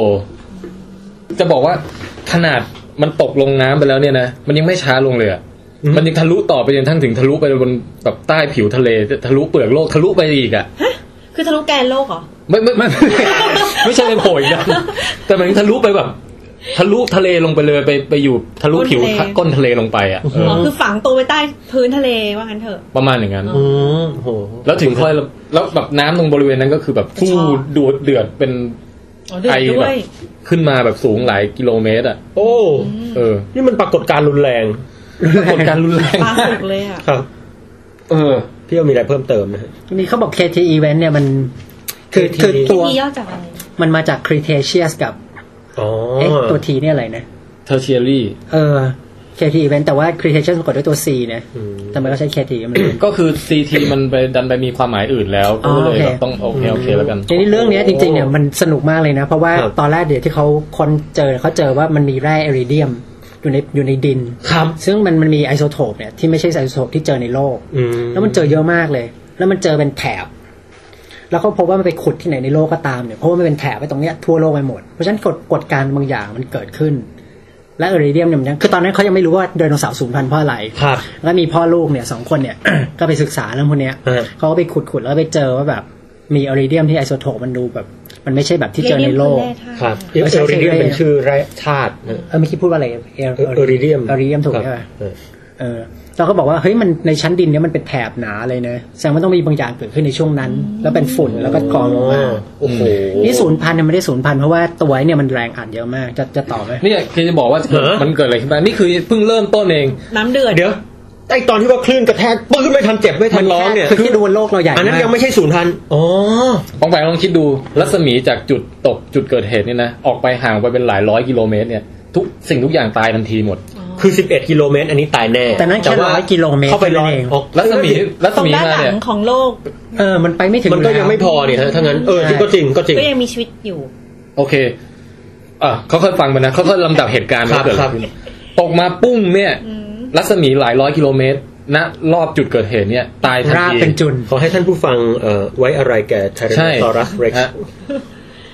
จะบอกว่าขนาดมันตกลงน้ำไปแล้วเนี่ยนะมันยังไม่ช้าลงเลยอะ อืม มันยังทะลุต่อไปจนทั้งถึงทะลุไปบนแบบใต้ผิวทะเล ทะลุเปลือกโลกทะลุไปอีกอะ คือทะลุแกนโลกเหรอ ไม่ไม่ ไม่ ไม่ใช่ไปโผล่อีกนะแต่มันทะลุไปแบบ ทะลุทะเลลงไปเลยไปไปอยู่ทะลุผิว ก้นทะเล ก้นทะเลลงไปอะเออ อ๋อ คือฝังตัวไว้ใต้พื้นทะเลว่างั้นเถอะ ประมาณอย่างนั้น อืมโอ้โห แล้วถึงค่อยระแล้วแบบน้ำตรงบริเวณนั้นก็คือแบบฟู่ดูดเดือดเป็น อ๋อเดือ ไอ ดด้ แบ ว บ ย ขึ้นมาแบบสูงหลายกิโลเมตรอ่ะ โอ้ เออ นี่มันปรากฏการณ์รุนแรง ปรากฏการณ์รุนแรง ปลาม าก สุกเลยอ่ะ ครับ เออ พี่ว่ามีอะไรเพิ่มเติมนะฮะ นี่เขาบอก KT event เนี่ยมันคือ KT คือตัว มีย่อจากอะไร มันมาจาก Cretaceous กับ อ๋อ เอ๊ะตัว T เนี่ยอะไรนะ เทอร์เชียรี่ เออ KT event แต่ว่า Cretaceous ปรากฏด้วยตัว C นะ อืม ทำไมเขาใช้ KT มัน ก็คือซีทีมันไปดันไปมีความหมายอื่นแล้ว อ๋ ก็ อ เลย โอเค แบบต้องโอเคโอเคแล้วกัน ทีนี้เรื่องเนี้ยจริงๆเนี่ยมันสนุกมากเลยนะ เพราะว่า ครับ ตอนแรกเดี๋ยวที่เขาค้นเจอเขาเจอว่ามันมีแร่เอริเดียมอยู่ในอยู่ในดิน ครับ ซึ่งมันมันมีไอโซโทปเนี่ยที่ไม่ใช่ไอโซโทปที่เจอในโลก อืม แล้วมันเจอเยอะมากเลย แล้วมันเจอเป็นแถบ แล้วก็พบว่ามันไปขุดที่ไหนในโลกก็ตามเนี่ย เพราะว่ามันเป็นแถบไปตรงเนี้ยทั่วโลกไปหมด เพราะฉะนั้นกฎกฎการบางอย่างมันเกิดขึ้น และเอริเดียมเนี่ยมันยังคือตอนนั้นเขายังไม่รู้ว่าไดโนเสาร์สูญพันธุ์เพราะอะไร ครับ แล้วมีพ่อลูกเนี่ยสองคนเนี่ย ก็ไปศึกษาเรื่องพวกเนี้ย เออ เขาก็ไปขุดขุดแล้วไปเจอว่าแบบ มีออริเดียมที่ไอโซโทปมันดูแบบ มันไม่ใช่แบบที่เจอในโลก ครับเอ ไม่ใช่ อริเดียม เซเลน เป็นชื่อแร่ธาตุนะ เออเมื่อกี้พูดว่าอะไรเอ เออริเดียม ออริเดียมถูกใช่ไหม ครับเออ เออเราก็บอกว่าเฮ้ยมันในชั้นดินเนี้ยมันเป็นแถบหนาเลยนะแสดงว่าต้องมีบางอย่างเกิดขึ้นในช่วงนั้น แล้วเป็นฝุ่นแล้วก็กรองลงมา โอ้โห นี่ศูนย์พันเนี่ยไม่ได้ศูนย์พันเพราะว่าตัวไอ้เนี่ยมันแรงอัดเยอะมากจะจะต่อไหม เนี่ยคือจะบอกว่า เหรอ มันเกิดอะไรขึ้นมานี่คือเพิ่งเริ่มต้นเอง น้ำเดือด เดี๋ยวไอตอนที่ว่าคลื่นกระแทกปื้นไม่ทันเจ็บไม่ทันร้องเนี่ย คือที่ดูบนโลกเราใหญ่ อันนั้น มาก ยังไม่ใช่ศูนย์พันอ๋อ ลองไปลองคิดดูรัศมีจากจุดตกจุดเกิดเหตุเนี่ยนะออกไปห่างไปเป็นหลายร้อยกิโลเมตรเนี่ยทุกสิ่งทุกอย่างตายทันทีหมด คือ 11 กิโลเมตร อันนี้ตายแน่ แต่นั้นแค่ ว่า ร้อยกิโลเมตร เข้าไปร้ นั่ อนย เอง ออก รัศมีรัศ ของ มี ด้าน มา หลั เนี่ย งของโลก เออมันไปไม่ถึง มันก็ยังไม่พอนี่ฮะถ้างั้น เออที่ก็จริงก็จริง ก็ยังมีชีวิตอยู่ โอเคอ่ะเขาค่อยฟังไปนะเขาค่อยลำดับเหตุการณ์ ครั ว่า บ เกิดอะไรขึ้นตกมาปุ้งเนี่ย รัศมีหลายร้อยกิโลเมตรณรอบจุดเกิดเหตุเนี่ย ตายทัน ราบ ที เป็นจุน ขอให้ท่านผู้ฟังเอ่อไว้อะไรแก่ไทร ใช่ นตอรัสเร็ก ฮะ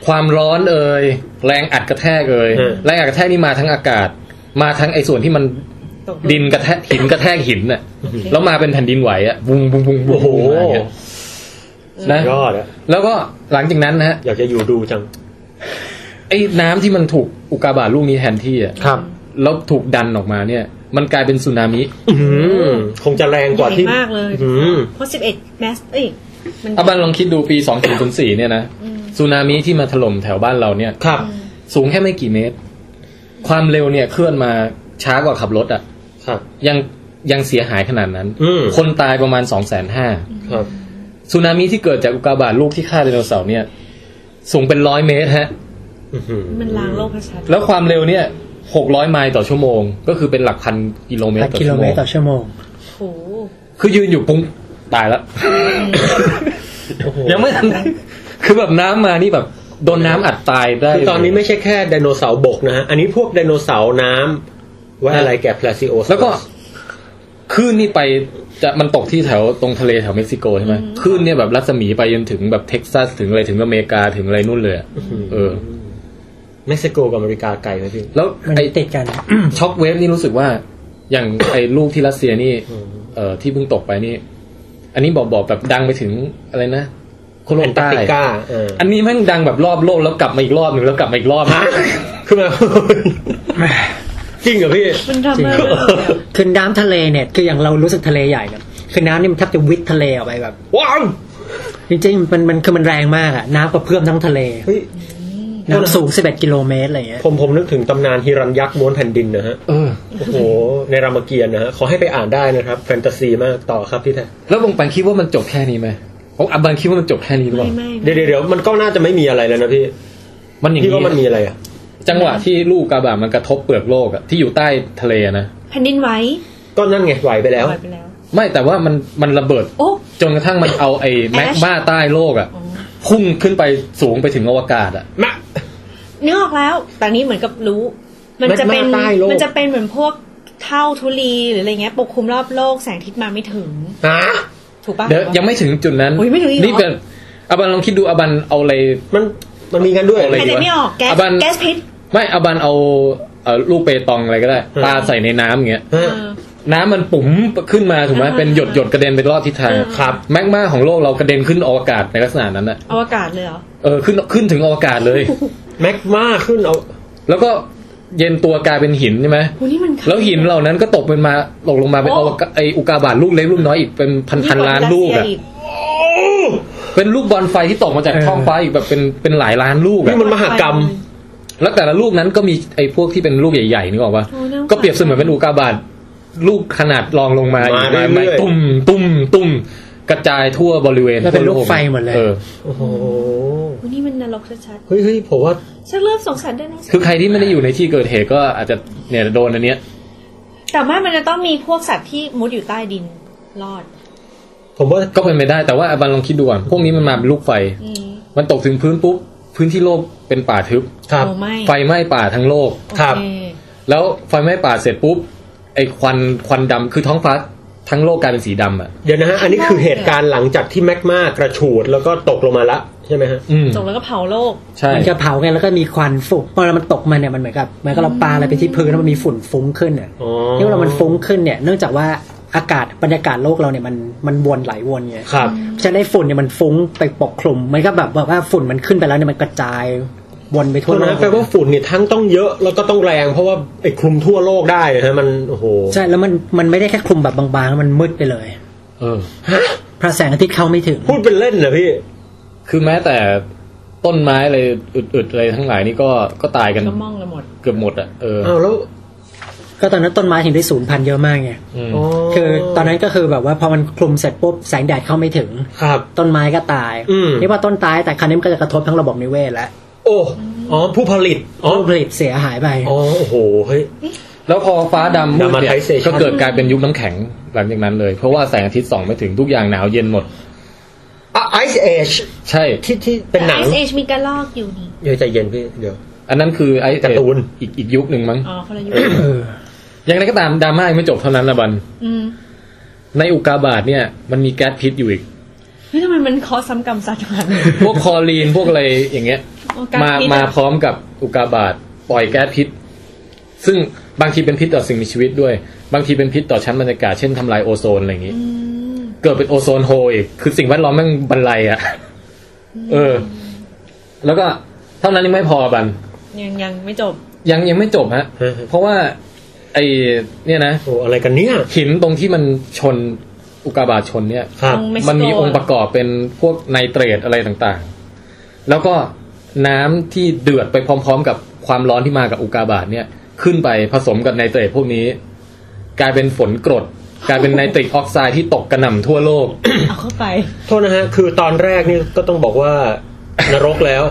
ความร้อนเอ่ยแรงอัดกระแทกเอ่ย เออ แรงอัดกระแทกนี่มาทั้งอากาศ มาทั้งไอ้ส่วนที่มัน ตกลง ดินกระแทกหินกระแทกหินน่ะแล้วมาเป็นแผ่นดินไหวอ่ะบุงบุงบุงบุง โอ้โห มาอย่างเงี้ยนะ ยอดอะ แล้วก็หลังจากนั้นนะฮะ อยากจะอยู่ดูจัง ไอ้น้ำที่มันถูกอุกกาบาตลูกนี้แทนที่อ่ะ ครับ แล้วถูกดันออกมาเนี่ย มันกลายเป็นสึนามิ คงจะแรงก ให ว่า ญ่ ที่ มากเลย อืม เพราะสิบเอ็ดแมสเอ้ยมัน อาบันลองคิดดูปี2404เนี่ยนะสึนามิที่มาถล่มแถวบ้านเราเนี่ย ครับ สูงแค่ไม่กี่เมตร ความเร็วเนี่ยเคลื่อนมาช้ากว่าขับรถอะ่ะ ครับ ยังยังเสียหายขนาดนั้น อืม คนตายประมาณสองแสนห้า ครับ สึนามิที่เกิดจากอุกกาบาตลูกที่ฆ่าไดโนเสาร์เนี่ย สูงเป็นร้อยเมตรฮะ อื้อหือ มันล้างโลกประชาชน แล้วความเร็วเนี่ยหกร้อยไมล์ต่อชั่วโมง ก็คือเป็นหลักพันกิโลเมตร ละ ต่อ กิโล ชั่ว เม โม ต ง รต่อชั่วโมง โอ้โห คือยืนอยู่ปุ้งตายแล้ว ยังไม่ทันคือแบบน้ำมานี่แบบ โดนน้ำอัดตายได้ คือตอนนี้ไม่ใช่แค่ไดโนเสาร์บกนะฮะ อันนี้พวกไดโนเสาร์น้ำไว้อะไรแก่พลาซิโอ แล้วก็คลื่นนี่ไปจะมันตกที่แถวตรงทะเลแถวเม็กซิโกใช่ไหมคลื่นเนี่ยแบบรัศมีไปจนถึงแบบเท็กซัสถึงอะไรถึงอเมริกาถึงอะไรนู่นเลยอะเออ เม็กซิโกกับอเมริกาไกลไหมพี่ แล้ว มัน ไอ้ ติดกัน ช็อคเวฟนี่รู้สึกว่า อย่างไอ้ลูกที่รัสเซียนี่ เอ่อที่เพิ่งตกไปนี่ อันนี้บอกบอกแบบดังไปถึงอะไรนะโคโล แอนนตา ใต้ ร์กติกาเออ อันนี้แม่งดังแบบรอบโลกแล้วกลับมาอีกรอบหนึ่งแล้วกลับมาอีกรอบนะ คือมา จริงเหรอพี่ มันทำมา คือน้ำทะเลเนี่ย คืออย่างเรารู้สึกทะเลใหญ่เนี่ยคือน้ำนี่มันแทบจะวิดทะเลออกไปแบบ ว้าว จริงๆมันมันคือมันแรงมากอะน้ำกระเพื่อมทั้งทะเล เฮ้ย น้ำสูง 11 กิโลเมตรอะไรเงี้ย ผมผมนึกถึงตำนานฮิรันยักษ์ม้วนแผ่นดินนะฮะ เออ โอ้โห ในรามเกียรตินะฮะ ขอให้ไปอ่านได้นะครับ แฟนตาซีมากต่อครับพี่แทน แล้วบางปันคิดว่ามันจบแค่นี้ไหมผมอับบันคิดว่ามันจบแค่นี้หรือเป ไม่ ล่า ไม่ เดี๋ยวเดี๋ยวเดี๋ยวมันก็น่าจะไม่มีอะไรแล้วนะพี่ มันอย่าง พี่ นี้ ว่ามันมีอะไรอ่ะ จังหวะที่ลูกกาบามันกระทบเปลือกโลกอะที่อยู่ใต้ทะเลนะ แผ่นดินไหว ก็นั่นไงไหวไปแล้ว ไหวไปแล้ว ไม่แต่ว่ามันมันระเบิด โอ้ จนกระทั่งมันเอาไอ้แมกมาใต้โลกอะพุ่งขึ้นไปสูงไปถึงอวกาศอะ มะ นึกออกแล้ว แต่นี้เหมือนกับรู้ มันจะเป็น แมกมาใต้โลก มันจะเป็นเหมือนพวกเท่าทุลีหรืออะไรเงี้ยปกคลุมรอบโลกแสงอาทิศมาไม่ถึง ฮะ ถูกปะ เดี๋ยวยังไม่ถึงจุดนั้น อุ๊ยไม่ถึงอีกเหรอ นี่เป็นอบันลองคิดดูอบันเอาอะไร มัน มันมีงั้นด้วย อะไร หายใจไม่ออกแก๊ส อ่ะบ้าน แก๊สพิษ ไม่อบันเอาเอ่อลูกเปตองอะไรก็ได้ อืม ปลาใส่ในน้ำอย่างเงี้ย เอ ฮะ อ น้ำมันปุ๋มขึ้นมาถูกไหม อ่า เป็นหยดหยดๆกระเด็นไปรอบทิศทาง อ่า ครับแมกมาของโลกเรากระเด็นขึ้นอวกาศในลักษณะนั้นอะ อวกาศเลยเหรอ เออขึ้นขึ้นถึงอวกาศเลย แม็กมาขึ้นเอา แล้วก็เย็นตัวกลายเป็นหินใช่ไหม โหนี่มันขาว แล้วหินเหล่านั้นก็ตกเป็นมาตกลงมาเป็น โอ้ อวกาไออุกาบาตลูกเล็กลูกน้อยอีกเป็นพันพันล้านลูก ยิ่งว่รัอะสเซียอี เป็นลูกบอลไฟที่ตกมาจากท้องฟ้าอีกแบบเป็นเป็นหลายล้านลูกอะ นี่มันมหากรรม แล้วแต่ละลูกนั้นก็มีไอพวกที่เป็นลูกใหญ่ๆนึกออกปะ โอ้น่าสงสาร ก็เปรียบเสมือนเป็นอุกาบาตลูกขนาดรองลงมา มา อีก เรื่อยๆ ไม่ตุ้มตุ้มตุ้มกระจายทั่วบริเวณ แล้วเป็นลูกไฟหมดเลย ออ โอ้โห โหนี่มันนรกชัด เฮ้ยเฮ้ยผมว่า ๆฉันเริ่มสงสารได้วยนะ คือใครที่ไม่ได้อยู่ในที่เกิดเหตุก็อาจจะเนี่ยโดนอันเนี้ย แต่ว่ามันจะต้องมีพวกสัตว์ที่มุดอยู่ใต้ดินรอด ผมว่า ก็เป็นไปได้แต่ว่าอาบันลองคิดดูก่อนพวกนี้มันมาเป็นลูกไฟ อืม มันตกถึงพื้นปุ๊บพื้นที่โลกเป็นป่าทึบ ครับ โอ้ไม่ ไฟไหม้ป่าทั้งโลก โอเ ครับ แล้วไฟไหม้ป่าเสร็จปุ๊บไอควันควันดำคือท้องฟ้าทั้งโลกกลายเป็นสีดำอ่ะ เดี๋ยวนะฮะ อันนี้คือเหตุการณ์หลังจากที่แม็กมากระฉูดแล้วก็ตกลงมาละ ใช่ไหมฮะ อืม จบแล้วก็เผาโลก ใช่ มันจะเผาไงแล้วก็มีควันฝุ่นพอเรามันตกมาเนี่ยมันเหมือนกับเหมือนกับเราปาอะไรไปที่พื้นแล้วมันมีฝุ่นฟุ้งขึ้นเนี่ย อ๋อ ที่เรามันฟุ้งขึ้นเนี่ยเนื่องจากว่า อากาศบรรยากาศโลกเราเนี่ยมันมันวนไหลวนไง ครับ เพราะฉะนั้นไอ้ฝุ่นเนี่ยมันฟุ้งไปปกคลุมมันก็แบบว่าฝุ่นมันขึ้นไปแล้วเนี่ยมันกระจายวนไปทั่ ทั่ ว ว โล นั้ ก นแปลว่าฝุ่นเนี่ยทั้งต้องเยอะแล้วก็ต้องแรง เพราะว่าไอ้คลุมทั่วโลกได้นะฮะมันโอ้โห ใช่แล้วมันมันไม่ได้แค่คลุมแบบบางๆมันมืดไปเลย เออ พระแสงอาทิตย์เข้าไม่ถึง พูดเป็นเล่นเหรอพี่ คือแม้แต่ต้นไม้อะไรอึดๆอะไรทั้งหลายนี่ก็ก็ตายกัน ก็มองละหมด เกือบหมดอ่ะเออ อ้าวแล้ว ก็ตอนนั้นต้นไม้ถึงได้สูญพันธุ์เยอะมากไง อืม คือตอนนั้นก็คือแบบว่าพอมันคลุมเสร็จปุ๊บแสงแดดเข้าไม่ถึง ครับ ต้นไม้ก็ตาย อืม นี่ว่าต้นตายแต่ครั้นี้มันก็จะกระทบทั้งระบบนิเวศและ โอ้อ๋อผู้ผลิตอ๋อ ผลิตเสียหายไป อ๋อโอ้โหเฮ้ย แล้วพอฟ้าดำมืดเนี่ย Dramatization ก็เกิดกลายเป็นยุคน้ำแข็งหลังจากนั้นเลย เพราะว่าแสงอาทิตย์ส่องไม่ถึงทุกอย่างหนาวเย็นหมด ไอซ์เอช ใช่ ที่ที่เป็นหนัง ไอซ์เอชมีกระลอกอยู่นี่ เดี๋ยวใจเย็นพี่เดี๋ยว อันนั้นคือไอ้ การ์ตูน อีกอีกยุคหนึ่งมั้ง อ๋อคนละยุค เออ อย่างไรก็ตามดราม่ายังไม่จบเท่านั้นละบัน อืม ในอุกกาบาตเนี่ย มันมีแก๊สพิษอยู่อีก เฮ้ยทำไมมันคอซ้ำกรรมสัตว์กัน พวกคลอรีนพวกอะไรอย่างเงี้ย โอ้กร มา พิษ มา อะ พร้อมกับอุกกาบาตปล่อยแก๊สพิษ ซึ่งบางทีเป็นพิษต่อสิ่งมีชีวิตด้วย บางทีเป็นพิษต่อชั้นบรรยากาศเช่นทำลายโอโซนอะไรอย่างนี้ เกิดเป็นโอโซนโฮลอีกคือสิ่งแวดล้อมแม่งบรรลัยอ่ะเออ แล้วก็เท่านั้นยังไม่พอบัน ยังยังไม่จบ ยังยังไม่จบฮะ ฮะฮะ เพราะว่า ไอเนี่ยนะ โอ้อะไรกันเนี่ย หินตรงที่มันชนอุกกาบาตชนเนี่ย ครับ ตรง Mexico มันมีองค์ประกอบเป็นพวกไนเตรตอะไรต่างๆ แล้วก็น้ำที่เดือดไปพร้อม ๆ กับความร้อนที่มากับอุกกาบาตเนี่ย ขึ้นไปผสมกับไนเตรตพวกนี้ กลายเป็นฝนกรด กลายเป็นไนตริกออกไซด์ที่ตกกระหน่ำทั่วโลก เอาเข้าไป โทษนะฮะ คือตอนแรกนี่ก็ต้องบอกว่านรกแล้ว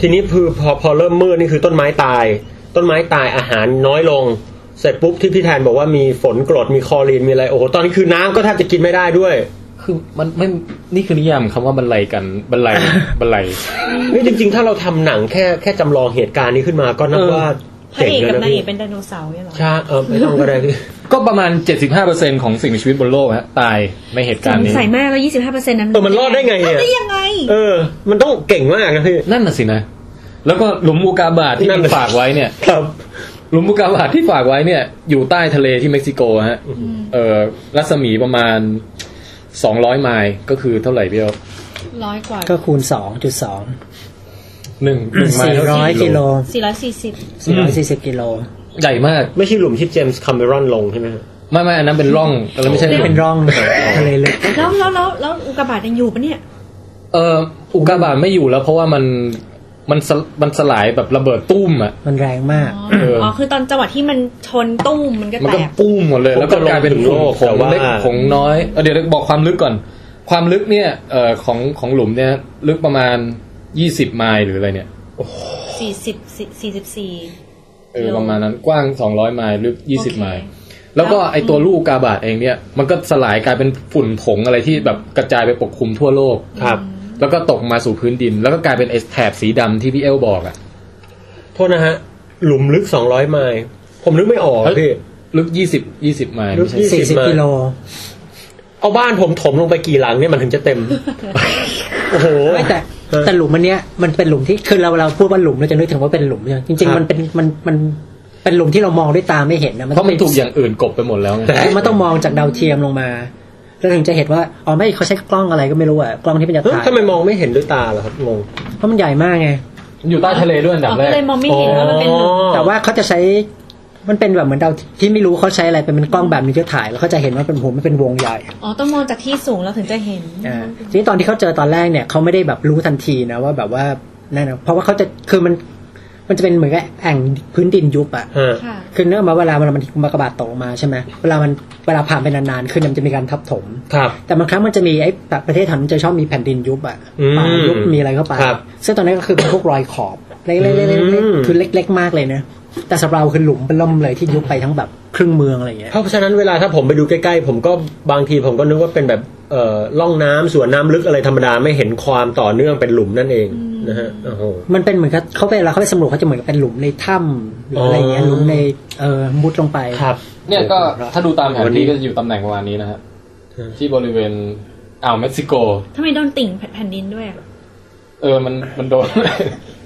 ทีนี้คือพอพอเริ่มมืดนี่คือต้นไม้ตาย ต้นไม้ตายอาหารน้อยลง เสร็จปุ๊บที่พี่แทนบอกว่ามีฝนกรดมีคลอรีนมีอะไรโอ้โหตอนนี้คือน้ำก็แทบจะกินไม่ได้ด้วย คือมันไม่นี่คือนิยามคำว่าบรรลัยกันบรรลัย บรรลัย นี่จริงๆ ถ้าเราทำหนังแค่แค่จำลองเหตุการณ์นี้ขึ้นมาก็นับ เออ ว่า พระ เจ๋ง เอก แล้ว กับ นะ นางเอ พี่ กเป็นไดโนเสาร์เนี่ยเหรอ ใช่เออไม่ต้องก็ได้พี่ ก็ประมาณ 75%ของสิ่งมีชีวิตบนโลกฮะตายในเหตุการณ์นี้ ใส่มากแล้วยี่สิบห้าเปอร์เซ็นต์นั้น เออมันรอดได้ไง รอ เนี่ ด ย ได้ยังไง เออ มันต้องเก่งมากนะพี่ นั่นน่ะสินะ แล้วก็หลุมอุกกาบาตที่ นั่น มัน น่ะ ฝากไว้เนี่ย ครับ หลุมอุกกาบาตที่ฝากไว้เนี่ย อยู่ใต้ทะเลที่เม็กซิโกฮะ เออรัศมีประมาณสองร้อยไมล์ก็คือเท่าไหร่เบี้ยว ร้อยกว่า ก็คูณสองจุดสอง หนึ่งหนึ่งไม สี่ ล์ ร้อยกิโล สี่ร้อยสี่สิบ สี่ร้อยสี่สิบกิโล ใหญ่มาก ไม่ใช่หลุมที่เจมส์คาเมรอนลงใช่ไหมฮะ ไม่ไม่อันนั้นเป็นร่องอันนั้นไม่ใช่หลุ นี่ ม เป็นร่องทะเลลึก แล้วแล้วแล้วแล้วอุกกาบาตยังอยู่ปะเนี่ย เอออุกกาบาตไม่อยู่แล้ว เพราะว่ามันมันสลมันสลายแบบระเบิดตุ้มอ่ะ มันแรงมาก อ๋อ เอออ๋ อ๋อ คือตอนจังหวะที่มันชนตุ้มมันก็ มัน แต ก็ ก ปุ้มหมดเลย แล้วก็กลายเป็นผงผงเล็กผงน้อยเออเดี๋ยวบอกความลึกก่อน ความลึกเนี่ยเอ่อของของหลุมเนี่ยลึกประมาณยี่สิบไมล์หรืออะไรเนี่ย สี่สิบสี่สิบสี่ เออ โล ประมาณนั้นกว้างสองร้อยไมล์ลึกยี่สิบ โอเค ไมล์แล้วก็ไอตัวลูกกาบาตเองเนี่ย มันก็สลายกลายเป็นฝุ่นผงอะไรที่แบบกระจายไปปกคลุมทั่วโลก ครับ แล้วก็ตกมาสู่พื้นดิน แล้วก็กลายเป็นไอแถบสีดำที่พี่เอลบอกอ่ะ โทษนะฮะ หลุมลึกสองร้อยไมล์ผมนึกไม่ออก เฮ้ย พี่ ลึกยี่สิบยี่สิบไมล์ไม่ใช่ ลึก สี่สิบกิโล เอาบ้านผมถมลงไปกี่หลังเนี่ยมันถึงจะเต็ม โอ้โห ไม่แต่แต่หลุมมันเนี้ยมันเป็นหลุมที่คือเราเราพูดว่าหลุมเราจะนึกถึงว่าเป็นหลุมใช่ไหมจริง ครับ ๆมันเป็นมันมันเป็นหลุมที่เรามองด้วยตาไม่เห็นนะมัน เพ ต้อ ราะ ง มันถูกอย่างอื่นกลบไปหมดแล้วไง คือมันต้องมองจากดาวเทียมลงมาแล้วถึงจะเห็นว่าอ๋อไม่เขาใช้กล้องอะไรก็ไม่รู้อะกล้องที่เป็นจะ เฮ้ย ถ่าย ทำไมมองไม่เห็นด้วยตาเหรอครับงง เพราะมันใหญ่มากไง อยู่ใต้ทะเลด้วยอันดับแร ก็ ก เลยมองไม่เห็นว่ามันเป็นหลุม แต่ว่าเขาจะใช้มันเป็นแบบเหมือนดาวที่ไม่รู้เขาใช้อะไรเป็นเป็นกล้องแบบนี้ที่ถ่ายแล้วเขาจะเห็นว่าเป็นหัวมันเป็นวงใหญ่ อ๋อ ต้องมองจากที่สูงเราถึงจะเห็น อ่าทีนี้ตอนที่เขาเจอตอนแรกเนี่ยเขาไม่ได้แบบรู้ทันทีนะว่าแบบว่านั่นนะเพราะว่าเขาจะคือมันมันจะเป็นเหมือนกับแอ่งพื้นดินยุบอะ ฮะ ค่ะ คือเนื่องมาเวลามันมากระบาดตกลงมาใช่ไหมเวลามันเวลาผ่านไปนานๆขึ้นมันจะมีการทับถม ครับ แต่บางครั้งมันจะมีไอ้แบบประเทศไทยมันจะชอบมีแผ่นดินยุบอ่ะ อืม ป่ายุบมีอะไรเข้าไป ครับ ซึ่งตอนนั้นก็คือเป็นพวกรอยขอบเล็ก อืม ๆๆๆคือเล็ก ๆ มากเลยนะแต่สำหรับเราคือหลุมเป็นล่มเลยที่ยุบไปทั้งแบบครึ่งเมืองอะไรอย่างเงี้ย เพราะฉะนั้นเวลาถ้าผมไปดูใกล้ๆ ผมก็บางทีผมก็นึกว่าเป็นแบบเอ่อล่องน้ำสวนน้ำลึกอะไรธรรมดาไม่เห็นความต่อเนื่องเป็นหลุมนั่นเองนะฮะโอ้โห มันเป็นเหมือนกับเขาไปเวลาเขาไปสำรวจเขาจะเหมือนกับเป็นหลุมในถ้ำหรืออะไรอย่างเงี้ย อ๋อ หลุมในเอ่อมุดลงไป ครับ เนี่ยก็ถ้าดูตามแผ วัน นนี้ ที่ก็จะอยู่ตำแหน่งประมาณนี้นะฮะที่บริเวณอ่าวเม็กซิโก ทำไมโดนติ่งแผ่นดินด้วยอะ เออมันมันโดน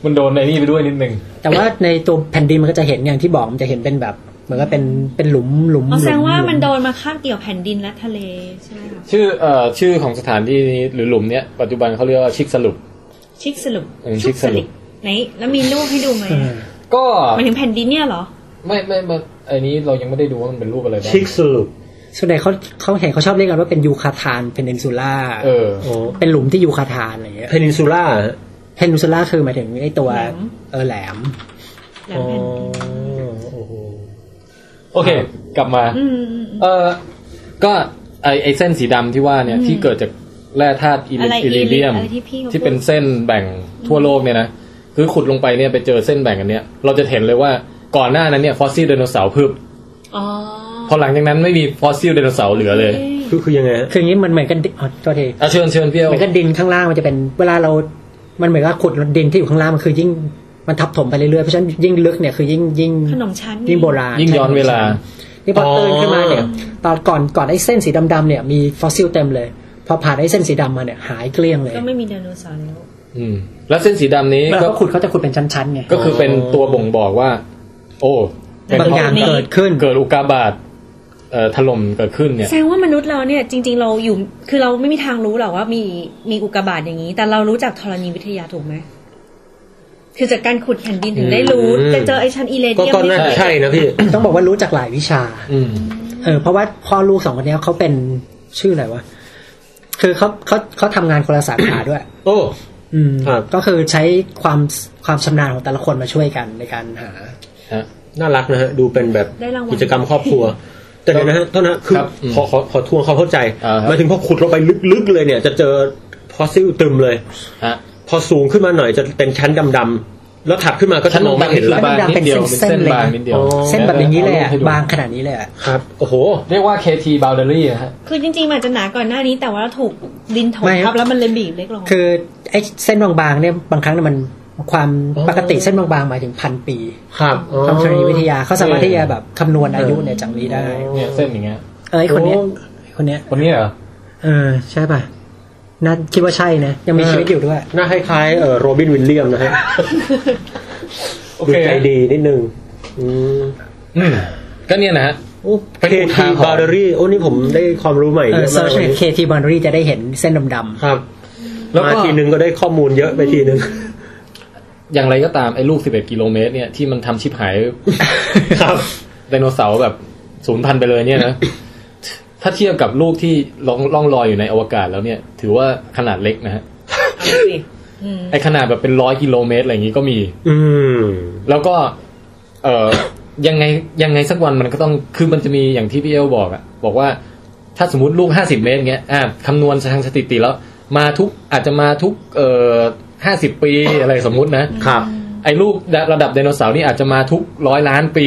มันโดนในนี่ไปด้วยนิดนึง แต่ว่าในตัวแผ่นดินมันก็จะเห็นอย่างที่บอกมันจะเห็นเป็นแบบ เหมือนก็เป็นเป็นหลุมหลุม อ๋อแสดงว่า หลุ มันโดนมาคาบเกี่ยวแผ่นดินและทะเลใช่ไหมคะ ชื่อเอ่อชื่อของสถานที่นี้หรือหลุมเนี้ยปัจจุบันเขาเรียกว่าชิกสลุป ชิกสลุป เออชิกสลุป ไหนแล้วมีรูปให้ดูไหม เออ ก็ หมายถึงแผ่นดินเนี่ยเหรอ ไม่ไม่ไม่ไอ้นี้เรายังไม่ได้ดูว่ามันเป็นรูปอะไรบ้าง ชิกสรุป ส่วนใหญ่เขาเขาเห็นเขาชอบเรียกกันว่าเป็นยูคาทานเพนินซูล่า เออ โอ้ เป็นหลุมที่ยูคาทานอะไรเงี้ย เพนินซูล่า เพนินซูล่าคือหมายถึงไอ้ตัว แหลม เออแหลม แหลมแผ่นดิน โอ้โห โอเค กลับมา อืมอืม เออก็ไอไอเส้นสีดำที่ว่าเนี่ย อืม ที่เกิดจากแร่ธาตุอิ อะไร ลิเลียม อะไรที่พี่เขา ที่เป็นเส้นแบ่งทั่วโลกเนี่ยนะคือขุดลงไปเนี่ยไปเจอเส้นแบ่งอันเนี้ยเราจะเห็นเลยว่าก่อนหน้านั้นเนี่ยฟอสซิลไดโนเสาร์พึบ อ๋อ พอหลังจากนั้นไม่มีฟอสซิลไดโนเสาร์เหลือเลย คือคือยังไงฮะ คืออย่างนี้มันเหมือนกันดิอ๋อโทษที อ่ะเชิญเชิญพี่เอา เหมือนกันดินข้างล่างมันจะเป็นเวลาเรา มันเหมือนกับขุดดินที่อยู่ข้างล่างมันคือยิ่งมันทับถมไปเรื่อยๆเพราะฉะนั้นยิ่งลึกเนี่ยคือยิ่งยิ่ง ขนมชั้น ยิ่งโบราณ ยิ่งย้อนเวลา นี่พอตื่นขึ้นมาเนี่ยตอนก่อนก่อนไอ้เส้นสีดำๆเนี่ยมีฟอสซิลเต็มเลย พอผ่านไอ้เส้นสีดำมาเนี่ยหายเกลี้ยงเลย ก็ไม่มีไดโนเสาร์แล้ว อืม แล้วเส้นสีดำนี้ แล้ว ก็ ก็ขุดเขาจะขุดเป็นชั้นๆไง ก็คือเป็นตัวบ่งบอกว่า โอ้เป็น บางอย่างเกิดขึ้น เกิดอุกกาบาตเอ่อถล่มเกิดขึ้นเนี่ย แสดงว่ามนุษย์เราเนี่ยจริง ๆ เราอยู่คือเราไม่มีทางรู้หรอกว่ามีมีอุกกาบาตอย่างนี้ แต่เรารู้จักธรณีวิทยาถูกไหมคือจากการขุดแผ่นดินถึงได้รู้จะเจอไอชั้นอิเล ก็ เดียม ก็น่าจะใช่นะพี่ ต้องบอกว่ารู้จักหลายวิชา อืม เออเพราะว่าพ่อลูกสองคนเนี้ยเขาเป็นชื่ออะไรวะคือเขาเขาเขาทำงานคนละสาขาด้วย โอ้ อืม ครับ ก็คือใช้ความความชำนาญของแต่ละคนมาช่วยกันในการหา น่ารักนะฮะ ดูเป็นแบบ ได้รางวัล กิจกรรมครอบครัว แต่เดี๋ยวนะฮะเท่านะคือ ครับอืม ขอขอขอทวงความเข้าใจ อ่าฮะ หมายถึงพอขุดลงไปลึกๆเลยเนี่ย จะเจอฟอสซิลตึมเลย ฮะ พอสูงขึ้นมาหน่อยจะเป็นชั้นดำๆแล้วถัดขึ้นมาก็จะ ชั้น มอง บา ไม่ ง เห็นละ บาง นิดเดียวเป็นเส้น เป็นเส้น บาง เลย นิดเดียว อ๋อ เส้นแบบอย่างนี้เลยอะ ให้ดู บางขนาดนี้เลยอะ ครับ โอ้โห เรียกว่า KT boundary อะฮะ คือจริงๆมันอาจจะหนาก่อนหน้านี้ แต่ว่าเราถูกดินถมทับแล้วมันเลยบีบเล็กลง คือไอ้เส้นบางๆเนี่ยบางครั้งเนี่ยมันความ อ๋อ ปกติเส้นบางๆหมายถึงพันปี ครับอ๋อ ความชนีวิทยาเขาสามารถ เออ ที่จะแบบคำนวณอายุเนี่ยจากนี้ได้ เนี่ยเส้นอย่างเงี้ย เออไอ้คนเนี้ย โอ้ ไอ้คนเนี้ย คนนี้เหรอ เออใช่ป่ะน่าคิดว่าใช่นะยังมีชีวิตอยู่ด้วย หน่าคล้ายๆเอ่อโรบินวิลเลียมนะฮะ โอ ดู เค ใจดีนิดนึงอืม อืมก็เนี่ยนะฮะ โอ้ เป็น เค อุ ที ทาหรณ์ บาร์เดอรี่โอ้นี่ผมได้ความรู้ใหม่ เออเยอะ เซิ มาก ร์ช วัน ใน นี้ เคทีบอนรีจะได้เห็นเส้นดำ ครับ แล้ว มา ก็ ทีนึงก็ได้ข้อมูลเยอะไปทีนึง อย่างไรก็ตามไอ้ลูก 11 กิโลเมตรเนี่ยที่มันทำชิบหาย ครับ ไดโนเสาร์แบบศูนย์พันธุ์ไปเลยเนี่ยนะ ถ้าเทียบกับลูกที่ล่องล่องลอยอยู่ในอวกาศแล้วเนี่ย ถือว่าขนาดเล็กนะฮะไอขนาดแบบเป็นร้อยกิโลเมตรอะไรอย่างงี้ก็มี อืม แล้วก็ เออยังไงยังไงสักวันมันก็ต้องคือมันจะมีอย่างที่พี่เอลบอกอะบอกว่า ถ้าสมมติลูกห้าสิบเมตรเงี้ยอ่าคำนวณทางสถิติแล้ว มาทุกอาจจะมาทุกเอ่อห้าสิบปีอะไรสมมุตินะครับ ไอ้ลูกระดับไดโนเสาร์นี่อาจจะมาทุกร้อยล้านปี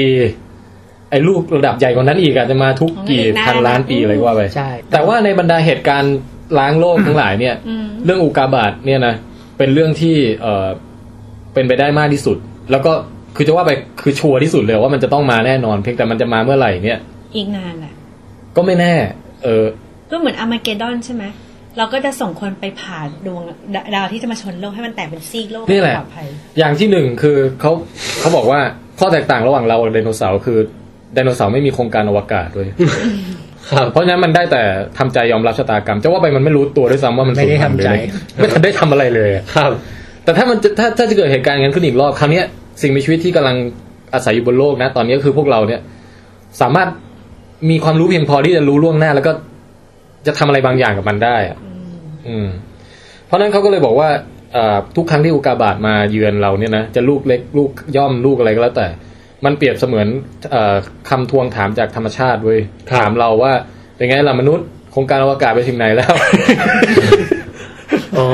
ไอ้ลูกระดับใหญ่กว่านั้นอีกอาจจะมาทุกกี่พันล้านปีอะไรก็ว่าไป ๆใช่ แต่ว่าในบรรดาเหตุการณ์ล้างโลกทั้งหลายเนี่ย เรื่องอุกกาบาตเนี่ยนะเป็นเรื่องที่เออเป็นไปได้มากที่สุด แล้วก็คือจะว่าไปคือชัวร์ที่สุดเลยว่ามันจะต้องมาแน่นอน เพียงแต่มันจะมาเมื่อไหร่เนี่ย อีกนานแหละ ก็ไม่แน่ เออ ก็เหมือนอาร์มาเกดดอนใช่ไหมเราก็จะส่งคนไปผ่าดวงดาดาวที่จะมาชนโลกให้มันแตกเป็นซีกโลก นี่แหละ ปลอดภัย อย่างที่หนึ่งคือเขาเขาบอกว่าข้อแตกต่างระหว่างเรากับไดโนเสาร์คือไดโนเสาร์ไม่มีโครงการอวกาศเลย ครับ เพราะฉะนั้นมันได้แต่ทำใจยอมรับชะตากรรมจะว่าไปมันไม่รู้ตัวด้วยซ้ำว่ามัน ไม่ได้ สูญพันธุ์ ทำใจ หรืออะไรไม่ทันได้ทำอะไรเลยอะ ครับ แต่ถ้ามันจะถ้าถ้าจะเกิดเหตุการณ์อย่างนั้นขึ้นอีกรอบคราวเนี้ยสิ่งมีชีวิตที่กำลังอาศัยอยู่บนโลกนะ ตอนนี้ก็คือพวกเราเนี่ย สามารถมีความรู้เพียงพอที่จะรู้ล่วงหน้า แล้วก็จะทำอะไรบางอย่างกับมันได้อะอืม เพราะฉะนั้นเขาก็เลยบอกว่าเอ่อทุกครั้งที่อุกกาบาตมาเยือนเราเนี่ยนะจะลูกเล็กลูกย่อมลูกอะไรก็แล้วแต่ มันเปรียบเสมือนเออคำทวงถามจากธรรมชาติเว้ย ครับ ถามเราว่าเป็นไงล่ะมนุษย์โครงการอวกาศไปถึงไหน แล้ว อ๋อ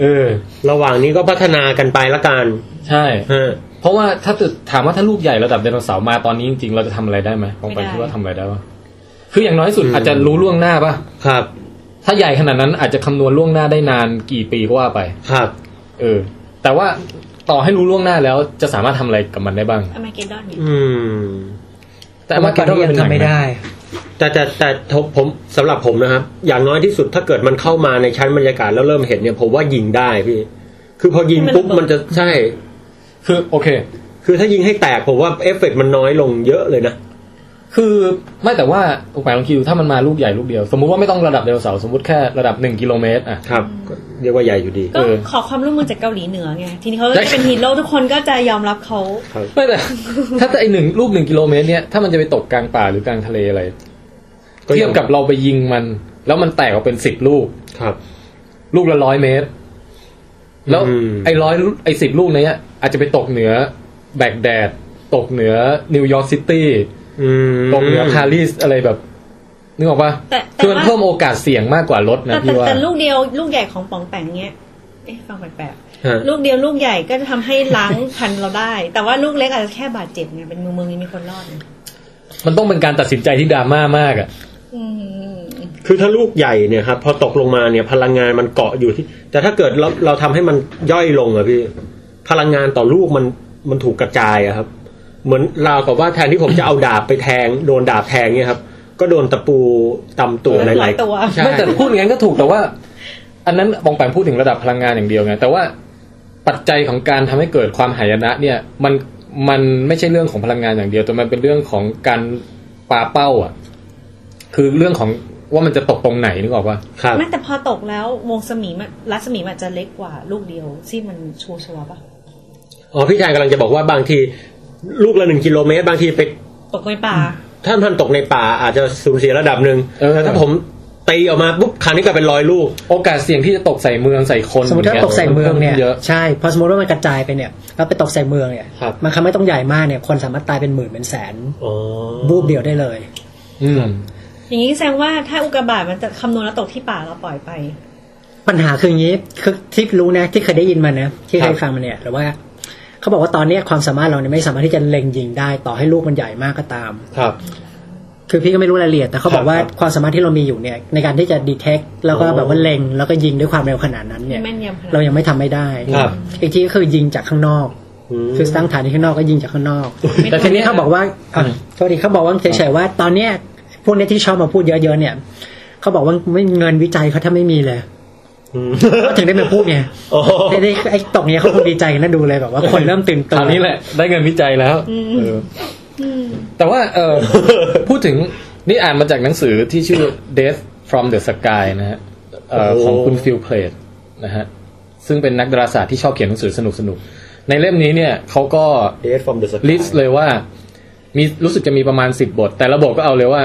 เออ ระหว่างนี้ก็พัฒนากันไปละกัน ใช่ ฮะ เพราะว่าถ้าตึกถามว่าถ้าลูกใหญ่ระดับไดโนเสาร์มาตอนนี้จริงๆ เราจะทำอะไรได้ไหมลองไป ไม่ได้ คิดว่าทำอะไรได้ปะคืออย่างน้อยสุดอาจจะรู้ล่วงหน้าป่ะ ครับ ถ้าใหญ่ขนาดนั้นอาจจะคำนวณล่วงหน้าได้นานกี่ปีก็ว่าไป ครับ เออ แต่ว่าต่อให้รู้ล่วงหน้าแล้วจะสามารถทำอะไรกับมันได้บ้าง อาร์มาเกดดอนเนี่ย อืม แต่ แต่ว่าการที่ยังทำไม่ได้ แต่แต่แต่ผมผมสำหรับผมนะครับ อย่างน้อยที่สุดถ้าเกิดมันเข้ามาในชั้นบรรยากาศแล้วเริ่มเห็นเนี่ย ผมว่ายิงได้พี่ คือพอยิงปุ๊บมันจะใช่ คือโอเค คือถ้ายิงให้แตกผมว่าเอฟเฟกต์มันน้อยลงเยอะเลยนะ คือไม่แต่ว่าอุกหมายลองคิดดูถ้ามันมาลูกใหญ่ลูกเดียว สมมุติว่าไม่ต้องระดับไดโนเสาร์สมมติแค่ระดับหนึ่งกิโลเมตรอ่ะ ครับก็เรียกว่าใหญ่อยู่ดี ก็ เออ ขอความร่วมมือจากเกาหลีเหนือไงทีนี้เขาก็ ได้ จะเป็นฮีโร่ทุกคนก็จะยอมรับเขา ไม่แต่ ถ้าแต่ไอหนึ่งลูกหนึ่งกิโลเมตรเนี่ยถ้ามันจะไปตกกลางป่าหรือกลางทะเลอะไร ก็ยัง เทียบกับเราไปยิงมัน แล้วมันแตกออกเป็นสิบลูก ครับ ลูกละร้อยเมตร แล้ว อืม ไอ้ร้อยไอ้สิบลูกเนี้ยอาจจะไปตกเหนือแบกแดด ตกเหนือนิวยอร์กซิตี้ อืม ตกเหนือปารีสอะไรแบบนึกออกปะ แต่แต่ คือมัน ว่า เพิ่มโอกาสเสี่ยงมากกว่าลด แต่ นะ แต่ พี่ว่า แต่ลูกเดียวลูกใหญ่ของป๋องแปงเนี้ยเอ๊ะฟังแปลก ฮะ ๆลูกเดียวลูกใหญ่ก็จะทำให้ล้างพันเราได้ แต่ว่าลูกเล็กอาจจะแค่บาดเจ็บไงเป็นมือมือนี้มีคนรอดไง มันต้องเป็นการตัดสินใจที่ดราม่ามากอ่ะ อืม คือถ้าลูกใหญ่เนี่ยครับพอตกลงมาเนี่ยพลังงานมันเกาะอยู่ที่ แต่ถ้าเกิดเราเราทำให้มันย่อยลงอะพี่ พลังงานต่อลูกมันมันถูกกระจายอะครับ เหมือนราวกับว่าแทนที่ผมจะเอาดาบไปแทง โดนดาบแทงเนี่ยครับ ก็โดนตะปูตำตัวห หลา ลาย ยตัว ๆใช่ ไม่แต่พูดงั้นก็ถูกแต่ว่า อันนั้นบองแปงพูดถึงระดับพลังงานอย่างเดียวไงแต่ว่าปัจจัยของการทำให้เกิดความหายนะ เนี่ย มันมันไม่ใช่เรื่องของพลังงานอย่างเดียว แต่มันเป็นเรื่องของการปาเป้า อ่ะ คือเรื่องของว่ามันจะตกตรงไหนนึกออกปะ ครับ ไม่แต่พอตกแล้ววงสมีมันรัศมีมันอาจจะเล็กกว่าลูกเดียวที่มันชัวชัวร์ๆป่ะ อ๋อพี่ชายกำลังจะบอกว่าบางที ลูกละหนึ่งกิโลเมตร บางทีไป ตกในป่า ถ้ามันตกในป่าอาจจะสูญเสียระดับหนึ่งแต่ถ้าผมตีออกมาปุ๊บคราวนี้กลายเป็นรอยลูก โอกาสเสี่ยงที่จะตกใส่เมืองใส่คน สมมติถ้าตกใส่เมืองเนี่ย เยอะ ใช่เพอสมมติว่ามันกระจายไปเนี่ยแล้วไปตกใส่เมืองเนี่ย ครับ มันคำไม่ต้องใหญ่มากเนี่ยคนสามารถตายเป็นหมื่นเป็นแสน อ๋อ บูบเดียวได้เลย อืม อย่างนี้แสดงว่าถ้าอุกกาบาตมันจะคำนวณแล้วตกที่ป่าเราปล่อยไป ปัญหาคืออย่างนี้คือที่รู้นะที่เคยได้ยินมานะที่เคยฟังมาเนี่ยแต่ว่าเขาบอกว่าตอนเนี้ยความสามารถเราเนี่ยไม่สามารถที่จะเล็งยิงได้ ต่อให้ลูกมันใหญ่มากก็ตาม ครับ คือพี่ก็ไม่รู้รายละเอียดแต่เขาบอกว่า ครับครับ ความสามารถที่เรามีอยู่เนี่ยในการที่จะดีเทคแล้วก็ โอ้ แบบว่าเล็งแล้วก็ยิงด้วยความเร็วขนาดนั้นเนี่ย แม่นยำขนาดนั้น เรายังไม่ทำไม่ได้ ครับ อีกทีก็คือยิงจากข้างนอก คือตั้งฐานที่ข้างนอกก็ยิงจากข้างนอก แต่ทีนี้เขาบอกว่าอ่ะโทษทีเขาบอกว่าเฉยๆว่าตอนเนี้ยพวกเนี้ยที่ชอบมาพูดเยอะๆเนี่ยเขาบอกว่าไม่เงินวิจัยเขาถ้าไม่มีเลย อืม ก็ถึงได้มาพูดไง โอ้โห ไอ้ไอ้ไอ้ตกเนี้ยเขาคงดีใจกันนะดูเลยแบบว่าคนเริ่มตื่นตั คว ราวนี้แหละ ได้เงินวิจัยแล้วเอออแต่ว่าเอ อ พูดถึงนี่อ่านมาจากหนังสือที่ชื่อ Death from the Sky นะฮะเอ่อ โอ้โห ของคุณฟิลเพลตนะฮะซึ่งเป็นนักดาราศาสตร์ที่ชอบเขียนหนังสือสนุกสนุกๆในเล่มนี้เนี่ยเขาก็ เดทฟอร์มเดอะส ลิสต์เลยว่ามีรู้สึกจะมีประมาณสิบบท แต่ละบทก็เอาเลยว่า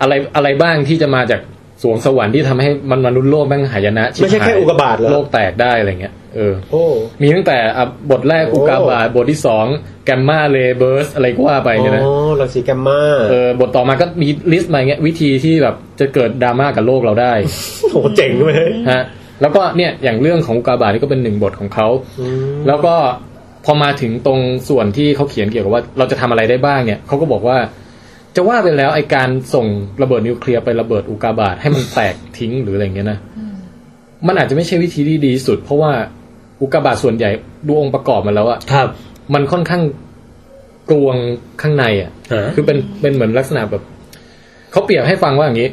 อะไรอะไรบ้างที่จะมาจากสวงสวรรค์ที่ทำให้มันมนุษย์โลกแม่งหายนะบ ไม่ใช่แค่ หย อุกกาบาตเหรอ โลกแตกได้อะไรเงี้ยเออ โอ้ มีตั้งแต่อ่ะบทแรก โอ้ อุกกาบาตบทที่สองแกมมาเลเบิร์สอะไรก็ว่าไปเนี่ยนะ อ๋อรังสีแกมมา เออบทต่อมาก็มีลิสต์มาอย่างเงี้ยวิธีที่แบบจะเกิดดราม่ากับโลกเรา ได้ โหเจ๋งเลย ฮะแล้วก็เนี่ยอย่างเรื่องของอุกกาบาตนี่ก็เป็นหนึ่งบทของเขา อืม แล้วก็พอมาถึงตรงส่วนที่เขาเขียนเกี่ยวกับว่าเราจะทำอะไรได้บ้างเนี่ยเขาก็บอกว่า จะว่าไปแล้วไอการส่งระเบิดนิวเคลียร์ไประเบิดอุกกาบาตให้มันแตกทิ้งหรืออะไรเงี้ยนะมันอาจจะไม่ใช่วิธีที่ดีที่สุด เพราะว่าอุกกาบาตส่วนใหญ่ดูองค์ประกอบมันแล้วอะ ครับ มันค่อนข้างกลวงข้างในอะ ฮะ คือเป็นเป็นเหมือนลักษณะแบบเขาเปรียบให้ฟังว่าอย่างนี้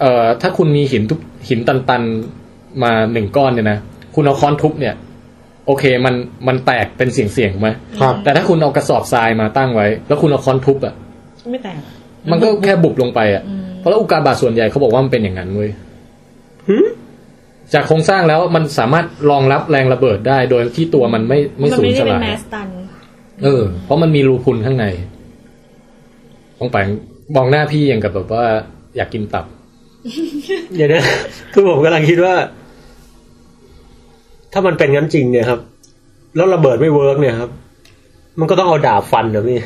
เอ่อถ้าคุณมีหินทุกหินตันๆมาหนึ่งก้อนเนี่ยนะคุณเอาค้อนทุบเนี่ย โอเคมันมันแตกเป็นเสียงๆถูกไหม ครับ แต่ถ้าคุณเอากระสอบทรายมาตั้งไว้ แล้วคุณเอาค้อนทุบอ่ะ ไม่แตก มันก็แค่บุบลงไปอ่ะเพราะแล้วอุกกาบาตส่วนใหญ่เขาบอกว่ามันเป็นอย่างนั้นเว้ย หืม จากโครงสร้างแล้วมันสามารถรองรับแรงระเบิดได้ โดยที่ตัวมันไม่ไม่ มัน สูญ ไม่ได้ ส เป็น ลาย แมสตัน เออเพราะมันมีรูพุนข้างในต้องแปลงมองหน้าพี่อย่างกับแบบว่าอยากกินตับ เดี๋ยวนะ คือผมกำลังคิดว่า ถ้ามันเป็นงั้นจริงเนี่ยครับ แล้วระเบิดไม่เวิร์กเนี่ยครับ มันก็ต้องเอาดาบฟันนะพี่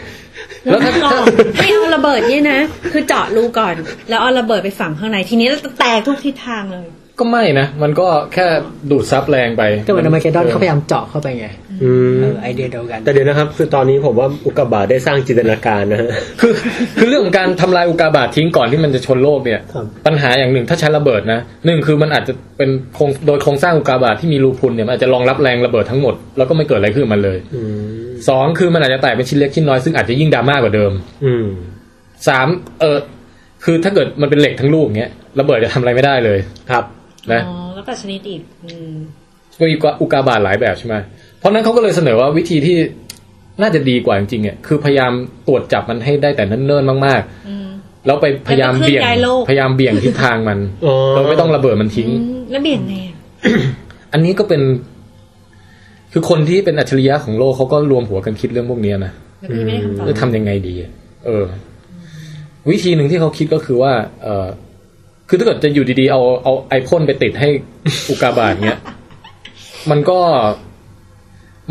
แล้วถ้าถ้า ไม่เอาระเบิดเนี่ยนะ คือเจาะรูก่อน แล้วเอาระเบิดไปฝังข้างในทีนี้จะแตกทุกทิศทางเลย ก็ไม่นะ มันก็แค่ดูดซับแรงไป ก็เหมือนอเมริกาดอนเขาพยายามเจาะเข้าไปไง อืม เออไอเดียเดียวกัน แต่เดี๋ยวนะครับ คือตอนนี้ผมว่าอุกกาบาตได้สร้างจินตนาการนะฮะ คือคือเรื่องของการทำลายอุกกาบาตทิ้งก่อนที่มันจะชนโลกเนี่ย ครับ ปัญหาอย่างหนึ่งถ้าใช้ระเบิดนะหนึ่งคือมันอาจจะเป็นโครงโดยโครงสร้างอุกกาบาตที่มีรูพุนเนี่ยมันอาจจะรองรับแรงระเบิดทั้งหมดแล้วก็ไม่เกิดอะไรขึ้นกับมันเลย อืม สองคือมันอาจจะแตกเป็นชิ้นเล็กชิ้นน้อยซึ่งอาจจะยิ่งดราม่ากว่าเดิม อืม สามเออคือถ้าเกิดมันเป็นเหล็กทั้งลูกเงี้ยระเบิดจะทำอะไรไม่ได้เลย ครับ นะ อ๋อ แล้วแต่ชนิดอีกอืม ก็มีอุกาบาตหลายแบบใช่ไหมเพราะฉะนั้นเขาก็เลยเสนอว่าวิธีที่ น่าจะดีกว่าจริงๆเนี่ยคือพยายามตรวจจับมันให้ได้แต่เนิ่นๆมากๆแล้วไปพยายามเบี่ยง แล้วก็เคลื่อนย้ายโลก พยายามเบี่ยงทิศทางมัน อ๋อ เราไม่ต้องระเบิดมันทิ้ง อืมแล้วเบี่ยงไงอะ อันนี้ก็เป็น คือคนที่เป็นอัจฉริยะของโลกเขาก็รวมหัวกันคิดเรื่องพวกเนี้ยนะ แล้วพี่ไม่ได้คำตอบ จะทำยังไงดีอะเออ วิธีหนึ่งที่เขาคิดก็คือว่า เออคือถ้าเกิดจะอยู่ดีๆ เอาเอาไอพ่นไปติดให้ อุกกาบาตเนี้ย มันก็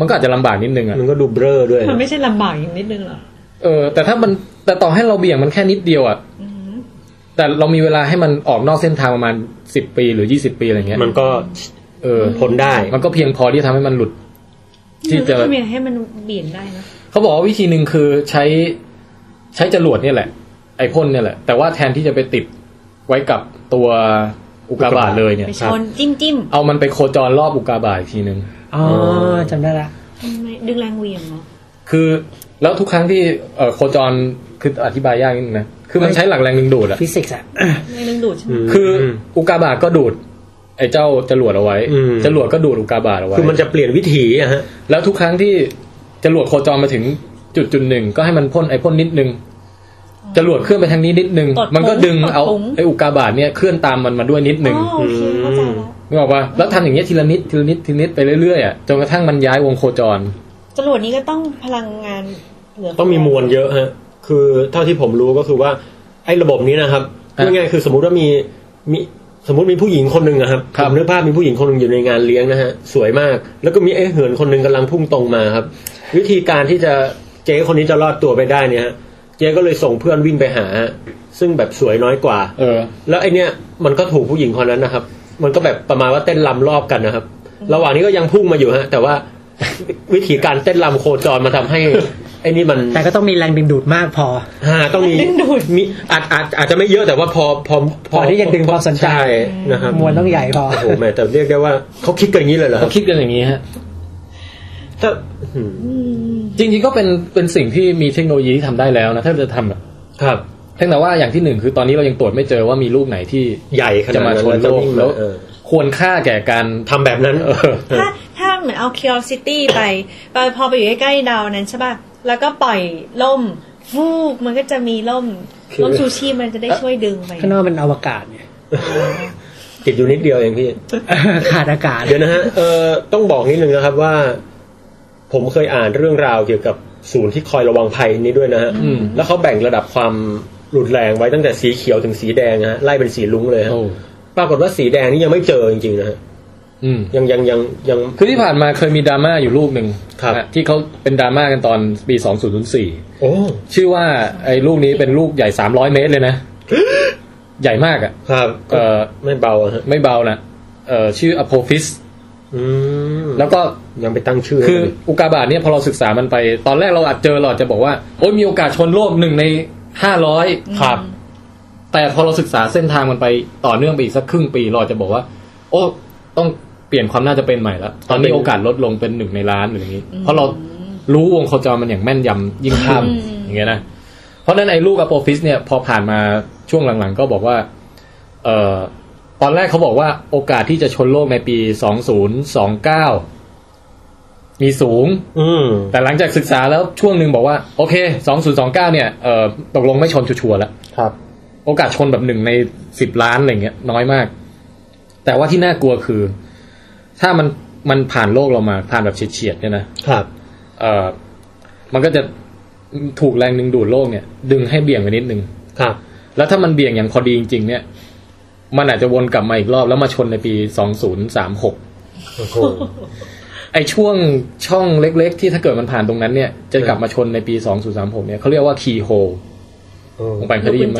มันก็อาจจะลำบากนิดนึงอะ มันก็ดูเบลอด้วย มันไม่ใช่ลำบากอย่างนิดนึงเหรอ เออ แต่ถ้ามัน แต่ต่อให้เราเบี่ยงมันแค่นิดเดียวอะแต่เรามีเวลาให้มันออกนอกเส้นทางประมาณสิบปีหรือยี่สิบปีอะไรเงี้ย มันก็ เออ ทนได้ มันก็เพียงพอที่จะทำให้มันหลุด ที่จะ ทำยังไงให้มันเบี่ยงได้นะ เขาบอกว่าวิธีหนึ่งคือใช้ใช้จรวดเนี่ยแหละ ไอพ่นเนี่ยแหละ แต่ว่าแทนที่จะไปติดไว้กับตัวอุกกาบาตเลยเนี่ย ไปช ครับ นจิ้มจิ้ม เอามันไปโคจรรอบอุกกาบาตอีกทีหนึ่ง อ๋อจำได้ละ ทำไมดึงแรงเหวี่ยงเหรอ คือแล้วทุกครั้งที่เอ่อโคจรคืออธิบายยากนิดนึงนะคือมันใช้หลักแรงดึงดูดอะ ฟิสิกส์อะ แรงดึงดูดใช่ไหม คืออุกกาบาตก็ดูด ไอเจ้าจรวดเอาไว้ อืม จรวดก็ดูดอุกกาบาตเอาไว้ คือมันจะเปลี่ยนวิถีอะฮะ แล้วทุกครั้งที่จรวดโคจรมาถึงจุดจุดหนึ่งก็ให้มันพ่นไอพ่นนิดนึงจรวดเคลื่อนไปทางนี้นิดนึง ตด มันก็ ปุ๋ง ดึงเอา ตดปุ๋ง ไออุกกาบาตเนี่ยเคลื่อนตามมันมาด้วยนิดนึง อ๋อโอเคเข้าใจแล้ว นึกออกปะแล้วทำอย่างเงี้ยทีละนิดทีละนิดทีละนิดไปเรื่อยๆอ่ะจนกระทั่งมันย้ายวงโคจร จรวดนี้ก็ต้องพลังงานเหลือ ต้องมีมวลเยอะฮะ คือเท่าที่ผมรู้ก็คือว่า ไอ้ระบบนี้นะครับ ฮะ ง่ายๆคือสมมุติว่ามีมีสมมติมีผู้หญิงคนหนึ่งอะครับ ครับ ผมนึกภาพมีผู้หญิงคนหนึ่งอยู่ในงานเลี้ยงนะฮะ สวยมาก แล้วก็มีไอ้เหินคนหนึ่งกำลังพุ่งตรงมาครับ วิธีการที่จะเจ๊คนนี้จะรอดตัวไปได้เนี่ยฮะเจ๊ก็เลยส่งเพื่อนวิ่งไปหาฮะซึ่งแบบสวยน้อยกว่า เออ แล้วไอเนี้ยมันก็ถูกผู้หญิงคนนั้นนะครับ มันก็แบบประมาณว่าเต้นลำรอบกันนะครับ ระหว่างนี้ก็ยังพุ่งมาอยู่ฮะ แต่ว่า วิธีการเต้นลำโคจรมาทำให้ ไอ้นี่มัน แต่ก็ต้องมีแรงดึงดูดมากพอ ฮะต้องมีมีอาจอาจอาจจะไม่เยอะแต่ว่าพอพอ พอที่จะดึงความสนใจ ช่นะครับ มวลต้องใหญ่พอ โอ้โหแม่แต่เรียกได้ว่าเขาคิดกันอย่างนี้เลยเหรอครั เขา บ คิดกันอย่างนี้ฮะ ถ้าอืม จริงๆก็เป็นเป็นสิ่งที่มีเทคโนโลยีที่ทำได้แล้วนะถ้าจะทำอะ ครับ เพียงแต่ว่าอย่างที่หนึ่งคือตอนนี้เรายังตรวจไม่เจอว่ามีลูกไหนที่ ใหญ่ขนา จะ ด มา นั้น ชนโลก งมา แล้ว เออ ควรค่าแก่การ ทำแบบนั้น เออ เออ ถ้าถ้าเหมือนเอา curiosity ไปไปพอไปอยู่ใกล้ๆดาวนั้นใช่ป่ะ แล้วก็ปล่อยล่มฟูกมันก็จะมีล่ม คือ ล่มชูชีพมันจะได้ช่วยดึงไป ข้างนอกมันอวกาศไง ติดอยู่นิดเดียวเองพี่ ขาดอากาศ เดี๋ยวนะฮะเอ่อต้องบอกนิดนึงนะครับว่า ผมเคยอ่านเรื่องราวเกี่ยวกับศูนย์ที่คอยระวังภัยนี้ด้วยนะฮะ อืม แล้วเขาแบ่งระดับความรุนแรงไว้ตั้งแต่สีเขียวถึงสีแดงนะฮะไล่เป็นสีลุ้งเลยฮะ โอ้ ปรากฏว่าสีแดงนี่ยังไม่เจอจริงๆนะฮะ อืม ยังยังยังยัง คือที่ผ่านมาเคยมีดราม่าอยู่ลูกหนึ่ง ครับ นะที่เขาเป็นดราม่ากันตอนปี 2004 โอ้ ชื่อว่าไอ้ลูกนี้เป็นลูกใหญ่ 300 เมตรเลยนะ ใหญ่มากอะ่ะ ครับ เออ ไม่เบาอะฮะ ไม่เบานะเออชื่ออโพฟิส อืม แล้วก็ ยังไปตั้งชื่อ คืออุกกาบาตเนี่ยพอเราศึกษามันไป ตอนแรกเราอาจเจอเราอาจจะบอกว่า โอ้ยมีโอกาสชนโลกหนึ่งใน 500ครับ แต่พอเราศึกษาเส้นทางมันไปต่อเนื่องไปอีกสักครึ่งปี เราอาจจะบอกว่า โอ้ต้องเปลี่ยนความน่าจะเป็นใหม่แล้วตอนนี้โอกาสลดลงเป็นหนึ่งในล้านหรืออย่างนี้ เพราะเรารู้วงโคจรมันอย่างแม่นยำยิ่งข้ามอย่างเงี้ยนะเพราะฉะนั้นไอ้ลูกอโปฟิสเนี่ยพอผ่านมาช่วงหลังๆ ก็บอกว่า เอ่อตอนแรกเขาบอกว่าโอกาสที่จะชนโลกในปี 2029 มีสูง อืม แต่หลังจากศึกษาแล้วช่วงหนึ่งบอกว่า โอเค 2029 เนี่ยเอ่อตกลงไม่ชนชัวร์ๆแล้ว ครับ โอกาสชนแบบหนึ่งในสิบล้านอะไรเงี้ยน้อยมาก แต่ว่าที่น่ากลัวคือ ถ้ามันมันผ่านโลกเรามาผ่านแบบเฉียดๆเนี่ยนะครับ เออมันก็จะถูกแรงดึงดูดโลกเนี่ย ดึงให้เบี่ยงไปนิดนึง ครับ แล้วถ้ามันเบี่ยงอย่างพอดีจริง ๆ เนี่ย มันอาจจะวนกลับมาอีกรอบแล้วมาชนในปีสองศูนย์สามหก โอ้โห ไอช่วงช่องเล็ก ๆ ที่ถ้าเกิดมันผ่านตรงนั้นเนี่ย จะกลับมาชนในปีสองศูนย์สามหกเนี่ยเขาเรียกว่าคีโฮ โอ้ ลงไปเคยได้ยินไหม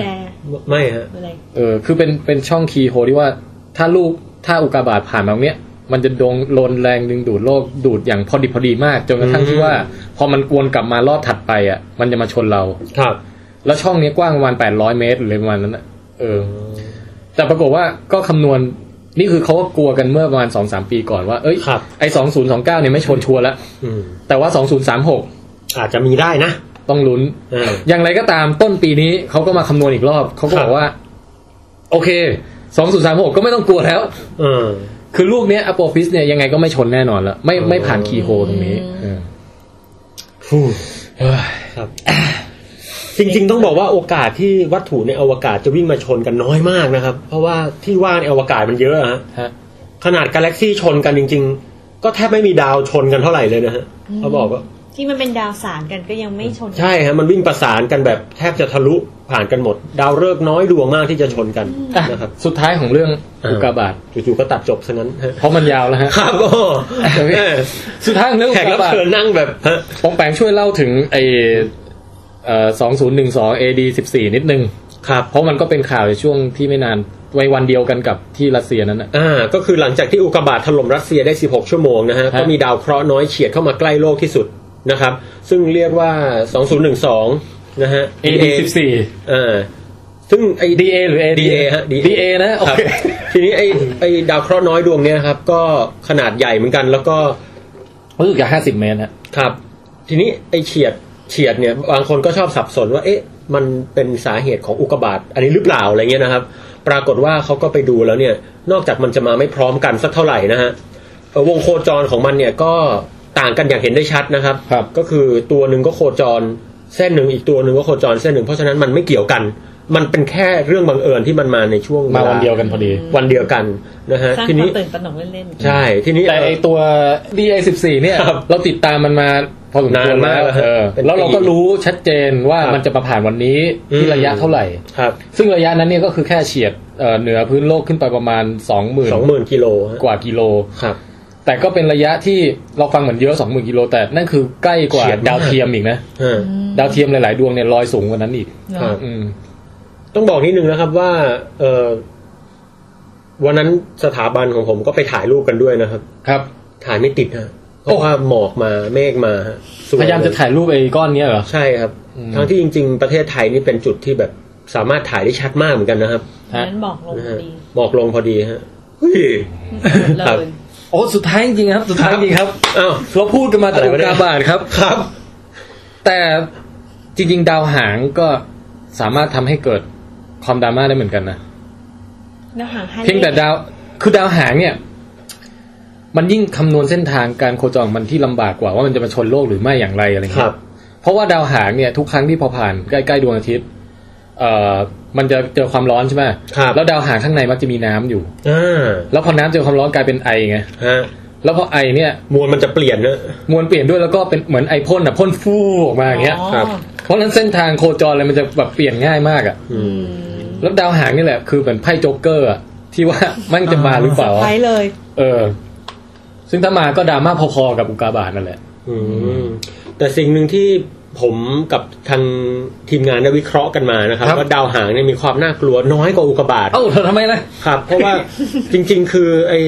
ไม่ฮะ อะไร เออคือเป็นเป็นช่องคีย์โฮลที่ว่าถ้าลูกถ้าอุกกาบาตผ่านมาตรงเนี้ยมันจะดงลนแรงดึงดูดโลกดูดอย่างพอดีพอดีมากจนกระทั่ง อืม ที่ว่า พอมันกวนกลับมารอบถัดไปอ่ะ มันจะมาชนเรา ครับ แล้วช่องเนี้ยกว้างประมาณ 800 เมตรหรือประมาณนั้นอะเออ แต่ปรากฏว่าก็คำนวณนี่คือเขาก็กลัวกันเมื่อประมาณสองสามปีก่อนว่าเอ้ย ครับ ไอสองศูนย์สองเก้าเนี่ยไม่ชนชัวร์แล้ว อืม แต่ว่าสองศูนย์สามหก อาจจะมีได้นะ ต้องลุ้น เออ อย่างไรก็ตามต้นปีนี้เขาก็มาคำนวณอีกรอบเขาก็บ ค อ รั ก บ ว่า โอเคสองศูนย์สามหกก็ไม่ต้องกลัวแล้ว เออ คือลูกเนี้ยอโปฟิสเนี่ยยังไงก็ไม่ชนแน่นอนแล้ว ไม่ อ๋อ ไม่ผ่านคีย์โฮลตรงนี้เออ ฟูครับ จริงๆ ต้องบอกว่าโอกาสที่วัตถุในอวกาศจะวิ่งมาชนกันน้อยมากนะครับ เพราะว่าที่ว่างในอวกาศมันเยอะอะฮะ ฮะ ขนาดกาแล็กซี่ชนกันจริง ๆ ก็แทบไม่มีดาวชนกันเท่าไหร่เลยนะฮะเขาบอกว่า ที่มันเป็นดาวสารกันก็ยังไม่ชน ใช่ฮะมันวิ่งประสานกันแบบแทบจะทะลุผ่านกันหมด ดาวฤกษ์น้อยดวงมากที่จะชนกัน อ่ะ นะครับ สุดท้ายของเรื่องอุกกาบาต จู่ๆก็ตัดจบซะงั้นฮะ เพราะมันยาวแล้วฮะ ครับก็ เออ สุดท้ายของเรื่องอุ แข ก กรับ กาบาต เชิญนั่งแบบฮะ ปองแปงช่วยเล่าถึงไอเอ่อสองศูนย์หนึ่งสองเอดีสิบสี่นิดนึง ครับ เพราะมันก็เป็นข่าวในช่วงที่ไม่นานในวันเดียวกันกับที่รัสเซียนั้นน่ะ อ่าก็คือหลังจากที่อุกกาบาตถล่มรัสเซียได้ 16 ชั่วโมงนะฮะ ฮะ ก็มีดาวเคราะห์น้อยเฉียดเข้ามาใกล้โลกที่สุดนะครับ ซึ่งเรียกว่า 2012 นะฮะ AD สิบสี่ อ่าซึ่งไอ้ DA หรือ AD DA ฮะ DA นะโอ ครับ เค ทีนี้ไอ้ไอ้ดาวเคราะห์น้อยดวงเนี้ยครับ ก็ขนาดใหญ่เหมือนกันแล้วก็ รู้สึกจะห้าสิบเมตรฮะ ครับ ทีนี้ไอ้เฉียดเฉียดเนี่ยบางคนก็ชอบสับสนว่า เอ๊ะ มันเป็นสาเหตุของอุกกาบาตอันนี้หรือเปล่าอะไรเงี้ยนะครับ ปรากฏว่าเขาก็ไปดูแล้วเนี่ย นอกจากมันจะมาไม่พร้อมกันสักเท่าไหร่นะฮะเอ่อวงโคจรของมันเนี่ยก็ต่างกันอย่างเห็นได้ชัดนะครับ ครับ ก็คือตัวหนึ่งก็โคจรเส้นหนึ่งอีกตัวหนึ่งก็โคจรเส้นหนึ่งเพราะฉะนั้นมันไม่เกี่ยวกัน มันเป็นแค่เรื่องบังเอิญที่มันมาในช่วง มาวันเดียวกันพอดี วันเดียวกันนะฮะ สร้าง ที ควา นี้ มตื่นตระหนกเล่น ใช่ทีนี้ แต่ไอ เอ่อ ตัว DA สิบสี่เนี่ย ครับ เราติดตามมันมาพอสมควร นานมาก แล้แล้ววฮะ เออ เป็น แล้วเราก็รู้ชัดเจนว่า ครับ มันจะมาผ่านวันนี้ที่ อืม ระยะเท่าไหร่ ครับ ซึ่งระยะนั้นเนี่ยก็คือแค่เฉียดเอ่อเหนือพื้นโลกขึ้นไปประมาณ 20,000 สองหมื่นกิโลฮะ กว่ากิโล ครับ แต่ก็เป็นระยะที่เราฟังเหมือนเยอะ 20,000กิโลแต่นั่นคือใกล้กว่า เฉียดมาก ดาวเทียมอีกนะ ฮะ ดาวเทียมหลาย ๆ ดวงเนี่ยลอยสูงกว่านั้นอีก ๆเน ครั อะ บ อืม ต้องบอกนิดนึงนะครับว่าเออวันนั้นสถาบันของผมก็ไปถ่ายรูปกันด้วยนะครับ ครับ ถ่ายไม่ติดฮะเพราะว่าหมอกมาเมฆมาฮะสว พยายามจะถ่ายรูปไอ้ก้อนเนี้ยเหรอ ใช่ครับ อืม ทั้งที่จริง ๆ ประเทศไทยนี่เป็นจุดที่แบบสามารถถ่ายได้ชัดมากเหมือนกันนะครับ ฮะ นั้นบอกลง นะฮะ ดี หมอกลงพอดีฮะเฮ้ย เล ครับ ย โอ้สุดท้ายจริงๆครับ สุดท้ายจริงๆครับ อ้าว เราพูดกันมาแต่ อะไร อุ วะ ก เนี่ย กาบาตครับ ครับ แต่จริง ๆ ดาวหางก็สามารถทำให้เกิดความดราม่าได้เหมือนกันนะ แล้วหางให้ เพียงแต่ดาว คือดาวหางเนี่ย มันยิ่งคำนวณเส้นทางการโคจรของมันที่ลำบากกว่าว่ามันจะมาชนโลกหรือไม่อย่างไรอะไร ครั เงี้ บ ย เพราะว่าดาวหางเนี่ยทุกครั้งที่พอผ่านใกล้ๆดวงอาทิตย์ เอ่อ มันจะเจอความร้อนใช่ไหม ครับ แล้วดาวหางข้างในมักจะมีน้ำอยู่ อ่า แล้วพอน้ำเจอความร้อนกลายเป็นไอไง ฮะ แล้วพอไอเนี่ย มวลมันจะเปลี่ยนนะ มวลเปลี่ยนด้วยแล้วก็เป็นเหมือนไอพ่นอ่ะพ่นฟูออกมาอย่างเงี้ย อ๋อ ครับ เพราะฉะนั้นเส้นทางโคจรอะไรมันจะแบบเปลี่ยนง่ายมากอ่ะ อืม แล้วดาวหางนี่แหละคือเหมือนไพ่โจ๊กเกอร์อะที่ว่า มันจะมาหรือเปล่าอะ ไปเลย เออ ซึ่งถ้ามาก็ดราม่าพอๆกับอุกกาบาตนั่นแหละ อืมแต่สิ่งหนึ่งที่ผมกับทางทีมงานได้วิเคราะห์กันมานะครับ ครับ ว่าดาวหางเนี่ยมีความน่ากลัวน้อยกว่าอุกกาบาต เอ้าเธอทำไมล่ะ ครับ เพราะ ว่า จริงๆ คือไอ้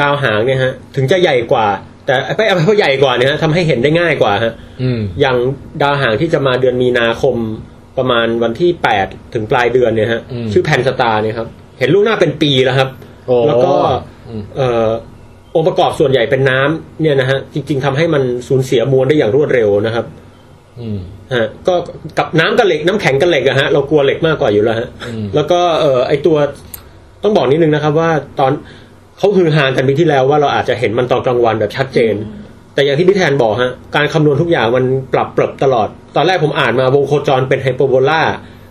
ดาวหางเนี่ยฮะถึงจะใหญ่กว่า แต่ไปเอาไปใหญ่กว่าเนี่ยฮะทำให้เห็นได้ง่ายกว่าฮะ อืม อย่างดาวหางที่จะมาเดือนมีนาคมประมาณวันที่ 8 ถึงปลายเดือนเนี่ยฮะ อืม ชื่อแผ่นสตาร์เนี่ยครับเห็นลูกหน้าเป็นปีแล้วครับ โอ้ แล้วก็ อืม เอ่อองค์ประกอบส่วนใหญ่เป็นน้ำเนี่ยนะฮะจริง ๆทำให้มันสูญเสียมวลได้อย่างรวดเร็วนะครับ อืม ฮะก็กับน้ำกับเหล็กน้ำแข็งกับเหล็กอะฮะเรากลัวเหล็กมากกว่าอยู่แล้วฮะ อืม แล้วก็เออไอตัวต้องบอกนิดนึงนะครับ ว่าตอนเขาฮือฮากันปีที่แล้วว่าเราอาจจะเห็นมันตอนกลางวันแบบชัดเจน แต่อย่างที่พี่แทนบอกฮะการคำนวณทุกอย่างมันปรับเปรับตลอด ตอนแรกผมอ่านมาวงโคจรเป็นไฮเปอร์โบลา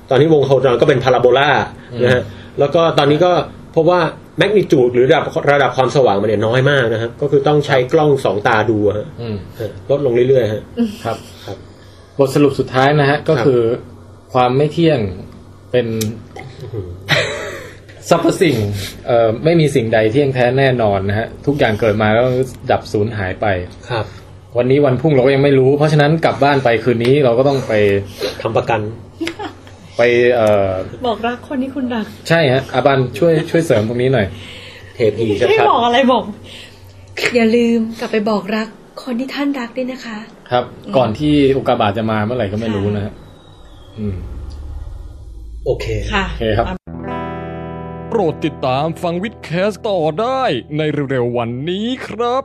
ตอนนี้วงโคจรก็เป็นพาราโบลานะฮะแล้วก็ตอนนี้ก็พบว่าแมกนิจูดหรือระดับระดับความสว่างมันเนี่ยน้อยมากนะครับก็คือต้องใช้กล้องสองตาดูฮะ อืม ฮะลดลงเรื่อยๆฮะ ครับ ครับ บทสรุปสุดท้ายนะฮะ ก็คือความไม่เที่ยงเป็น สรรพสิ่งเอ่อไม่มีสิ่งใดเที่ยงแท้แน่นอนนะฮะ ทุกอย่างเกิดมาแล้วดับสูญหายไป ครับ วันนี้วันพรุ่งเราก็ยังไม่รู้ เพราะฉะนั้นกลับบ้านไปคืนนี้เราก็ต้องไป ทำประกัน ไปเอ่อ บอกรักคนที่คุณรัก ใช่ฮะอาบันช่วยช่วยเสริมตรงนี้หน่อย เทพีชัด ไม่ ๆ บอกอะไรบอก อย่าลืมกลับไปบอกรักคนที่ท่านรักด้วยนะคะ ครับ ก่อนที่อุกกาบาตจะมาเมื่อไหร่ก็ไม่รู้นะฮะอืม โอเค ค่ะ โอเคครับ โปรดติดตามฟังวิดแคสต์ต่อได้ในเร็วๆวันนี้ครับ